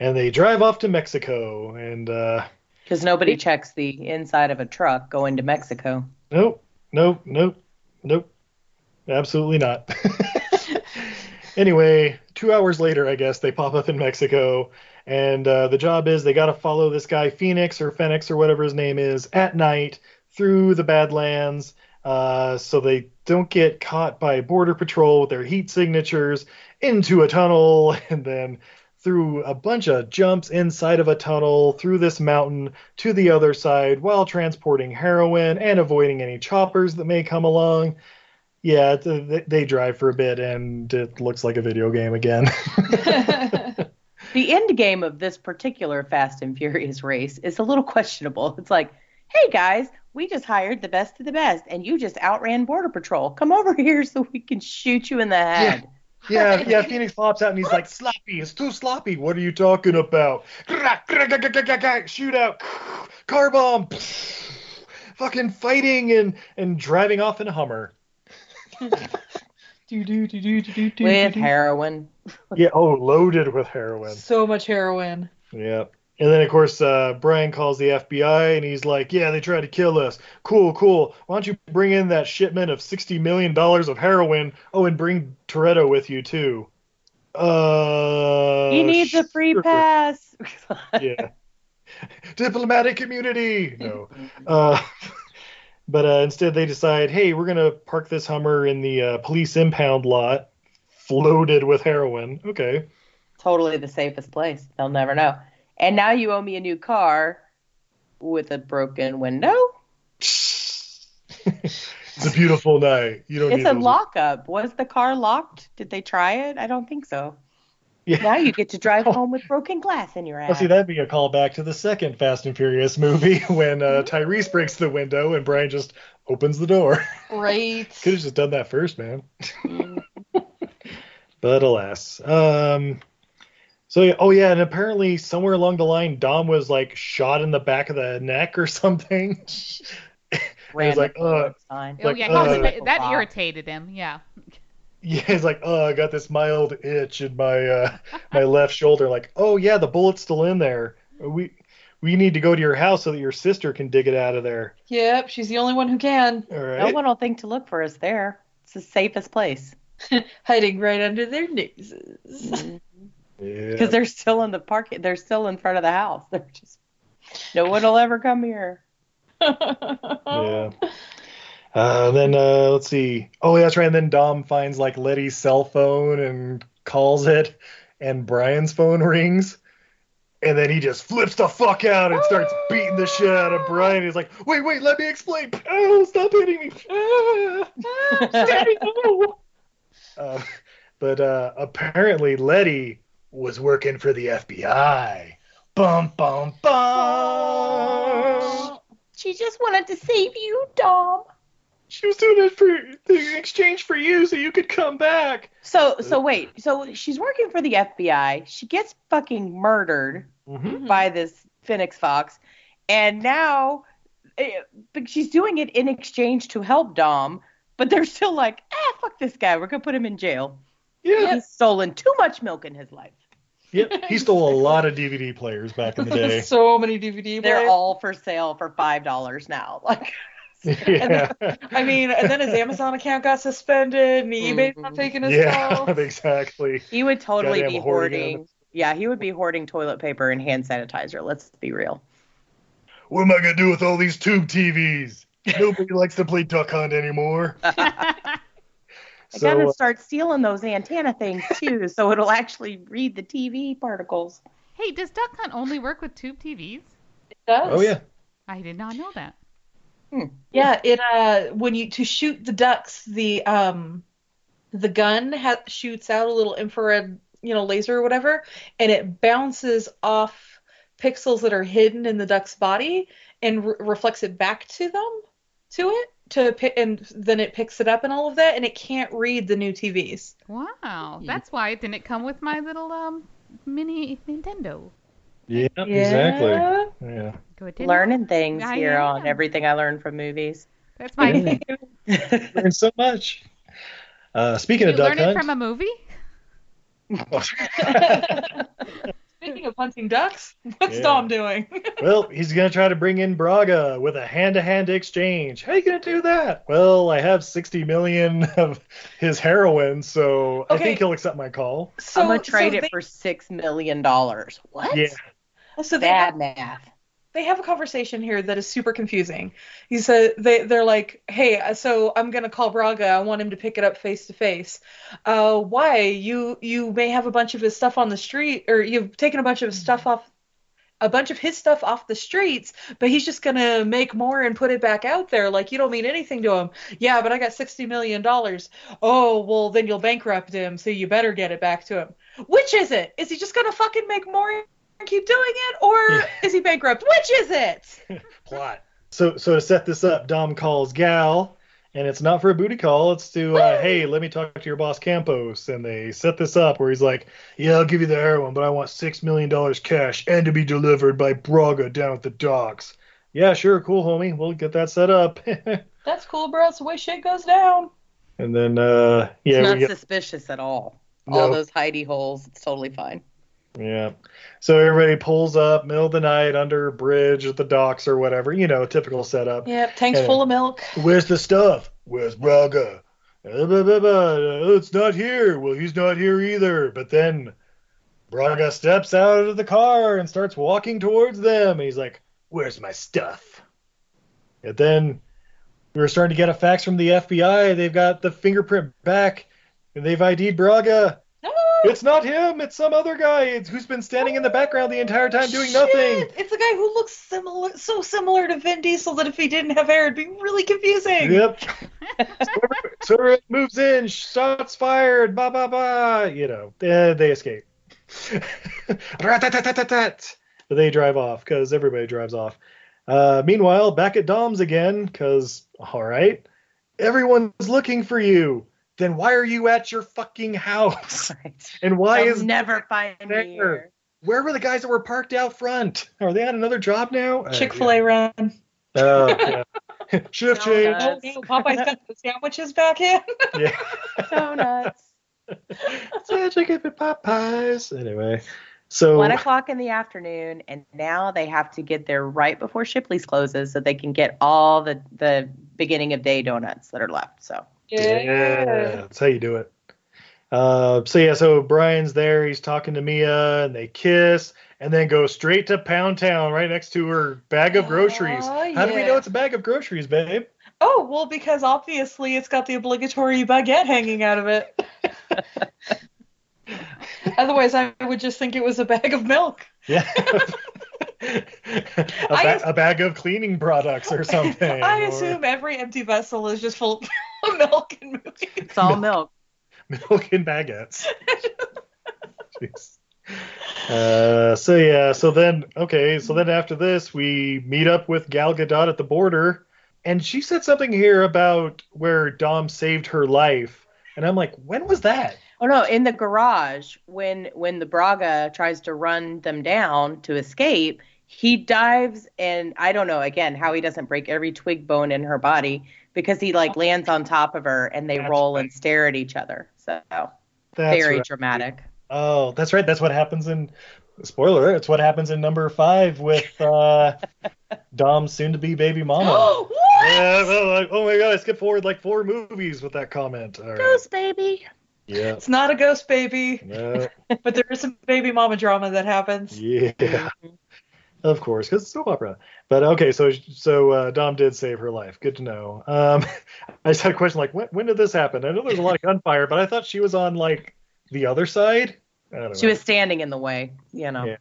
Speaker 1: and they drive off to Mexico. And uh,
Speaker 6: Because nobody checks the inside of a truck going to Mexico.
Speaker 1: Nope, nope, nope, nope. Absolutely not. anyway, two hours later, I guess they pop up in Mexico, and uh, the job is they got to follow this guy Phoenix or Fenix or whatever his name is at night through the Badlands. uh, so they don't get caught by Border Patrol with their heat signatures into a tunnel and then through a bunch of jumps inside of a tunnel through this mountain to the other side while transporting heroin and avoiding any choppers that may come along. Yeah, th- th- they drive for a bit and it looks like a video game again.
Speaker 6: The end game of this particular Fast and Furious race is a little questionable. It's like, hey guys, we just hired the best of the best, and you just outran Border Patrol. Come over here so we can shoot you in the head.
Speaker 1: Yeah, yeah. Phoenix pops out and he's like, "Sloppy, it's too sloppy. What are you talking about? Shootout, car bomb, fucking fighting and and driving off in a Hummer."
Speaker 6: With heroin.
Speaker 1: Yeah. Oh, loaded with heroin.
Speaker 3: So much heroin.
Speaker 1: Yeah. And then of course uh, Brian calls the FBI and he's like, "Yeah, they tried to kill us. Cool, cool. Why don't you bring in that shipment of sixty million dollars of heroin? Oh, and bring Toretto with you too." Uh.
Speaker 6: he needs a free
Speaker 1: sure.
Speaker 6: pass.
Speaker 1: yeah. Diplomatic immunity. No. Uh, but uh, instead, they decide, hey, we're gonna park this Hummer in the uh, police impound lot, floated with heroin. Okay.
Speaker 6: totally the safest place. They'll never know. And now you owe me a new car with a broken window.
Speaker 1: It's a beautiful night. You don't
Speaker 6: It's
Speaker 1: need
Speaker 6: a
Speaker 1: those-
Speaker 6: lockup. Was the car locked? Did they try it? I don't think so.
Speaker 1: Yeah.
Speaker 6: Now you get to drive home with broken glass in your ass.
Speaker 1: Well, Oh. see, that'd be a callback to the second Fast and Furious movie when uh,
Speaker 6: Mm-hmm.
Speaker 1: Tyrese breaks the window and Brian just opens the door.
Speaker 3: Right.
Speaker 1: Could have just done that first, man.
Speaker 6: Mm-hmm.
Speaker 1: but alas. Um, so yeah- oh yeah, and apparently somewhere along the line, Dom was like shot in the back of the neck or something.
Speaker 6: Random
Speaker 1: like, uh,
Speaker 6: sign.
Speaker 2: oh
Speaker 1: Like,
Speaker 2: yeah,
Speaker 1: uh,
Speaker 2: he- that irritated him. Yeah.
Speaker 1: Yeah, he's like, oh, I got this mild itch in my uh, my left shoulder. Like, oh yeah, the bullet's still in there. We we need to go to your house so that your sister can dig it out of there.
Speaker 3: Yep, she's the only one who can.
Speaker 1: All right.
Speaker 6: No one will think to look for us there. It's the safest place
Speaker 3: Hiding right under their noses.
Speaker 1: Yeah.
Speaker 6: because they're still in the park. They're still in front of the house. They're just no one will ever come here.
Speaker 1: yeah. Uh, then uh, let's see. Oh, yeah, that's right. And then Dom finds like Letty's cell phone and calls it, and Brian's phone rings, and then he just flips the fuck out and starts beating the shit out of Brian. He's like, "Wait, wait, let me explain. Oh, stop hitting me. Ah, ah, Daddy, no." uh, but uh, apparently Letty was working for the FBI. Bum bum bum.
Speaker 6: She just wanted to save you, Dom.
Speaker 1: She was doing it for in exchange for you, so you could come back.
Speaker 6: So so wait. So she's working for the FBI. She gets fucking murdered
Speaker 1: Mm-hmm.
Speaker 6: by this Phoenix Fox, and now eh, but she's doing it in exchange to help Dom. But they're still like, ah, fuck this guy. We're gonna put him in jail.
Speaker 1: Yeah,
Speaker 6: He's stolen too much milk in his life.
Speaker 1: yep. He stole a lot of DVD players back in the day.
Speaker 3: so many DVD
Speaker 6: They're
Speaker 3: players.
Speaker 6: all for sale for five dollars now. Like,
Speaker 1: yeah,
Speaker 3: I mean, and then his Amazon account got suspended, and eBay's not taking his
Speaker 1: yeah,
Speaker 3: calls.
Speaker 1: exactly.
Speaker 6: he would totally
Speaker 1: Goddamn
Speaker 6: be
Speaker 1: hoarding.
Speaker 6: hoarding. Yeah, he would be hoarding toilet paper and hand sanitizer. Let's be real.
Speaker 1: What am I gonna do with all these tube TVs? Nobody likes to play duck hunt anymore.
Speaker 6: I
Speaker 1: so
Speaker 6: gotta
Speaker 1: uh,
Speaker 6: start stealing those antenna things too, so it'll actually read the TV particles.
Speaker 2: Hey, does Duck Hunt only work with tube TVs?
Speaker 3: Does.
Speaker 1: oh yeah,
Speaker 2: I did not know that.
Speaker 3: Yeah, it uh when you to shoot the ducks, the um the gun ha- shoots out a little infrared, you know, laser or whatever, and it bounces off pixels that are hidden in the duck's body and re- reflects it back to them to it to pi- and then it picks it up and all of that and it can't read the new TVs.
Speaker 2: Wow, that's why it didn't come with my little um mini Nintendo.
Speaker 1: yeah,
Speaker 3: Yeah.
Speaker 1: exactly. Yeah.
Speaker 2: Go ahead, Nintendo.
Speaker 6: Learning things
Speaker 2: I
Speaker 6: here on
Speaker 2: am.
Speaker 6: everything I learned from movies.
Speaker 2: That's my thing.
Speaker 1: Learned so much. Uh, speaking
Speaker 2: You
Speaker 1: of duck
Speaker 2: learn it
Speaker 1: hunt,
Speaker 2: from a movie?
Speaker 3: Speaking of hunting ducks, what's
Speaker 1: Yeah.
Speaker 3: Dom doing?
Speaker 1: Well, he's going to try to bring in Braga with a hand to hand exchange. How you going to do that? Well, I have 60 million of his heroin, so I
Speaker 3: Okay.
Speaker 1: think he'll accept my call.
Speaker 3: So
Speaker 6: I'm gonna trade
Speaker 3: so
Speaker 6: it
Speaker 3: they-
Speaker 6: for six million dollars. What?
Speaker 1: Yeah.
Speaker 3: so they
Speaker 6: Bad math.
Speaker 3: they have a conversation here that is super confusing. He said they they're like, "Hey, uh, so I'm gonna call Braga. I want him to pick it up face to face. Uh, Why? You you may have a bunch of his stuff on the street, or you've taken a bunch of his stuff off." A bunch of his stuff off the streets, but he's just gonna make more and put it back out there. Like you don't mean anything to him. Yeah, but I got sixty million dollars. Oh well, then you'll bankrupt him, so you better get it back to him. Which is it? Is he just gonna fucking make more and keep doing it, or
Speaker 1: Yeah.
Speaker 3: is he bankrupt? Which is it?
Speaker 1: Plot. So so to set this up, Dom calls Gal, and it's not for a booty call. It's to uh, hey, let me talk to your boss Campos, and they set this up where he's like, yeah, I'll give you the heroin, but I want six million dollars cash and to be delivered by Braga down at the docks. Yeah, sure, cool, homie. We'll get that set up.
Speaker 3: That's cool, bro. That's the way shit goes down.
Speaker 1: and then uh, yeah,
Speaker 6: it's
Speaker 1: we
Speaker 6: not
Speaker 1: get
Speaker 6: suspicious at all.
Speaker 1: No.
Speaker 6: All those hidey holes, it's totally fine.
Speaker 1: Yeah. So everybody pulls up, middle of the night, under a bridge at the docks or whatever, you know, typical setup.
Speaker 3: Yeah, tank's
Speaker 1: Yeah.
Speaker 3: full of milk.
Speaker 1: Where's the stuff? Where's Braga? Uh, blah, blah, blah. Uh, It's not here. Well, he's not here either. But then Braga steps out of the car and starts walking towards them. And he's like, Where's my stuff? And then we were starting to get a fax from the FBI. They've got the fingerprint back and they've ID'd Braga.
Speaker 3: No,
Speaker 1: It's not him. It's some other guy it's, who's been standing in the background the entire time doing nothing.
Speaker 3: It's a guy who looks similar, so similar to Vin Diesel that if he didn't have hair, it'd be really confusing.
Speaker 1: Yep. so everyone moves in, shots fired, blah blah blah. You know, eh, they escape. Rat-tat-tat-tat-tat. but they drive off because everybody drives off. Uh, meanwhile, back at Dom's again because all right, everyone's looking for you. Then why are you at your fucking house?
Speaker 6: Right.
Speaker 1: And why
Speaker 6: They'll
Speaker 1: is
Speaker 6: never find me.
Speaker 1: there?
Speaker 6: here.
Speaker 1: where were the guys that were parked out front? Are they on another job now?
Speaker 3: Chick Fil A run.
Speaker 1: Uh, yeah. Shift
Speaker 6: No,
Speaker 1: change.
Speaker 6: no.
Speaker 3: Oh, no, Popeye's got the sandwiches back in.
Speaker 1: Yeah.
Speaker 6: Donuts.
Speaker 1: Yeah, chicken with Popeyes. Anyway, so
Speaker 6: One o'clock in the afternoon, and now they have to get there right before Shipley's closes so they can get all the the beginning of day donuts that are left. So
Speaker 1: yeah, that's how you do it. Uh, so yeah, so Brian's there. He's talking to Mia, and they kiss, and then go straight to Pound Town, right next to her bag of groceries.
Speaker 3: Aw,
Speaker 1: How do we
Speaker 3: Oh, yeah.
Speaker 1: know it's a bag of groceries, babe?
Speaker 3: Oh well, because obviously it's got the obligatory baguette hanging out of it. Otherwise, I would just think it was a bag of milk.
Speaker 1: Yeah. a, ba- a bag of cleaning products or something.
Speaker 3: I
Speaker 1: or
Speaker 3: assume every empty vessel is just full of milk and movies.
Speaker 6: it's all milk.
Speaker 1: milk and baguettes. Jeez. Uh, so yeah, so then okay, so then after this we meet up with Gal Gadot at the border, and she said something here about where Dom saved her life, and I'm like, when was that?
Speaker 6: Oh no, in the garage when when the Braga tries to run them down to escape, he dives and I don't know again how he doesn't break every twig bone in her body because he like lands on top of her and they
Speaker 1: That's
Speaker 6: roll
Speaker 1: right.
Speaker 6: and stare at each other. So
Speaker 1: That's
Speaker 6: very
Speaker 1: right.
Speaker 6: dramatic.
Speaker 1: Oh, that's right. That's what happens in spoiler. alert, It's what happens in number five with uh, Dom's soon-to-be baby mama.
Speaker 3: what?
Speaker 1: yeah, well, like, oh my god, I skipped forward like four movies with that comment. All right.
Speaker 6: Ghost baby.
Speaker 1: Yeah.
Speaker 3: It's not a ghost baby,
Speaker 1: No.
Speaker 3: but there is some baby mama drama that happens.
Speaker 1: Uh, Yeah,
Speaker 6: Mm-hmm.
Speaker 1: of course, because it's soap opera. But okay, so so uh, Dom did save her life. Good to know. Um, I just had a question like, when, when did this happen? I know there's a lot of gunfire, but I thought she was on like the other side. I don't
Speaker 6: She
Speaker 1: know.
Speaker 6: was standing in the way, you know.
Speaker 1: Yeah.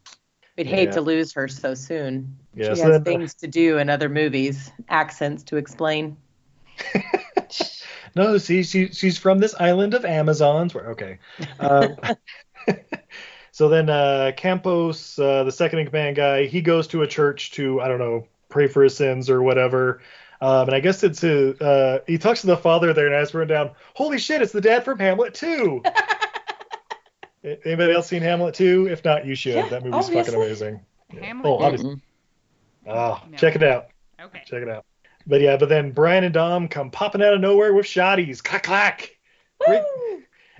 Speaker 6: We'd hate
Speaker 1: Yeah.
Speaker 6: to lose her so soon.
Speaker 1: Yeah,
Speaker 6: she
Speaker 1: so
Speaker 6: has
Speaker 1: then- uh,
Speaker 6: things to do in other movies, accents to explain.
Speaker 1: No, see, she she's from this island of Amazons. Where okay. Um, so then uh, Campos, uh, the second in command guy, he goes to a church to I don't know pray for his sins or whatever. Um, and I guess it's a, uh, he talks to the father there, and I just wrote down, "Holy shit, it's the dad from Hamlet too." Anybody else seen Hamlet too? If not, you should.
Speaker 3: Yeah,
Speaker 1: that movie's fucking
Speaker 3: obviously.
Speaker 1: amazing.
Speaker 2: Hamlet.
Speaker 1: Oh,
Speaker 2: too.
Speaker 1: obviously. Ah,
Speaker 2: No.
Speaker 1: check it out.
Speaker 2: okay.
Speaker 1: Check it out. But yeah, but then Brian and Dom come popping out of nowhere with shotties. Clack clack. Great.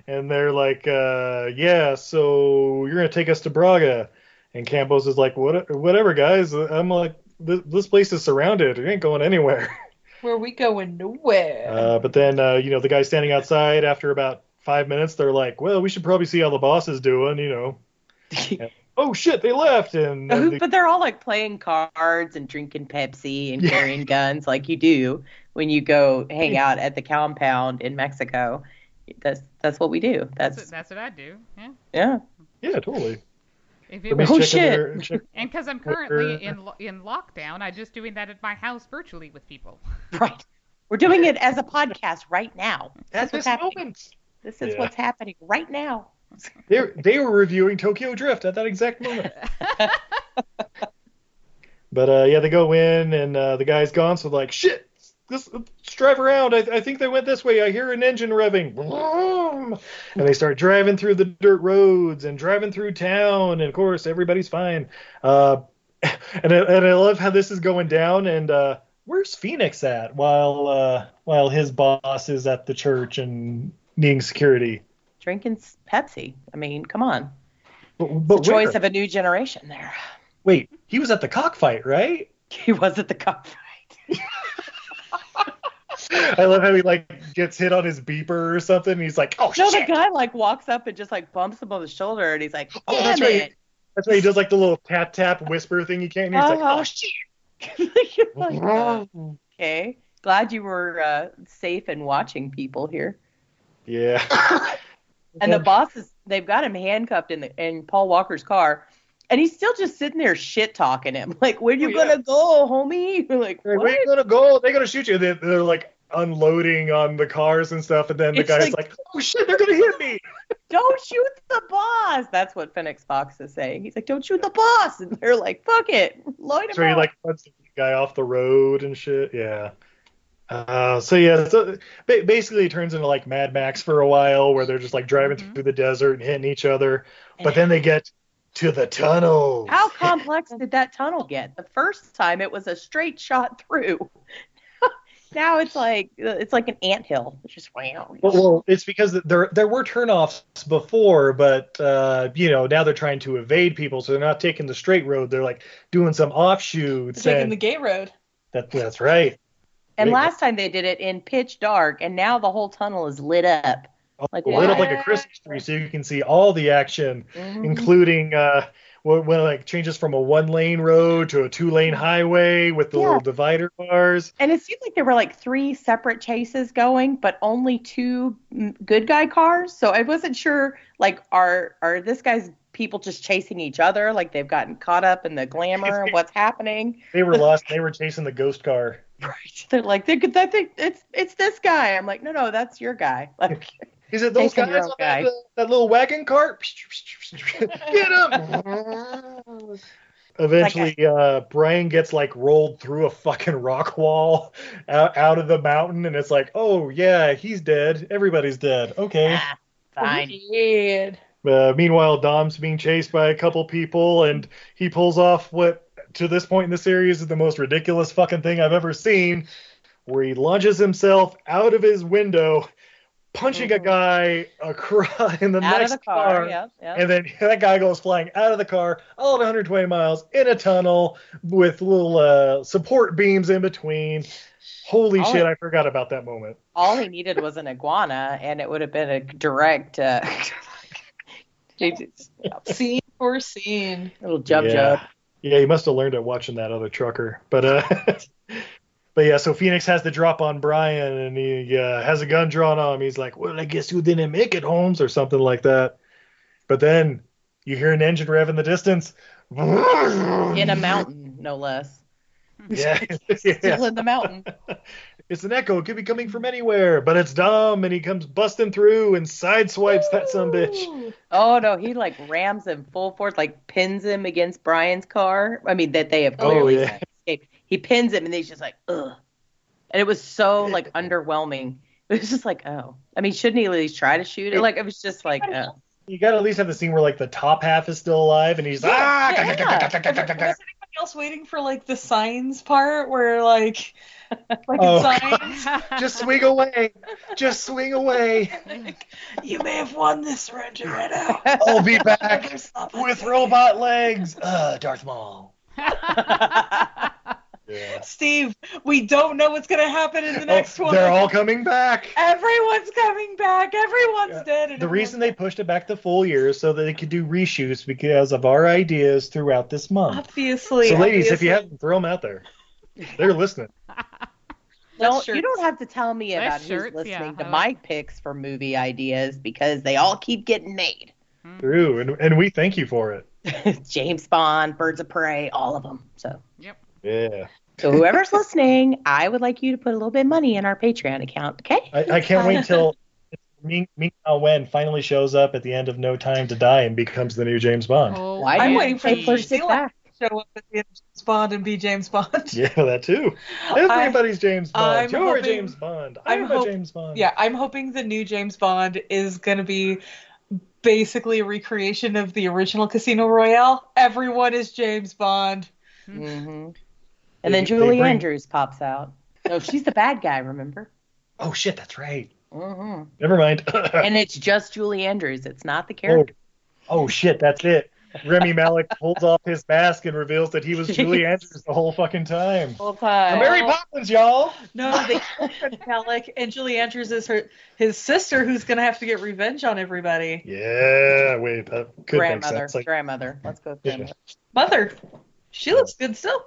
Speaker 1: And they're like, uh, yeah, so you're gonna take us to Braga. And Campos is like, what, whatever, guys. I'm like, this, this place is surrounded. It ain't going anywhere.
Speaker 3: Where we going nowhere.
Speaker 1: Uh, but then, uh, you know, the guy standing outside after about five minutes, they're like, well, we should probably see how the boss is doing. You know, oh shit, they left, and,
Speaker 6: Who-
Speaker 1: and the-
Speaker 6: but they're all like playing cards and drinking Pepsi and carrying guns like you do when you go hang out at the compound in Mexico. That's that's what we do.
Speaker 2: That's
Speaker 6: That's
Speaker 2: what, that's what I do. Yeah.
Speaker 6: yeah.
Speaker 1: yeah, totally.
Speaker 2: If it was,
Speaker 1: Everybody's
Speaker 6: Oh,
Speaker 1: checking
Speaker 6: shit.
Speaker 1: their- check-
Speaker 2: and because I'm currently
Speaker 1: Twitter.
Speaker 2: in lo- in lockdown, I'm just doing that at my house virtually with people.
Speaker 6: Right. We're doing it as a podcast right now. That's what's happening.
Speaker 1: moment.
Speaker 6: This is
Speaker 1: Yeah.
Speaker 6: what's happening right now.
Speaker 1: They they were reviewing Tokyo Drift at that exact moment. but uh, yeah, they go in, and uh, the guy's gone. So like, shit, this, let's drive around. I, I think they went this way. I hear an engine revving. Vroom. And they start driving through the dirt roads and driving through town. And of course, everybody's fine. Uh, and I, and I love how this is going down. And uh, where's Phoenix at? While uh, while his boss is at the church and needing security.
Speaker 6: Drinking s- Pepsi. I mean, come on.
Speaker 1: But,
Speaker 6: The
Speaker 1: but where?
Speaker 6: choice of a new generation there.
Speaker 1: Wait, he was at the cockfight, right?
Speaker 6: He was at the cockfight.
Speaker 1: Oh, I love how he like gets hit on his beeper or something. And he's like, oh
Speaker 6: No, the
Speaker 1: shit!
Speaker 6: guy like walks up and just like bumps him on the shoulder and he's like,
Speaker 1: Oh,
Speaker 6: damn
Speaker 1: that's right.
Speaker 6: it.
Speaker 1: That's why he does like the little tap tap whisper thing. You can't. And he's
Speaker 6: Oh,
Speaker 1: like, oh
Speaker 6: shit. You're like, uh, okay. Glad you were uh, safe and watching people here.
Speaker 1: yeah.
Speaker 6: And the boss is they've got him handcuffed in the in Paul Walker's car. And he's still just sitting there shit talking him. Like, where you
Speaker 1: Oh, yeah.
Speaker 6: gonna go, homie? You're like,
Speaker 1: Like,
Speaker 6: what?
Speaker 1: We're gonna go. They're gonna shoot you. They're, they're like unloading on the cars and stuff, and then the
Speaker 6: It's
Speaker 1: guy's
Speaker 6: like-
Speaker 1: like, oh shit, they're gonna hit me.
Speaker 6: Don't shoot the boss. That's what Phoenix Fox is saying. He's like, Don't shoot the boss. And they're like, fuck it. Lloyd him
Speaker 1: So he
Speaker 6: up.
Speaker 1: like puts the guy off the road and shit. Yeah. Uh, so yeah, so ba- basically it turns into like Mad Max for a while, where they're just like driving
Speaker 2: Mhm.
Speaker 1: through the desert and hitting each other. But then they get to the tunnel.
Speaker 6: How complex did that tunnel get? The first time it was a straight shot through. now it's like it's like an anthill. It's just wow.
Speaker 1: Well, well, it's because there there were turnoffs before, but uh, you know now they're trying to evade people, so they're not taking the straight road. They're like doing some offshoots.
Speaker 3: Taking
Speaker 1: and
Speaker 3: the gay road.
Speaker 1: that, that's right.
Speaker 6: and
Speaker 1: wait.
Speaker 6: last time they did it in pitch dark, and now the whole tunnel is lit up.
Speaker 1: Like,
Speaker 6: Like,
Speaker 1: lit up
Speaker 6: why?
Speaker 1: like Oh, a Christmas tree, so you can see all the action,
Speaker 6: Mm-hmm.
Speaker 1: including uh, when, when it like changes from a one lane road to a two lane highway with the
Speaker 6: Yeah.
Speaker 1: little divider bars.
Speaker 6: And it seemed like there were like three separate chases going, but only two mm, good guy cars. So I wasn't sure, like, are are this guy's people just chasing each other? Like they've gotten caught up in the glamour and what's happening.
Speaker 1: They were lost. They were chasing the ghost car.
Speaker 6: Right. They're like, they could, I think it's it's this guy. I'm like, no, no, that's your guy. Like,
Speaker 1: Is it those
Speaker 6: Chasing
Speaker 1: guys
Speaker 6: your
Speaker 1: on
Speaker 6: own
Speaker 1: that,
Speaker 6: guy.
Speaker 1: that little wagon cart? Get him! Eventually, uh, Brian gets like rolled through a fucking rock wall out, out of the mountain, and it's like, oh yeah, he's dead. Everybody's dead. Okay.
Speaker 6: ah, fine.
Speaker 3: Weird.
Speaker 1: Uh, meanwhile, Dom's being chased by a couple people, and he pulls off what, to this point in the series, is the most ridiculous fucking thing I've ever seen, where he launches himself out of his window, punching a
Speaker 6: Mhm.
Speaker 1: guy across in the
Speaker 6: Out of
Speaker 1: next
Speaker 6: the car. Yep. Yep.
Speaker 1: And then that guy goes flying out of the car, all at 120 miles, in a tunnel with little uh, support beams in between. Holy
Speaker 6: All
Speaker 1: shit,
Speaker 6: it-
Speaker 1: I forgot about that moment.
Speaker 6: All he needed was an iguana, and it would have been a direct uh,
Speaker 3: Scene for scene.
Speaker 6: little jump
Speaker 1: yeah.
Speaker 6: jump.
Speaker 1: Yeah, you must have learned it watching that other trucker. But uh, but yeah, so Phoenix has the drop on Brian, and he uh, has a gun drawn on him. He's like, "Well, I guess you didn't make it, Holmes," or something like that. But then you hear an engine rev in the distance.
Speaker 6: in a mountain, no less.
Speaker 1: Yeah,
Speaker 6: Still
Speaker 1: yeah.
Speaker 6: in the mountain.
Speaker 1: It's an echo. It could be coming from anywhere, but it's Dom, and he comes busting through and sideswipes that some bitch.
Speaker 6: Oh no, he like rams him full force, like pins him against Brian's car. I mean that they have
Speaker 1: Oh,
Speaker 6: clearly
Speaker 1: yeah.
Speaker 6: escaped. He pins him, and he's just like, ugh. And it was so like underwhelming. It was just like, oh. I mean, shouldn't he at least try to shoot it? Like it was just like, oh.
Speaker 1: You gotta at least have the scene where like the top half is still alive, and he's ah,
Speaker 3: Was anybody else waiting for like the signs part where like like
Speaker 1: Oh,
Speaker 3: a sign?
Speaker 1: just swing away, just swing away.
Speaker 3: You may have won this Rangeretta.
Speaker 1: I'll be back
Speaker 3: There's not much
Speaker 1: with robot legs. Uh, Darth Maul.
Speaker 6: yeah.
Speaker 1: Yeah.
Speaker 3: Steve, we don't know what's gonna happen in the next
Speaker 1: Oh,
Speaker 3: one.
Speaker 1: They're all coming back.
Speaker 3: Everyone's coming back. Everyone's
Speaker 1: Yeah.
Speaker 3: dead. and
Speaker 1: The reason they
Speaker 3: everyone's
Speaker 1: pushed it back the full year is so that they could do reshoots because of our ideas throughout this month.
Speaker 3: obviously.
Speaker 1: so, ladies, if you
Speaker 3: obviously.
Speaker 1: haven't, throw them out there. They're listening.
Speaker 6: Don't,
Speaker 3: Less
Speaker 6: you
Speaker 3: shirts.
Speaker 6: don't have to tell me
Speaker 2: Less
Speaker 6: about
Speaker 2: shirts,
Speaker 6: who's listening
Speaker 2: yeah,
Speaker 6: to
Speaker 2: I
Speaker 6: my
Speaker 2: like-
Speaker 6: picks for movie ideas because they all keep getting made.
Speaker 1: True, and, and we thank you for it.
Speaker 6: James Bond, Birds of Prey, all of them. So,
Speaker 1: Yeah,
Speaker 6: so whoever's listening, I would like you to put a little bit of money in our Patreon account. Okay.
Speaker 1: I, I can't wait till Ming Ming Na Wen finally shows up at the end of No Time to Die and becomes the new James Bond.
Speaker 2: Oh,
Speaker 6: Why
Speaker 3: I'm
Speaker 6: do you
Speaker 3: waiting for
Speaker 6: take
Speaker 3: the
Speaker 6: first
Speaker 3: New
Speaker 6: pick
Speaker 3: Zealand-
Speaker 6: back?
Speaker 3: show up at the end of James Bond and be James Bond.
Speaker 1: Yeah, that too. Everybody's James Bond.
Speaker 3: I'm
Speaker 1: You're a
Speaker 3: hoping-
Speaker 1: James Bond. I'm,
Speaker 3: I'm
Speaker 1: a
Speaker 3: hope-
Speaker 1: James Bond.
Speaker 3: Yeah, I'm hoping the new James Bond is going to be basically a recreation of the original Casino Royale. Everyone is James Bond.
Speaker 6: hmm And
Speaker 1: They-
Speaker 6: then
Speaker 1: they
Speaker 6: Julie
Speaker 1: bring-
Speaker 6: Andrews pops out. No, she's the bad guy, remember?
Speaker 1: Oh shit, that's right.
Speaker 6: hmm
Speaker 1: Never mind.
Speaker 6: And it's just Julie Andrews. It's not the character.
Speaker 1: oh shit, that's it. Remy Malik pulls off his mask and reveals that he was Julie Andrews the whole fucking time.
Speaker 6: Full time.
Speaker 1: I'm Mary Poppins, y'all.
Speaker 3: No, they Alec and Julie Andrews is her his sister who's going to have to get revenge on everybody.
Speaker 1: Yeah, wait, that could make
Speaker 6: grandmother.
Speaker 1: sense. Like,
Speaker 6: grandmother. Let's go with
Speaker 1: Yeah.
Speaker 6: grandmother.
Speaker 3: Mother, she looks good still.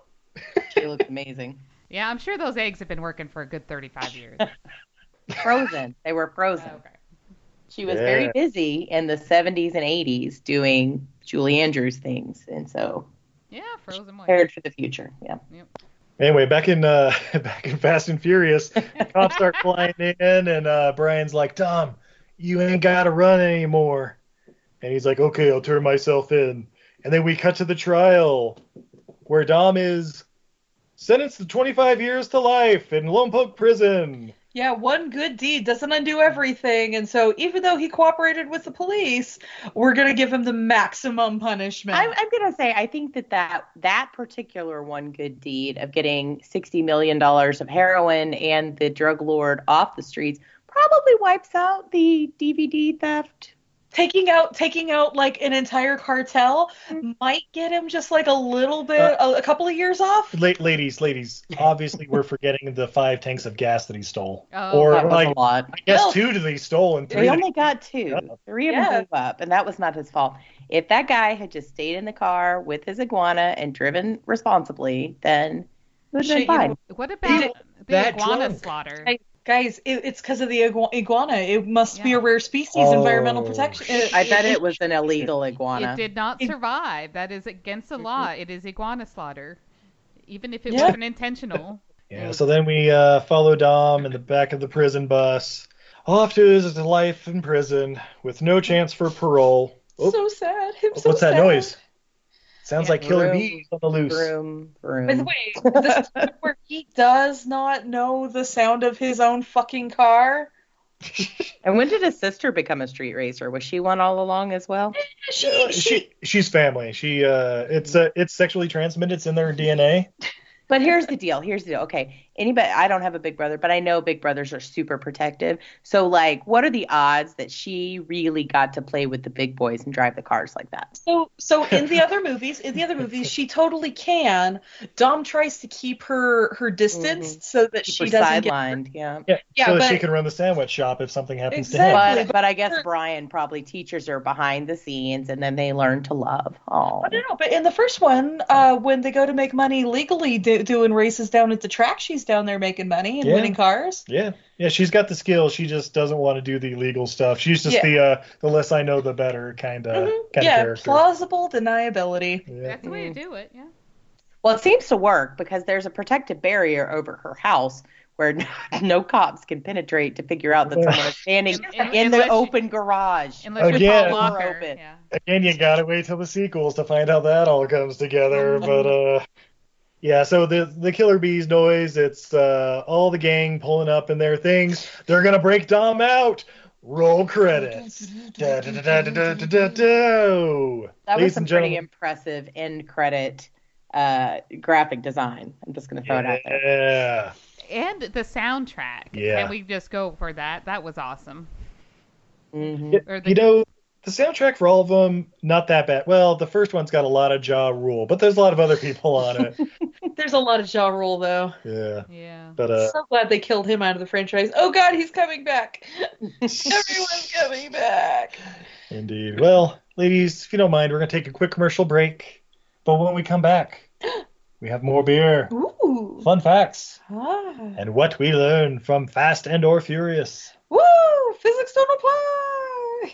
Speaker 6: She looks amazing.
Speaker 2: Yeah, I'm sure those eggs have been working for a good 35 years.
Speaker 6: Frozen. They were frozen.
Speaker 2: okay.
Speaker 6: She was
Speaker 1: Yeah.
Speaker 6: very busy in the 70s and 80s doing Julie Andrews things. And so
Speaker 2: Yeah, frozen one.
Speaker 6: prepared for the future. Yeah.
Speaker 1: Anyway, back in uh, back in Fast and Furious, cops start flying in, and uh, Brian's like, "Tom, you ain't gotta run anymore." And he's like, "Okay, I'll turn myself in." And then we cut to the trial, where Dom is sentenced to 25 years to life in Lone Pok prison.
Speaker 3: Yeah, one good deed doesn't undo everything, and so even though he cooperated with the police, we're gonna give him the maximum punishment.
Speaker 6: I'm, I'm going to say, I think that, that that particular one good deed of getting $60 million of heroin and the drug lord off the streets probably wipes out the DVD theft.
Speaker 3: taking out taking out like an entire cartel
Speaker 6: Mm-hmm.
Speaker 3: might get him just like a little bit
Speaker 1: Uh,
Speaker 3: a, a couple of years off
Speaker 1: La- ladies, ladies, obviously we're forgetting the five tanks of gas that he stole,
Speaker 2: Oh,
Speaker 1: or
Speaker 6: That was
Speaker 1: like
Speaker 6: a lot.
Speaker 1: I guess
Speaker 3: Well,
Speaker 1: two that he stole and three.
Speaker 6: He
Speaker 1: that-
Speaker 6: only got two.
Speaker 1: Yeah.
Speaker 6: Three of them
Speaker 3: Yeah.
Speaker 6: blew up, and that was not his fault. If that guy had just stayed in the car with his iguana and driven responsibly, then it would have
Speaker 3: Shit,
Speaker 6: been
Speaker 3: you
Speaker 6: fine.
Speaker 2: What about the
Speaker 1: that
Speaker 2: iguana
Speaker 1: drunk.
Speaker 2: slaughter?
Speaker 3: Hey, guys it, it's because of the igua- iguana it must be
Speaker 2: Yeah.
Speaker 3: a rare species environmental
Speaker 1: Oh,
Speaker 3: protection
Speaker 1: shit.
Speaker 6: I bet it was an illegal iguana.
Speaker 2: It did not
Speaker 3: It-
Speaker 2: survive. That is against the law. It is iguana slaughter, even if it
Speaker 3: Yeah.
Speaker 2: wasn't intentional.
Speaker 1: Yeah, so then we uh, follow Dom in the back of the prison bus. Off to his life in prison with no chance for parole. Oh,
Speaker 3: so sad him so
Speaker 1: what's that
Speaker 3: sad.
Speaker 1: noise? Sounds
Speaker 2: Yeah.
Speaker 1: like Killer
Speaker 6: Vroom,
Speaker 1: Bees on the loose.
Speaker 6: Vroom, vroom.
Speaker 3: by the way this is where he does not know the sound of his own fucking car
Speaker 6: And when did his sister become a street racer? Was she one all along as well?
Speaker 1: Uh, she she's family. She uh, it's uh, it's sexually transmitted. It's in their DNA.
Speaker 6: But here's the deal. Here's the deal. Okay. Anybody, I don't have a big brother, but I know big brothers are super protective. So, like, what are the odds that she really got to play with the big boys and drive the cars like that?
Speaker 3: so so in the other movies in the other movies she totally can dom tries to keep her her distance so that she
Speaker 6: Super
Speaker 3: doesn't get
Speaker 6: sidelined. Yeah.
Speaker 1: Yeah,
Speaker 3: Yeah,
Speaker 1: so that
Speaker 3: but-
Speaker 1: she can run the sandwich shop if something happens
Speaker 3: Exactly.
Speaker 1: to him.
Speaker 6: But, but I guess Brian probably teaches her behind the scenes and then they learn to love. Oh,
Speaker 3: I don't know, but in the first one, uh, when they go to make money legally do- doing races down at the track, she's down there making money and
Speaker 1: Yeah.
Speaker 3: winning cars.
Speaker 1: Yeah, yeah, she's got the skill. She just doesn't want to do the illegal stuff. She's just
Speaker 3: Yeah.
Speaker 1: the uh, the less I know, the better kind of
Speaker 3: Mhm.
Speaker 1: kind
Speaker 3: Yeah,
Speaker 1: of Uh, character.
Speaker 3: plausible deniability.
Speaker 1: Yeah.
Speaker 2: That's the way to
Speaker 3: Mm.
Speaker 2: do it. Yeah.
Speaker 6: well, it seems to work because there's a protective barrier over her house where no cops can penetrate to figure out that someone is standing
Speaker 2: Un-
Speaker 6: in the
Speaker 2: unless you-
Speaker 6: open garage.
Speaker 2: Unless you're
Speaker 1: Again.
Speaker 2: Paul Walker.
Speaker 6: Open.
Speaker 2: Yeah.
Speaker 1: again you gotta wait till the sequels to find how that all comes together but uh yeah so the the killer bees noise it's uh all the gang pulling up in their things they're gonna break dom out roll credits da, da, da, da, da, da, da, da.
Speaker 6: That
Speaker 1: Ladies
Speaker 6: was some
Speaker 1: and
Speaker 6: pretty
Speaker 1: gentlemen,
Speaker 6: impressive end credit uh, graphic design. I'm just going to throw it out there.
Speaker 1: yeah
Speaker 2: And the soundtrack.
Speaker 1: Yeah.
Speaker 2: Can we just go for that? That was awesome.
Speaker 6: Mhm.
Speaker 2: Or the,
Speaker 1: you know the soundtrack for all of them not that bad well the first one's got a lot of jaw rule but there's a lot of other people on it
Speaker 3: There's a lot of Ja Rule though.
Speaker 1: Yeah.
Speaker 7: Yeah.
Speaker 1: But uh,
Speaker 3: so glad they killed him out of the franchise. Oh God, he's coming back. Everyone's coming back.
Speaker 1: indeed. Well, ladies, if you don't mind, we're gonna take a quick commercial break. But when we come back, we have more beer,
Speaker 3: Ooh.
Speaker 1: fun facts,
Speaker 3: Ah.
Speaker 1: and what we learn from Fast and or Furious.
Speaker 3: Woo! Physics don't apply.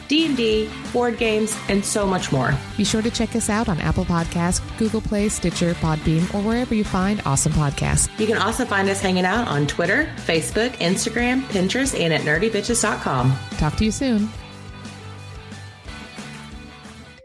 Speaker 6: D&D, board games, and so much more.
Speaker 2: Be sure to check us out on Apple Podcasts, Google Play, Stitcher, Podbeam, or wherever you find awesome podcasts.
Speaker 6: You can also find us hanging out on Twitter, Facebook, Instagram, Pinterest, and at nerdybitches.com.
Speaker 2: Talk to you soon.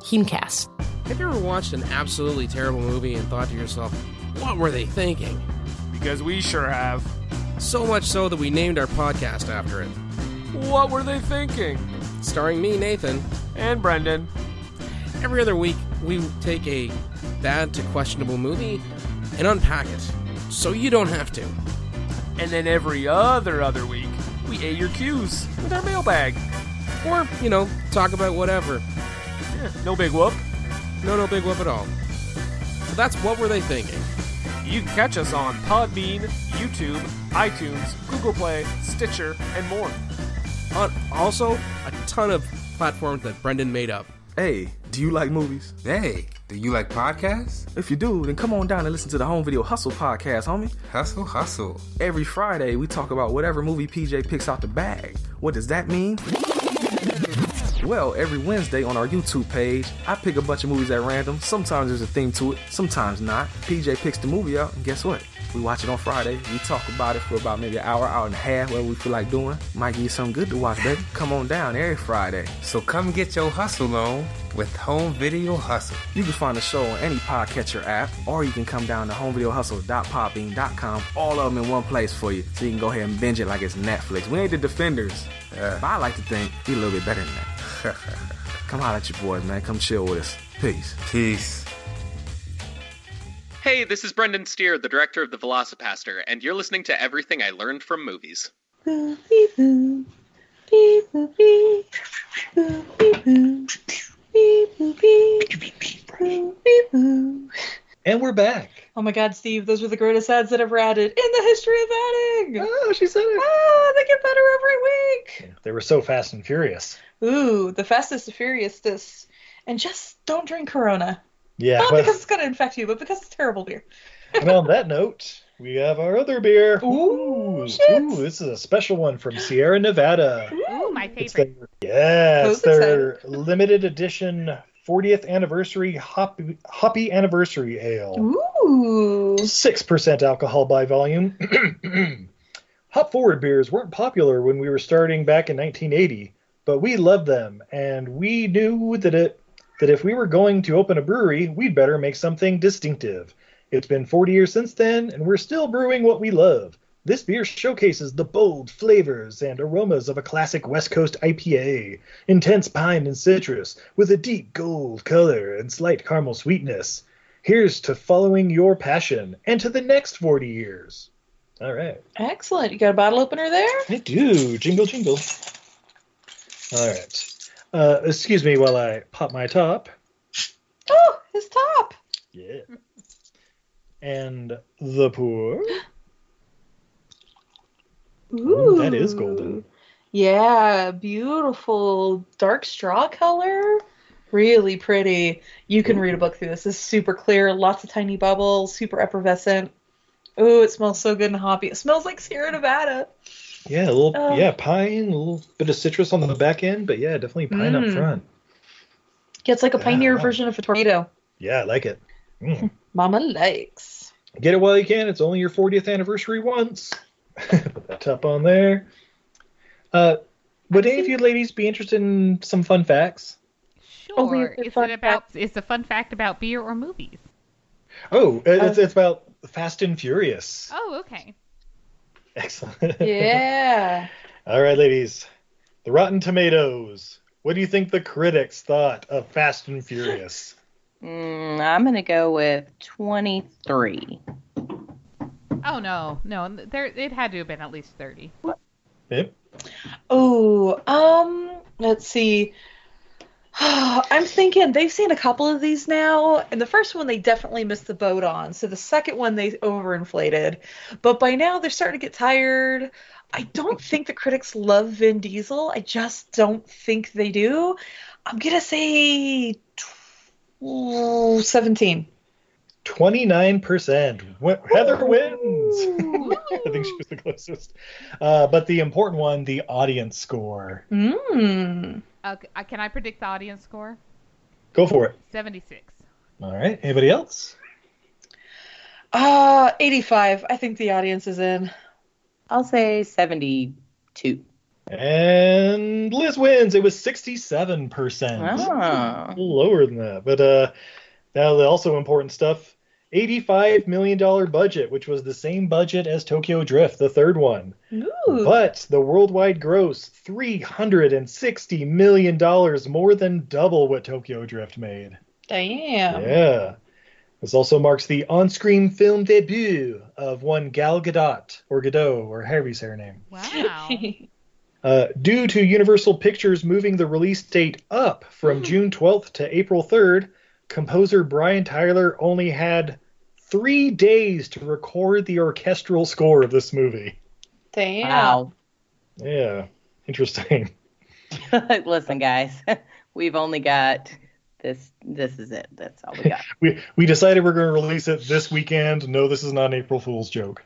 Speaker 8: Heamcast.
Speaker 9: Have you ever watched an absolutely terrible movie and thought to yourself, what were they thinking? Because we sure have. So much so that we named our podcast after it. What were they thinking? Starring me, Nathan. And Brendan. Every other week, we take a bad to questionable movie and unpack it, so you don't have to. And then every other other week, we A your cues with our mailbag. Or, you know, talk about whatever. no big whoop. No, no big whoop at all. So that's what were they thinking? You can catch us on Podbean, YouTube, iTunes, Google Play, Stitcher, and more. On Uh, also a ton of platforms that Brendan made up.
Speaker 10: Hey, do you like movies?
Speaker 9: Hey, do you like podcasts?
Speaker 10: If you do, then come on down and listen to the Home Video Hustle podcast, homie.
Speaker 9: Hustle, hustle.
Speaker 10: Every Friday, we talk about whatever movie PJ picks out the bag. What does that mean? Well, every Wednesday on our YouTube page, I pick a bunch of movies at random. Sometimes there's a theme to it, sometimes not. PJ picks the movie out, and guess what? We watch it on Friday. We talk about it for about maybe an hour, hour and a half, whatever we feel like doing. Might give you something good to watch, baby. Come on down every Friday.
Speaker 9: So come get your hustle on with Home Video Hustle.
Speaker 10: You can find the show on any podcatcher app, or you can come down to homevideohustle.podbean.com. All of them in one place for you, so you can go ahead and binge it like it's Netflix. We ain't the defenders,
Speaker 9: Uh.
Speaker 10: but I like to think we a little bit better than that. come holler at your boys, man. Come chill with us. Peace.
Speaker 9: Peace.
Speaker 11: Hey, this is Brendan Steer, the director of The Velocipaster, and you're listening to Everything I Learned from Movies.
Speaker 3: Boo, bee, boo. Bee, boo, bee. Boo, bee, boo. Bee, boo, bee. Boo, bee, boo.
Speaker 1: And we're back.
Speaker 3: Oh my God, Steve, those were the greatest ads that ever added in the history of adding.
Speaker 1: Oh, she said it.
Speaker 3: Ah, they get better every week.
Speaker 1: They were so fast and furious.
Speaker 3: Ooh, the fastest, the furiousest. And just don't drink Corona.
Speaker 1: Yeah.
Speaker 3: Not
Speaker 1: well-
Speaker 3: Oh, because it's going to infect you, but because it's terrible beer.
Speaker 1: and on that note, we have our other beer.
Speaker 3: Ooh,
Speaker 1: ooh,
Speaker 3: shit.
Speaker 1: ooh, this is a special one from Sierra Nevada.
Speaker 7: Ooh, my
Speaker 1: It's
Speaker 7: favorite.
Speaker 1: their, yeah, it's
Speaker 3: Those are
Speaker 1: their limited edition 40th anniversary hoppy, hoppy anniversary ale.
Speaker 3: Ooh.
Speaker 1: Six percent alcohol by volume. Hop forward beers weren't popular when we were starting back in 1980, but we loved them, and we knew that it that if we were going to open a brewery, we'd better make something distinctive. It's been 40 years since then, and we're still brewing what we love. This beer showcases the bold flavors and aromas of a classic West Coast IPA, intense pine and citrus, with a deep gold color and slight caramel sweetness. Here's to following your passion and to the next 40 years. All right.
Speaker 3: Excellent. You got a bottle opener there?
Speaker 1: I do. Jingle, jingle. All right. Uh, excuse me while I pop my top.
Speaker 3: Oh, his top.
Speaker 1: Yeah. And the pour.
Speaker 3: Ooh.
Speaker 1: that is golden.
Speaker 3: Yeah, beautiful dark straw color. Really pretty. You can read a book through this. It's super clear, lots of tiny bubbles, super effervescent. Ooh, it smells so good in hoppy. It smells like Sierra Nevada.
Speaker 1: Yeah, a little
Speaker 3: Um,
Speaker 1: yeah pine, a little bit of citrus on the back end, but yeah, definitely pine up
Speaker 3: Mm.
Speaker 1: front.
Speaker 3: Yeah, it's like a pioneer version of a tornado.
Speaker 1: Yeah, I like it. Mm.
Speaker 3: Mama likes.
Speaker 1: Get it while you can. It's only your 40th anniversary once. Put that top on there. Uh, would any of you ladies be interested in some fun facts?
Speaker 3: Only
Speaker 2: Sure. Is it about? Is the fun fact about beer or movies?
Speaker 1: Oh, it's, it's about Fast and Furious.
Speaker 2: Oh, okay.
Speaker 1: Excellent.
Speaker 3: Yeah.
Speaker 1: All right, ladies. The Rotten Tomatoes. What do you think the critics thought of Fast and Furious?
Speaker 6: Mm, I'm gonna go with 23.
Speaker 2: Oh no, no. There, it had to have been at least thirty.
Speaker 3: Oh, um, let's see. I'm thinking they've seen a couple of these now, and the first one they definitely missed the boat on. So the second one they overinflated, but by now they're starting to get tired. I don't think the critics love Vin Diesel. I just don't think they do. I'm gonna say tw- 17.
Speaker 1: 29%. Wh- Heather wins. I think she was the closest. Uh, but the important one, the audience score.
Speaker 3: Mm.
Speaker 2: Uh, c- uh, can I predict the audience score?
Speaker 1: Go for it.
Speaker 2: Seventy-six.
Speaker 1: All right. Anybody else?
Speaker 3: Uh, 85. I think the audience is in.
Speaker 6: I'll say 72.
Speaker 1: And Liz wins. It was 67%.
Speaker 6: Ah.
Speaker 1: Lower than that. But uh, now the also important stuff $85 million budget, which was the same budget as Tokyo Drift, the third one.
Speaker 3: Ooh.
Speaker 1: But the worldwide gross, $360 million, more than double what Tokyo Drift made.
Speaker 3: Damn.
Speaker 1: Yeah. This also marks the on screen film debut of one Gal Gadot, or Gadot, or however you say her name.
Speaker 2: Wow.
Speaker 1: Uh, due to Universal Pictures moving the release date up from June 12th to April 3rd, composer Brian Tyler only had three days to record the orchestral score of this movie.
Speaker 3: Damn.
Speaker 6: Wow.
Speaker 1: Yeah, interesting.
Speaker 6: Listen, guys, we've only got this. This is it. That's all we got.
Speaker 1: We we decided we're going to release it this weekend. No, this is not an April Fool's joke.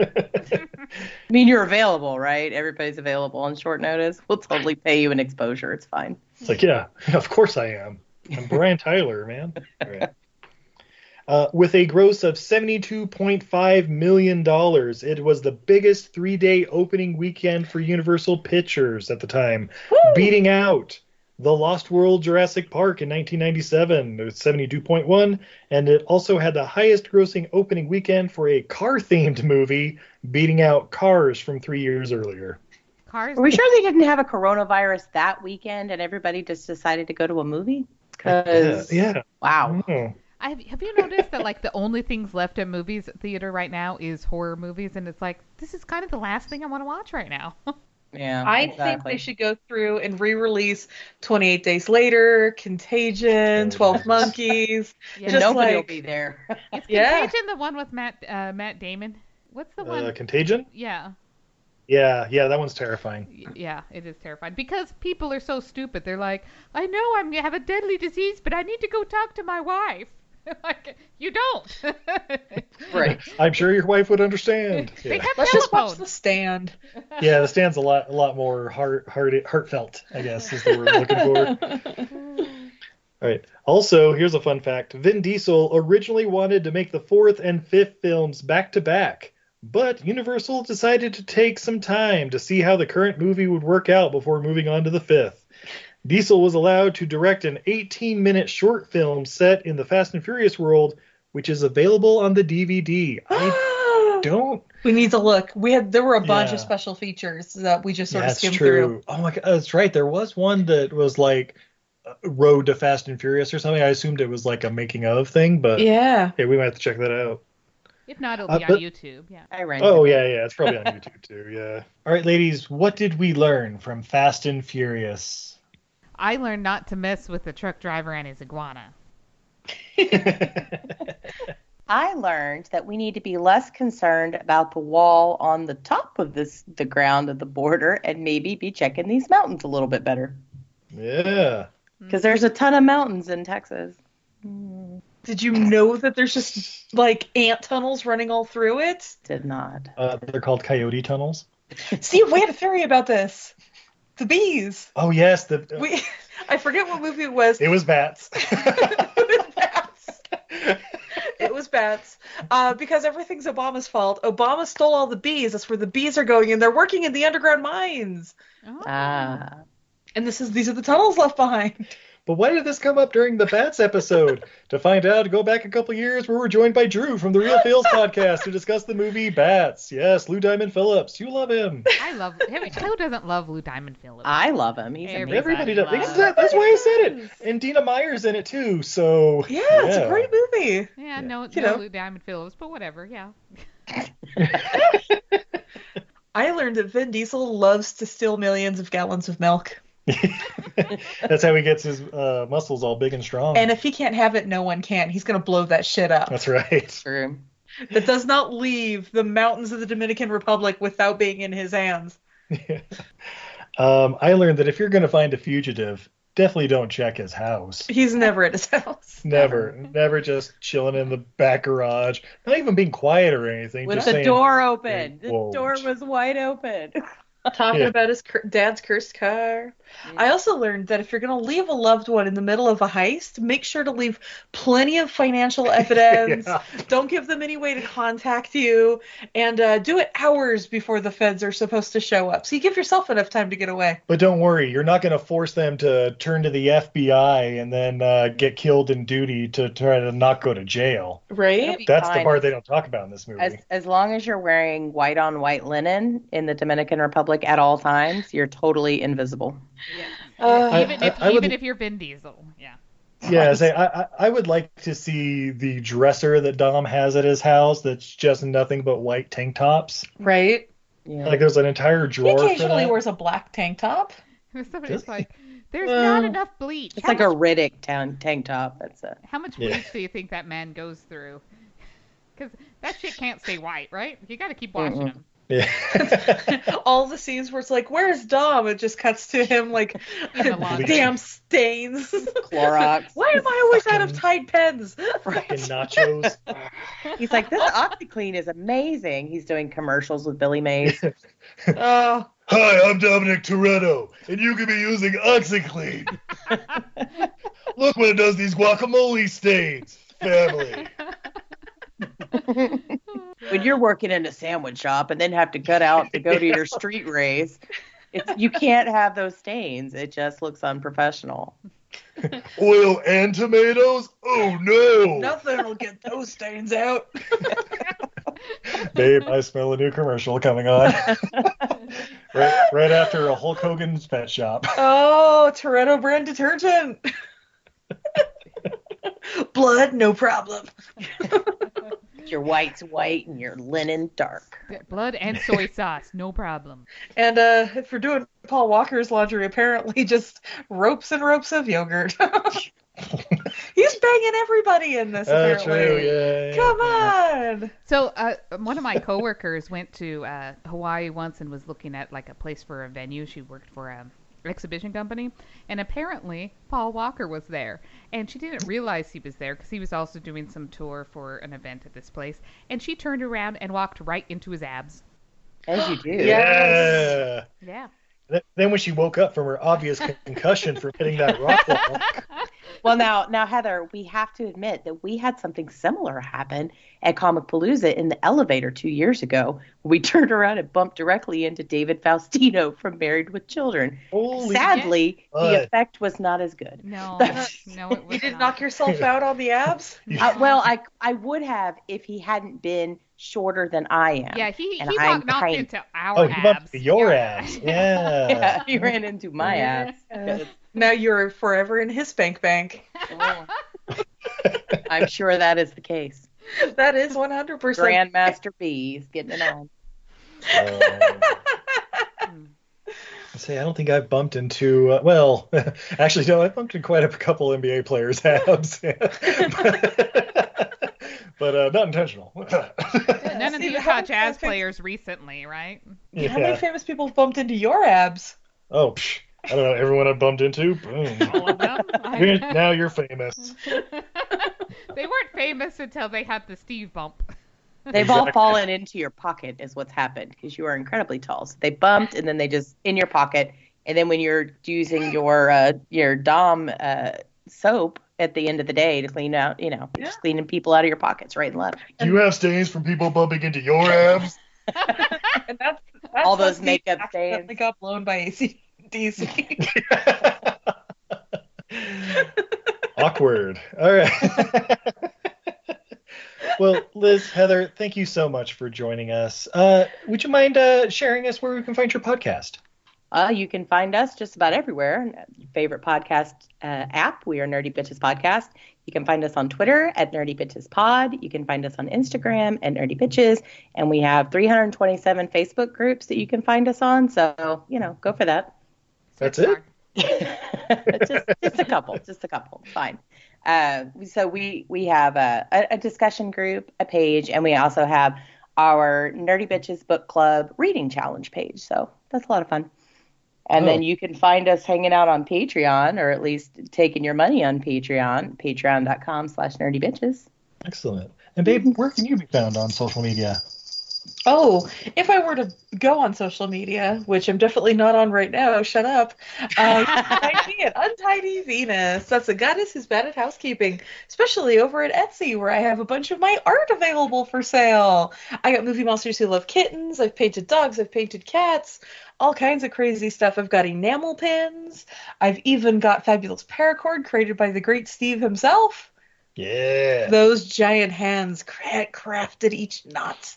Speaker 6: I mean, you're available, right? Everybody's available on short notice. We'll totally pay you an exposure. It's fine.
Speaker 1: It's like, yeah, of course I am. I'm Brian Tyler, man. All right. Uh, with a gross of $72.5 million, it was the biggest three day opening weekend for Universal Pictures at the time, beating out The Lost World Jurassic Park in 1997 with 72.1, and it also had the highest grossing opening weekend for a car themed movie, beating out Cars from three years earlier.
Speaker 2: Cars.
Speaker 6: Are we sure they didn't have a coronavirus that weekend and everybody just decided to go to a movie?
Speaker 1: Yeah.
Speaker 6: 'Cause-
Speaker 1: yeah.
Speaker 6: Wow.
Speaker 1: Oh.
Speaker 2: I, have you noticed that like the only things left in movies theater right now is horror movies, and it's like this is kind of the last thing I want to watch right now.
Speaker 6: Yeah.
Speaker 3: I think
Speaker 6: exactly.
Speaker 3: they should go through and re-release 28 Days Later, Contagion, 12 Monkeys.
Speaker 2: Yeah.
Speaker 3: just
Speaker 6: Nobody will
Speaker 3: like,
Speaker 6: be there.
Speaker 2: Is
Speaker 3: Yeah.
Speaker 2: Contagion the one with Matt uh, Matt Damon? What's the one?
Speaker 1: Uh, Contagion?
Speaker 2: yeah,
Speaker 1: Yeah, yeah, that one's terrifying.
Speaker 2: y- yeah, it is terrifying because people are so stupid. They're like, I know I'm gonna have a deadly disease, but I need to go talk to my wife. like you don't.
Speaker 6: Right.
Speaker 1: I'm sure your wife would understand.
Speaker 2: They
Speaker 1: Yeah,
Speaker 2: have
Speaker 3: Let's just watch
Speaker 2: telephones.
Speaker 3: The Stand.
Speaker 1: yeah the stand's a lot, a lot more heart, heart, heartfelt. I guess is the word I'm looking for. All right. Also, here's a fun fact: Vin Diesel originally wanted to make the fourth and fifth films back to back, but Universal decided to take some time to see how the current movie would work out before moving on to the fifth. Diesel was allowed to direct an 18-minute short film set in the Fast and Furious world, which is available on the DVD. I don't
Speaker 3: We need to look. We had there were a bunch
Speaker 1: Yeah.
Speaker 3: of special features that we just sort of
Speaker 1: That's
Speaker 3: skimmed
Speaker 1: true.
Speaker 3: through.
Speaker 1: Oh my god, that's right. There was one that was like uh, Road to Fast and Furious or something. I assumed it was like a making of thing, but
Speaker 3: Yeah.
Speaker 1: yeah, we might have to check that out.
Speaker 2: If not, it'll
Speaker 1: Uh,
Speaker 2: be
Speaker 1: but-
Speaker 2: on YouTube. Yeah.
Speaker 6: I ranked
Speaker 1: Oh
Speaker 6: it.
Speaker 1: yeah, yeah, it's probably on YouTube too. Yeah. All right, ladies, what did we learn from Fast and Furious?
Speaker 2: I learned not to mess with the truck driver and his iguana.
Speaker 6: I learned that we need to be less concerned about the wall on the top of this the ground of the border and maybe be checking these mountains a little bit better
Speaker 1: Yeah.
Speaker 6: because there's a ton of mountains in Texas.
Speaker 3: Did you know that there's just like ant tunnels running all through it?
Speaker 12: Did not.
Speaker 1: Uh, they're called coyote tunnels.
Speaker 3: Steve, we had a theory about this. The bees.
Speaker 1: Oh yes, the
Speaker 3: We I forget what movie it was.
Speaker 1: it was bats.
Speaker 3: It was bats. Uh, because everything's Obama's fault. Obama stole all the bees. That's where the bees are going, and they're working in the underground mines.
Speaker 12: Ah.
Speaker 3: And this is these are the tunnels left behind.
Speaker 1: But why did this come up during the bats episode? to find out, go back a couple years where we're joined by Drew from the Real Feels podcast to discuss the movie Bats. Yes, Lou Diamond Phillips. You love him.
Speaker 2: I love who who doesn't love Lou Diamond Phillips?
Speaker 12: I love him. He's amazing.
Speaker 1: Everybody does. Exact- That's why I said it. And Dina Meyer's in it too. So
Speaker 3: yeah, it's a great movie.
Speaker 2: Yeah, no,
Speaker 3: You
Speaker 2: no
Speaker 3: know.
Speaker 2: Lou Diamond Phillips, but whatever. Yeah.
Speaker 3: I learned that Vin Diesel loves to steal millions of gallons of milk,
Speaker 1: That's how he gets his uh, muscles all big and strong.
Speaker 3: and if he can't have it, no one can. He's gonna blow that shit up.
Speaker 1: That's right.
Speaker 12: True.
Speaker 3: That does not leave the mountains of the Dominican Republic without being in his hands.
Speaker 1: Um, I learned that if you're going to find a fugitive, definitely don't check his house.
Speaker 3: He's never at his house.
Speaker 1: Never, never just chilling in the back garage, not even being quiet or anything.
Speaker 12: With
Speaker 1: just
Speaker 12: the
Speaker 1: saying,
Speaker 12: door open. The
Speaker 1: Whoa.
Speaker 12: door was wide open.
Speaker 3: Talking
Speaker 1: Yeah.
Speaker 3: about his cur- dad's cursed car. I also learned that if you're going to leave a loved one in the middle of a heist, make sure to leave plenty of financial evidence.
Speaker 1: Yeah.
Speaker 3: Don't give them any way to contact you, and uh, do it hours before the feds are supposed to show up. So you give yourself enough time to get away.
Speaker 1: But don't worry, you're not going to force them to turn to the FBI and then uh, get killed in duty to try to not go to jail.
Speaker 12: It'll
Speaker 3: Right?
Speaker 12: be
Speaker 1: That's the
Speaker 12: fine.
Speaker 1: part they don't talk about in this movie.
Speaker 12: As as long as you're wearing white on white linen in the Dominican Republic at all times, you're totally invisible.
Speaker 3: Uh,
Speaker 2: even if
Speaker 1: I- I
Speaker 2: even
Speaker 1: would-
Speaker 2: if you're Vin Diesel, yeah.
Speaker 1: Yeah, say I, I I would like to see the dresser that Dom has at his house that's just nothing but white tank tops.
Speaker 3: right?
Speaker 12: Yeah.
Speaker 1: Like there's an entire
Speaker 3: He
Speaker 1: drawer for
Speaker 3: occasionally
Speaker 1: that.
Speaker 3: wears a black tank top.
Speaker 2: Somebody's
Speaker 1: Does-
Speaker 2: like, "There's
Speaker 3: Well,
Speaker 2: not enough bleach."
Speaker 12: it's
Speaker 2: how,
Speaker 12: like a
Speaker 2: much,
Speaker 12: Riddick tan- tank top. That's a
Speaker 2: how much
Speaker 1: Yeah.
Speaker 2: bleach do you think that man goes through? Because that shit can't stay white, right? You got to keep washing
Speaker 12: Mm-mm.
Speaker 2: him.
Speaker 1: Yeah.
Speaker 3: All the scenes where it's like, "Where's Dom?" It just cuts to him like,
Speaker 2: the laundry.
Speaker 3: "Damn stains."
Speaker 12: Clorox.
Speaker 3: Why am I always out of Tide pens?
Speaker 1: Fucking nachos.
Speaker 12: He's like, this OxyClean is amazing. He's doing commercials with Billy Mays.
Speaker 3: Oh,
Speaker 1: Hi, I'm Dominic Toretto, and you can be using OxyClean. Look what it does to these guacamole stains, family.
Speaker 12: when you're working in a sandwich shop and then have to cut out to go to your street race, it's, you can't have those stains. It just looks unprofessional.
Speaker 1: Oil and tomatoes? Oh no!
Speaker 3: nothing will get those stains out.
Speaker 1: Babe, I smell a new commercial coming on. right, right after a Hulk Hogan's pet shop.
Speaker 3: Oh, Toretto brand detergent. Blood, no problem.
Speaker 12: Your white's white and your linen dark.
Speaker 2: Blood and soy sauce, no problem.
Speaker 3: And uh, if you're doing Paul Walker's laundry, apparently just ropes and ropes of yogurt. He's banging everybody in this.
Speaker 1: Oh,
Speaker 3: Apparently.
Speaker 1: true, yeah.
Speaker 3: Come on.
Speaker 2: So uh, one of my coworkers went to uh, Hawaii once and was looking at like a place for a venue. She worked for a exhibition company, and apparently Paul Walker was there, and she didn't realize he was there because he was also doing some tour for an event at this place. And she turned around and walked right into his abs.
Speaker 12: As you do.
Speaker 1: Yeah.
Speaker 2: Yeah.
Speaker 1: Th- Then when she woke up from her obvious concussion from hitting that rock wall,
Speaker 12: Well, now, now, Heather, we have to admit that we had something similar happen at Comic Palooza in the elevator two years ago. We turned around and bumped directly into David Faustino from Married with Children.
Speaker 1: holy
Speaker 12: Sadly, the
Speaker 1: Bud.
Speaker 12: effect was not as good.
Speaker 2: No. no, it was
Speaker 3: You didn't
Speaker 2: not.
Speaker 3: knock yourself out on the abs?
Speaker 12: Uh, well, I I would have if he hadn't been shorter than I am.
Speaker 2: Yeah, he, he
Speaker 12: And
Speaker 2: walked,
Speaker 12: I'm
Speaker 2: knocked
Speaker 12: tiny.
Speaker 2: into our
Speaker 1: oh, he
Speaker 2: abs.
Speaker 1: bumped your
Speaker 2: Yeah.
Speaker 1: ass. Yeah.
Speaker 12: Yeah, he ran into my ass.
Speaker 3: Uh, Now you're forever in his bank bank.
Speaker 12: I'm sure that is the case.
Speaker 3: That is 100%.
Speaker 12: Grandmaster B is getting it on.
Speaker 1: Oh. say, I don't think I've bumped into. Uh, well, actually, no, I've bumped into quite a couple NBA players' abs, but, uh, not intentional.
Speaker 2: None of
Speaker 3: See,
Speaker 2: the
Speaker 3: how
Speaker 2: Utah
Speaker 3: does
Speaker 2: Jazz
Speaker 3: that fix-
Speaker 2: players recently, right?
Speaker 3: How many
Speaker 1: yeah.
Speaker 3: famous people have bumped into your abs?
Speaker 1: Oh, psh, I don't know. Everyone I bumped into, boom.
Speaker 2: All of them. I-
Speaker 1: You're- now you're famous.
Speaker 2: They weren't famous until they had the Steve bump.
Speaker 6: They've all fallen into your pocket, is what's happened, because you are incredibly tall. So they bumped, and then they just in your pocket. And then when you're using your uh, your Dom uh, soap at the end of the day to clean out, you know, you're just cleaning people out of your pockets right and left.
Speaker 1: You have stains from people bumping into your abs.
Speaker 6: all those makeup stains.
Speaker 3: I got blown by ACDC.
Speaker 1: Awkward. All right. well, Liz, Heather, thank you so much for joining us. Uh, would you mind uh, sharing us where we can find your podcast?
Speaker 6: Uh, you can find us just about everywhere. uh, Your favorite podcast uh, app, we are Nerdy Bitches Podcast. You can find us on Twitter at Nerdy Bitches Pod. You can find us on Instagram at Nerdy Bitches. And we have 327 Facebook groups that you can find us on. So, you know, go for that.
Speaker 1: That's it.
Speaker 6: just, just a couple, just a couple. Fine. Uh, so we we have a, a, a discussion group, a page, and we also have our Nerdy Bitches Book Club reading challenge page. So that's a lot of fun. And
Speaker 13: Oh.
Speaker 6: then you can find us hanging out on Patreon, or at least taking your money on Patreon, patreon.com slash nerdy bitches.
Speaker 1: Excellent. And babe, where can you be found on social media?
Speaker 3: Oh, if I were to go on social media, which I'm definitely not on right now, shut up. Uh, I see it. Untidy Venus. That's a goddess who's bad at housekeeping, especially over at Etsy, where I have a bunch of my art available for sale. I got movie monsters who love kittens. I've painted dogs. I've painted cats. All kinds of crazy stuff. I've got enamel pins. I've even got fabulous paracord created by the great Steve himself.
Speaker 1: Yeah.
Speaker 3: Those giant hands cra- crafted each knot.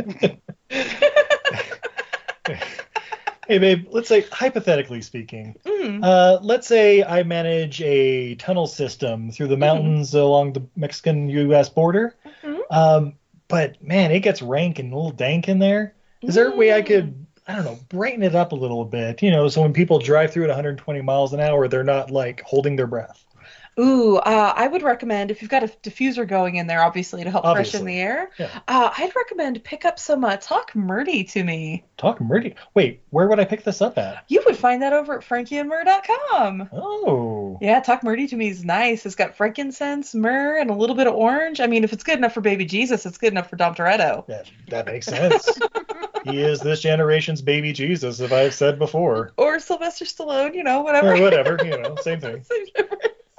Speaker 1: Hey, babe, let's say, hypothetically speaking,
Speaker 3: Mm.
Speaker 1: uh, let's say I manage a tunnel system through the mountains along the Mexican U.S. border. Um, but man, it gets rank and a little dank in there. Is there a way I could, I don't know, brighten it up a little bit? You know, so when people drive through at 120 miles an hour, they're not like holding their breath.
Speaker 3: Ooh, uh, I would recommend if you've got a diffuser going in there, obviously to help freshen
Speaker 1: Obviously.
Speaker 3: the air.
Speaker 1: Yeah.
Speaker 3: Uh, I'd recommend pick up some uh, Talk Murdy to me.
Speaker 1: Talk Murdy. Wait, where would I pick this up at?
Speaker 3: You would find that over at frankieandmyrrh.com.
Speaker 1: Oh.
Speaker 3: Yeah, Talk Murdy to me is nice. It's got frankincense, myrrh, and a little bit of orange. I mean, if it's good enough for baby Jesus, it's good enough for Dom Toretto.
Speaker 1: That, that makes sense. he is this generation's baby Jesus, as I've said before.
Speaker 3: Or Sylvester Stallone, you know,
Speaker 1: Or
Speaker 3: whatever.
Speaker 1: whatever, you know, same thing.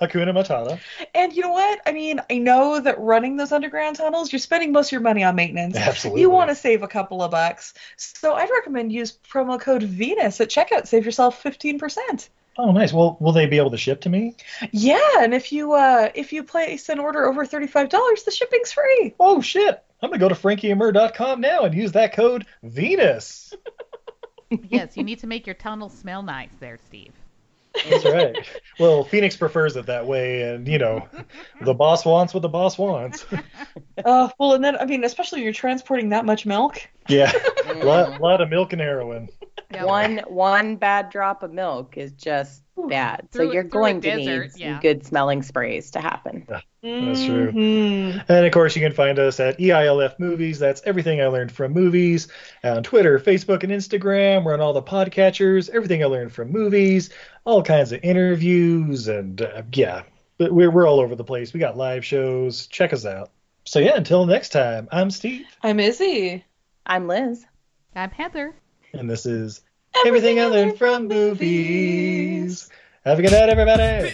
Speaker 1: Hakuna Matata.
Speaker 3: And you know what? I mean, I know that running those underground tunnels, you're spending most of your money on maintenance.
Speaker 1: Absolutely.
Speaker 3: You want to save a couple of bucks. So I'd recommend use promo code Venus at checkout. Save yourself 15%.
Speaker 1: Oh, nice. Well, will they be able to ship to me?
Speaker 3: Yeah, and if you uh if you place an order over $35, the shipping's free.
Speaker 1: Oh shit. I'm gonna go to frankieamur.com now and use that code Venus.
Speaker 2: yes, you need to make your tunnel smell nice there, Steve.
Speaker 1: That's right. well, Phoenix prefers it that way, and you know, the boss wants what the boss wants.
Speaker 3: Oh, well, and then I mean, especially when you're transporting that much milk.
Speaker 1: yeah, lot, lot of milk and heroin.
Speaker 6: One one bad drop of milk is just bad.
Speaker 2: Through-
Speaker 6: so you're
Speaker 2: through a
Speaker 6: going to
Speaker 2: desert,
Speaker 6: need some
Speaker 2: yeah.
Speaker 6: good smelling sprays to happen.
Speaker 1: That's true.
Speaker 3: Mm-hmm.
Speaker 1: And of course, you can find us at E EILF Movies. That's everything I learned from movies on Twitter, Facebook, and Instagram. We're on all the podcatchers. Everything I learned from movies, all kinds of interviews, and uh, yeah, but we're we're all over the place. We got live shows. Check us out. So yeah, until next time, I'm Steve,
Speaker 3: I'm Izzy.
Speaker 6: I'm Liz.
Speaker 2: I'm Heather.
Speaker 1: and this is everything, I learned from movies. Have a good night, everybody.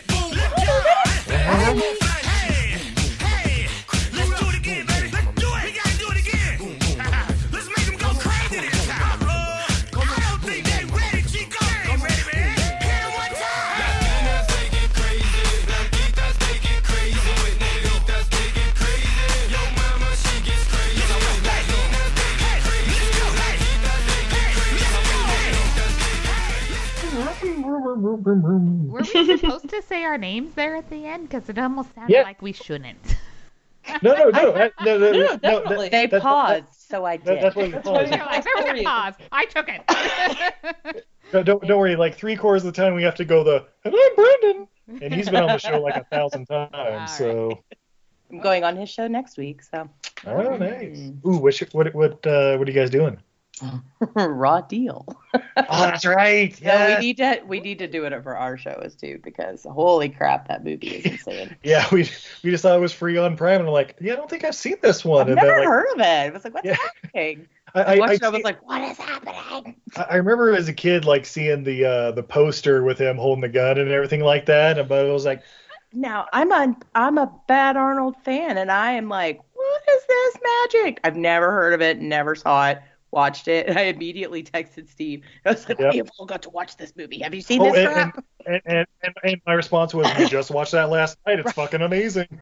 Speaker 2: Were we supposed to say our names there at the end? Because it almost sounded
Speaker 1: Yeah.
Speaker 2: like we shouldn't.
Speaker 1: No, no, no, I- no, no, no, no. that-
Speaker 6: They
Speaker 1: that's what-
Speaker 6: paused, so I
Speaker 1: that-
Speaker 6: did.
Speaker 1: that's what we paused.
Speaker 2: Like, there was a pause. I took it.
Speaker 1: No, don't don't worry. Like three quarters of the time, we have to go the and I'm Brendan, and he's been on the show like a thousand times. So
Speaker 6: I'm going on his show next week, so
Speaker 12: Hmm.
Speaker 1: oh, nice. Ooh, what sh- what what uh, what are you guys doing?
Speaker 3: raw deal.
Speaker 12: Oh, that's right.
Speaker 1: Uh,
Speaker 3: Yeah,
Speaker 12: Yeah.
Speaker 3: we need to we need to do it for our show as too because holy crap, that movie is insane.
Speaker 1: Yeah, we we just thought it was free on Prime, and I'm like, yeah, I don't think I've seen this one.
Speaker 3: I've
Speaker 1: and
Speaker 3: never
Speaker 1: then, like,
Speaker 3: heard of it. I was like, what's happening?
Speaker 1: I-
Speaker 3: I,
Speaker 1: I-
Speaker 3: watched
Speaker 1: I
Speaker 3: it. I was
Speaker 1: see-
Speaker 3: like, what is happening?
Speaker 1: I I remember as a kid, like seeing the uh, the poster with him holding the gun and everything like that, but it was like,
Speaker 3: Now I'm a I'm a bad Arnold fan, and I am like, what is this magic? I've never heard of it, never saw it, watched it, and I immediately texted Steve. I was like,
Speaker 1: Yep.
Speaker 3: we have all got to watch this movie. Have you seen
Speaker 1: oh,
Speaker 3: this? crap?
Speaker 1: and, and, and, and and my response was, we just watched that last night. It's fucking amazing.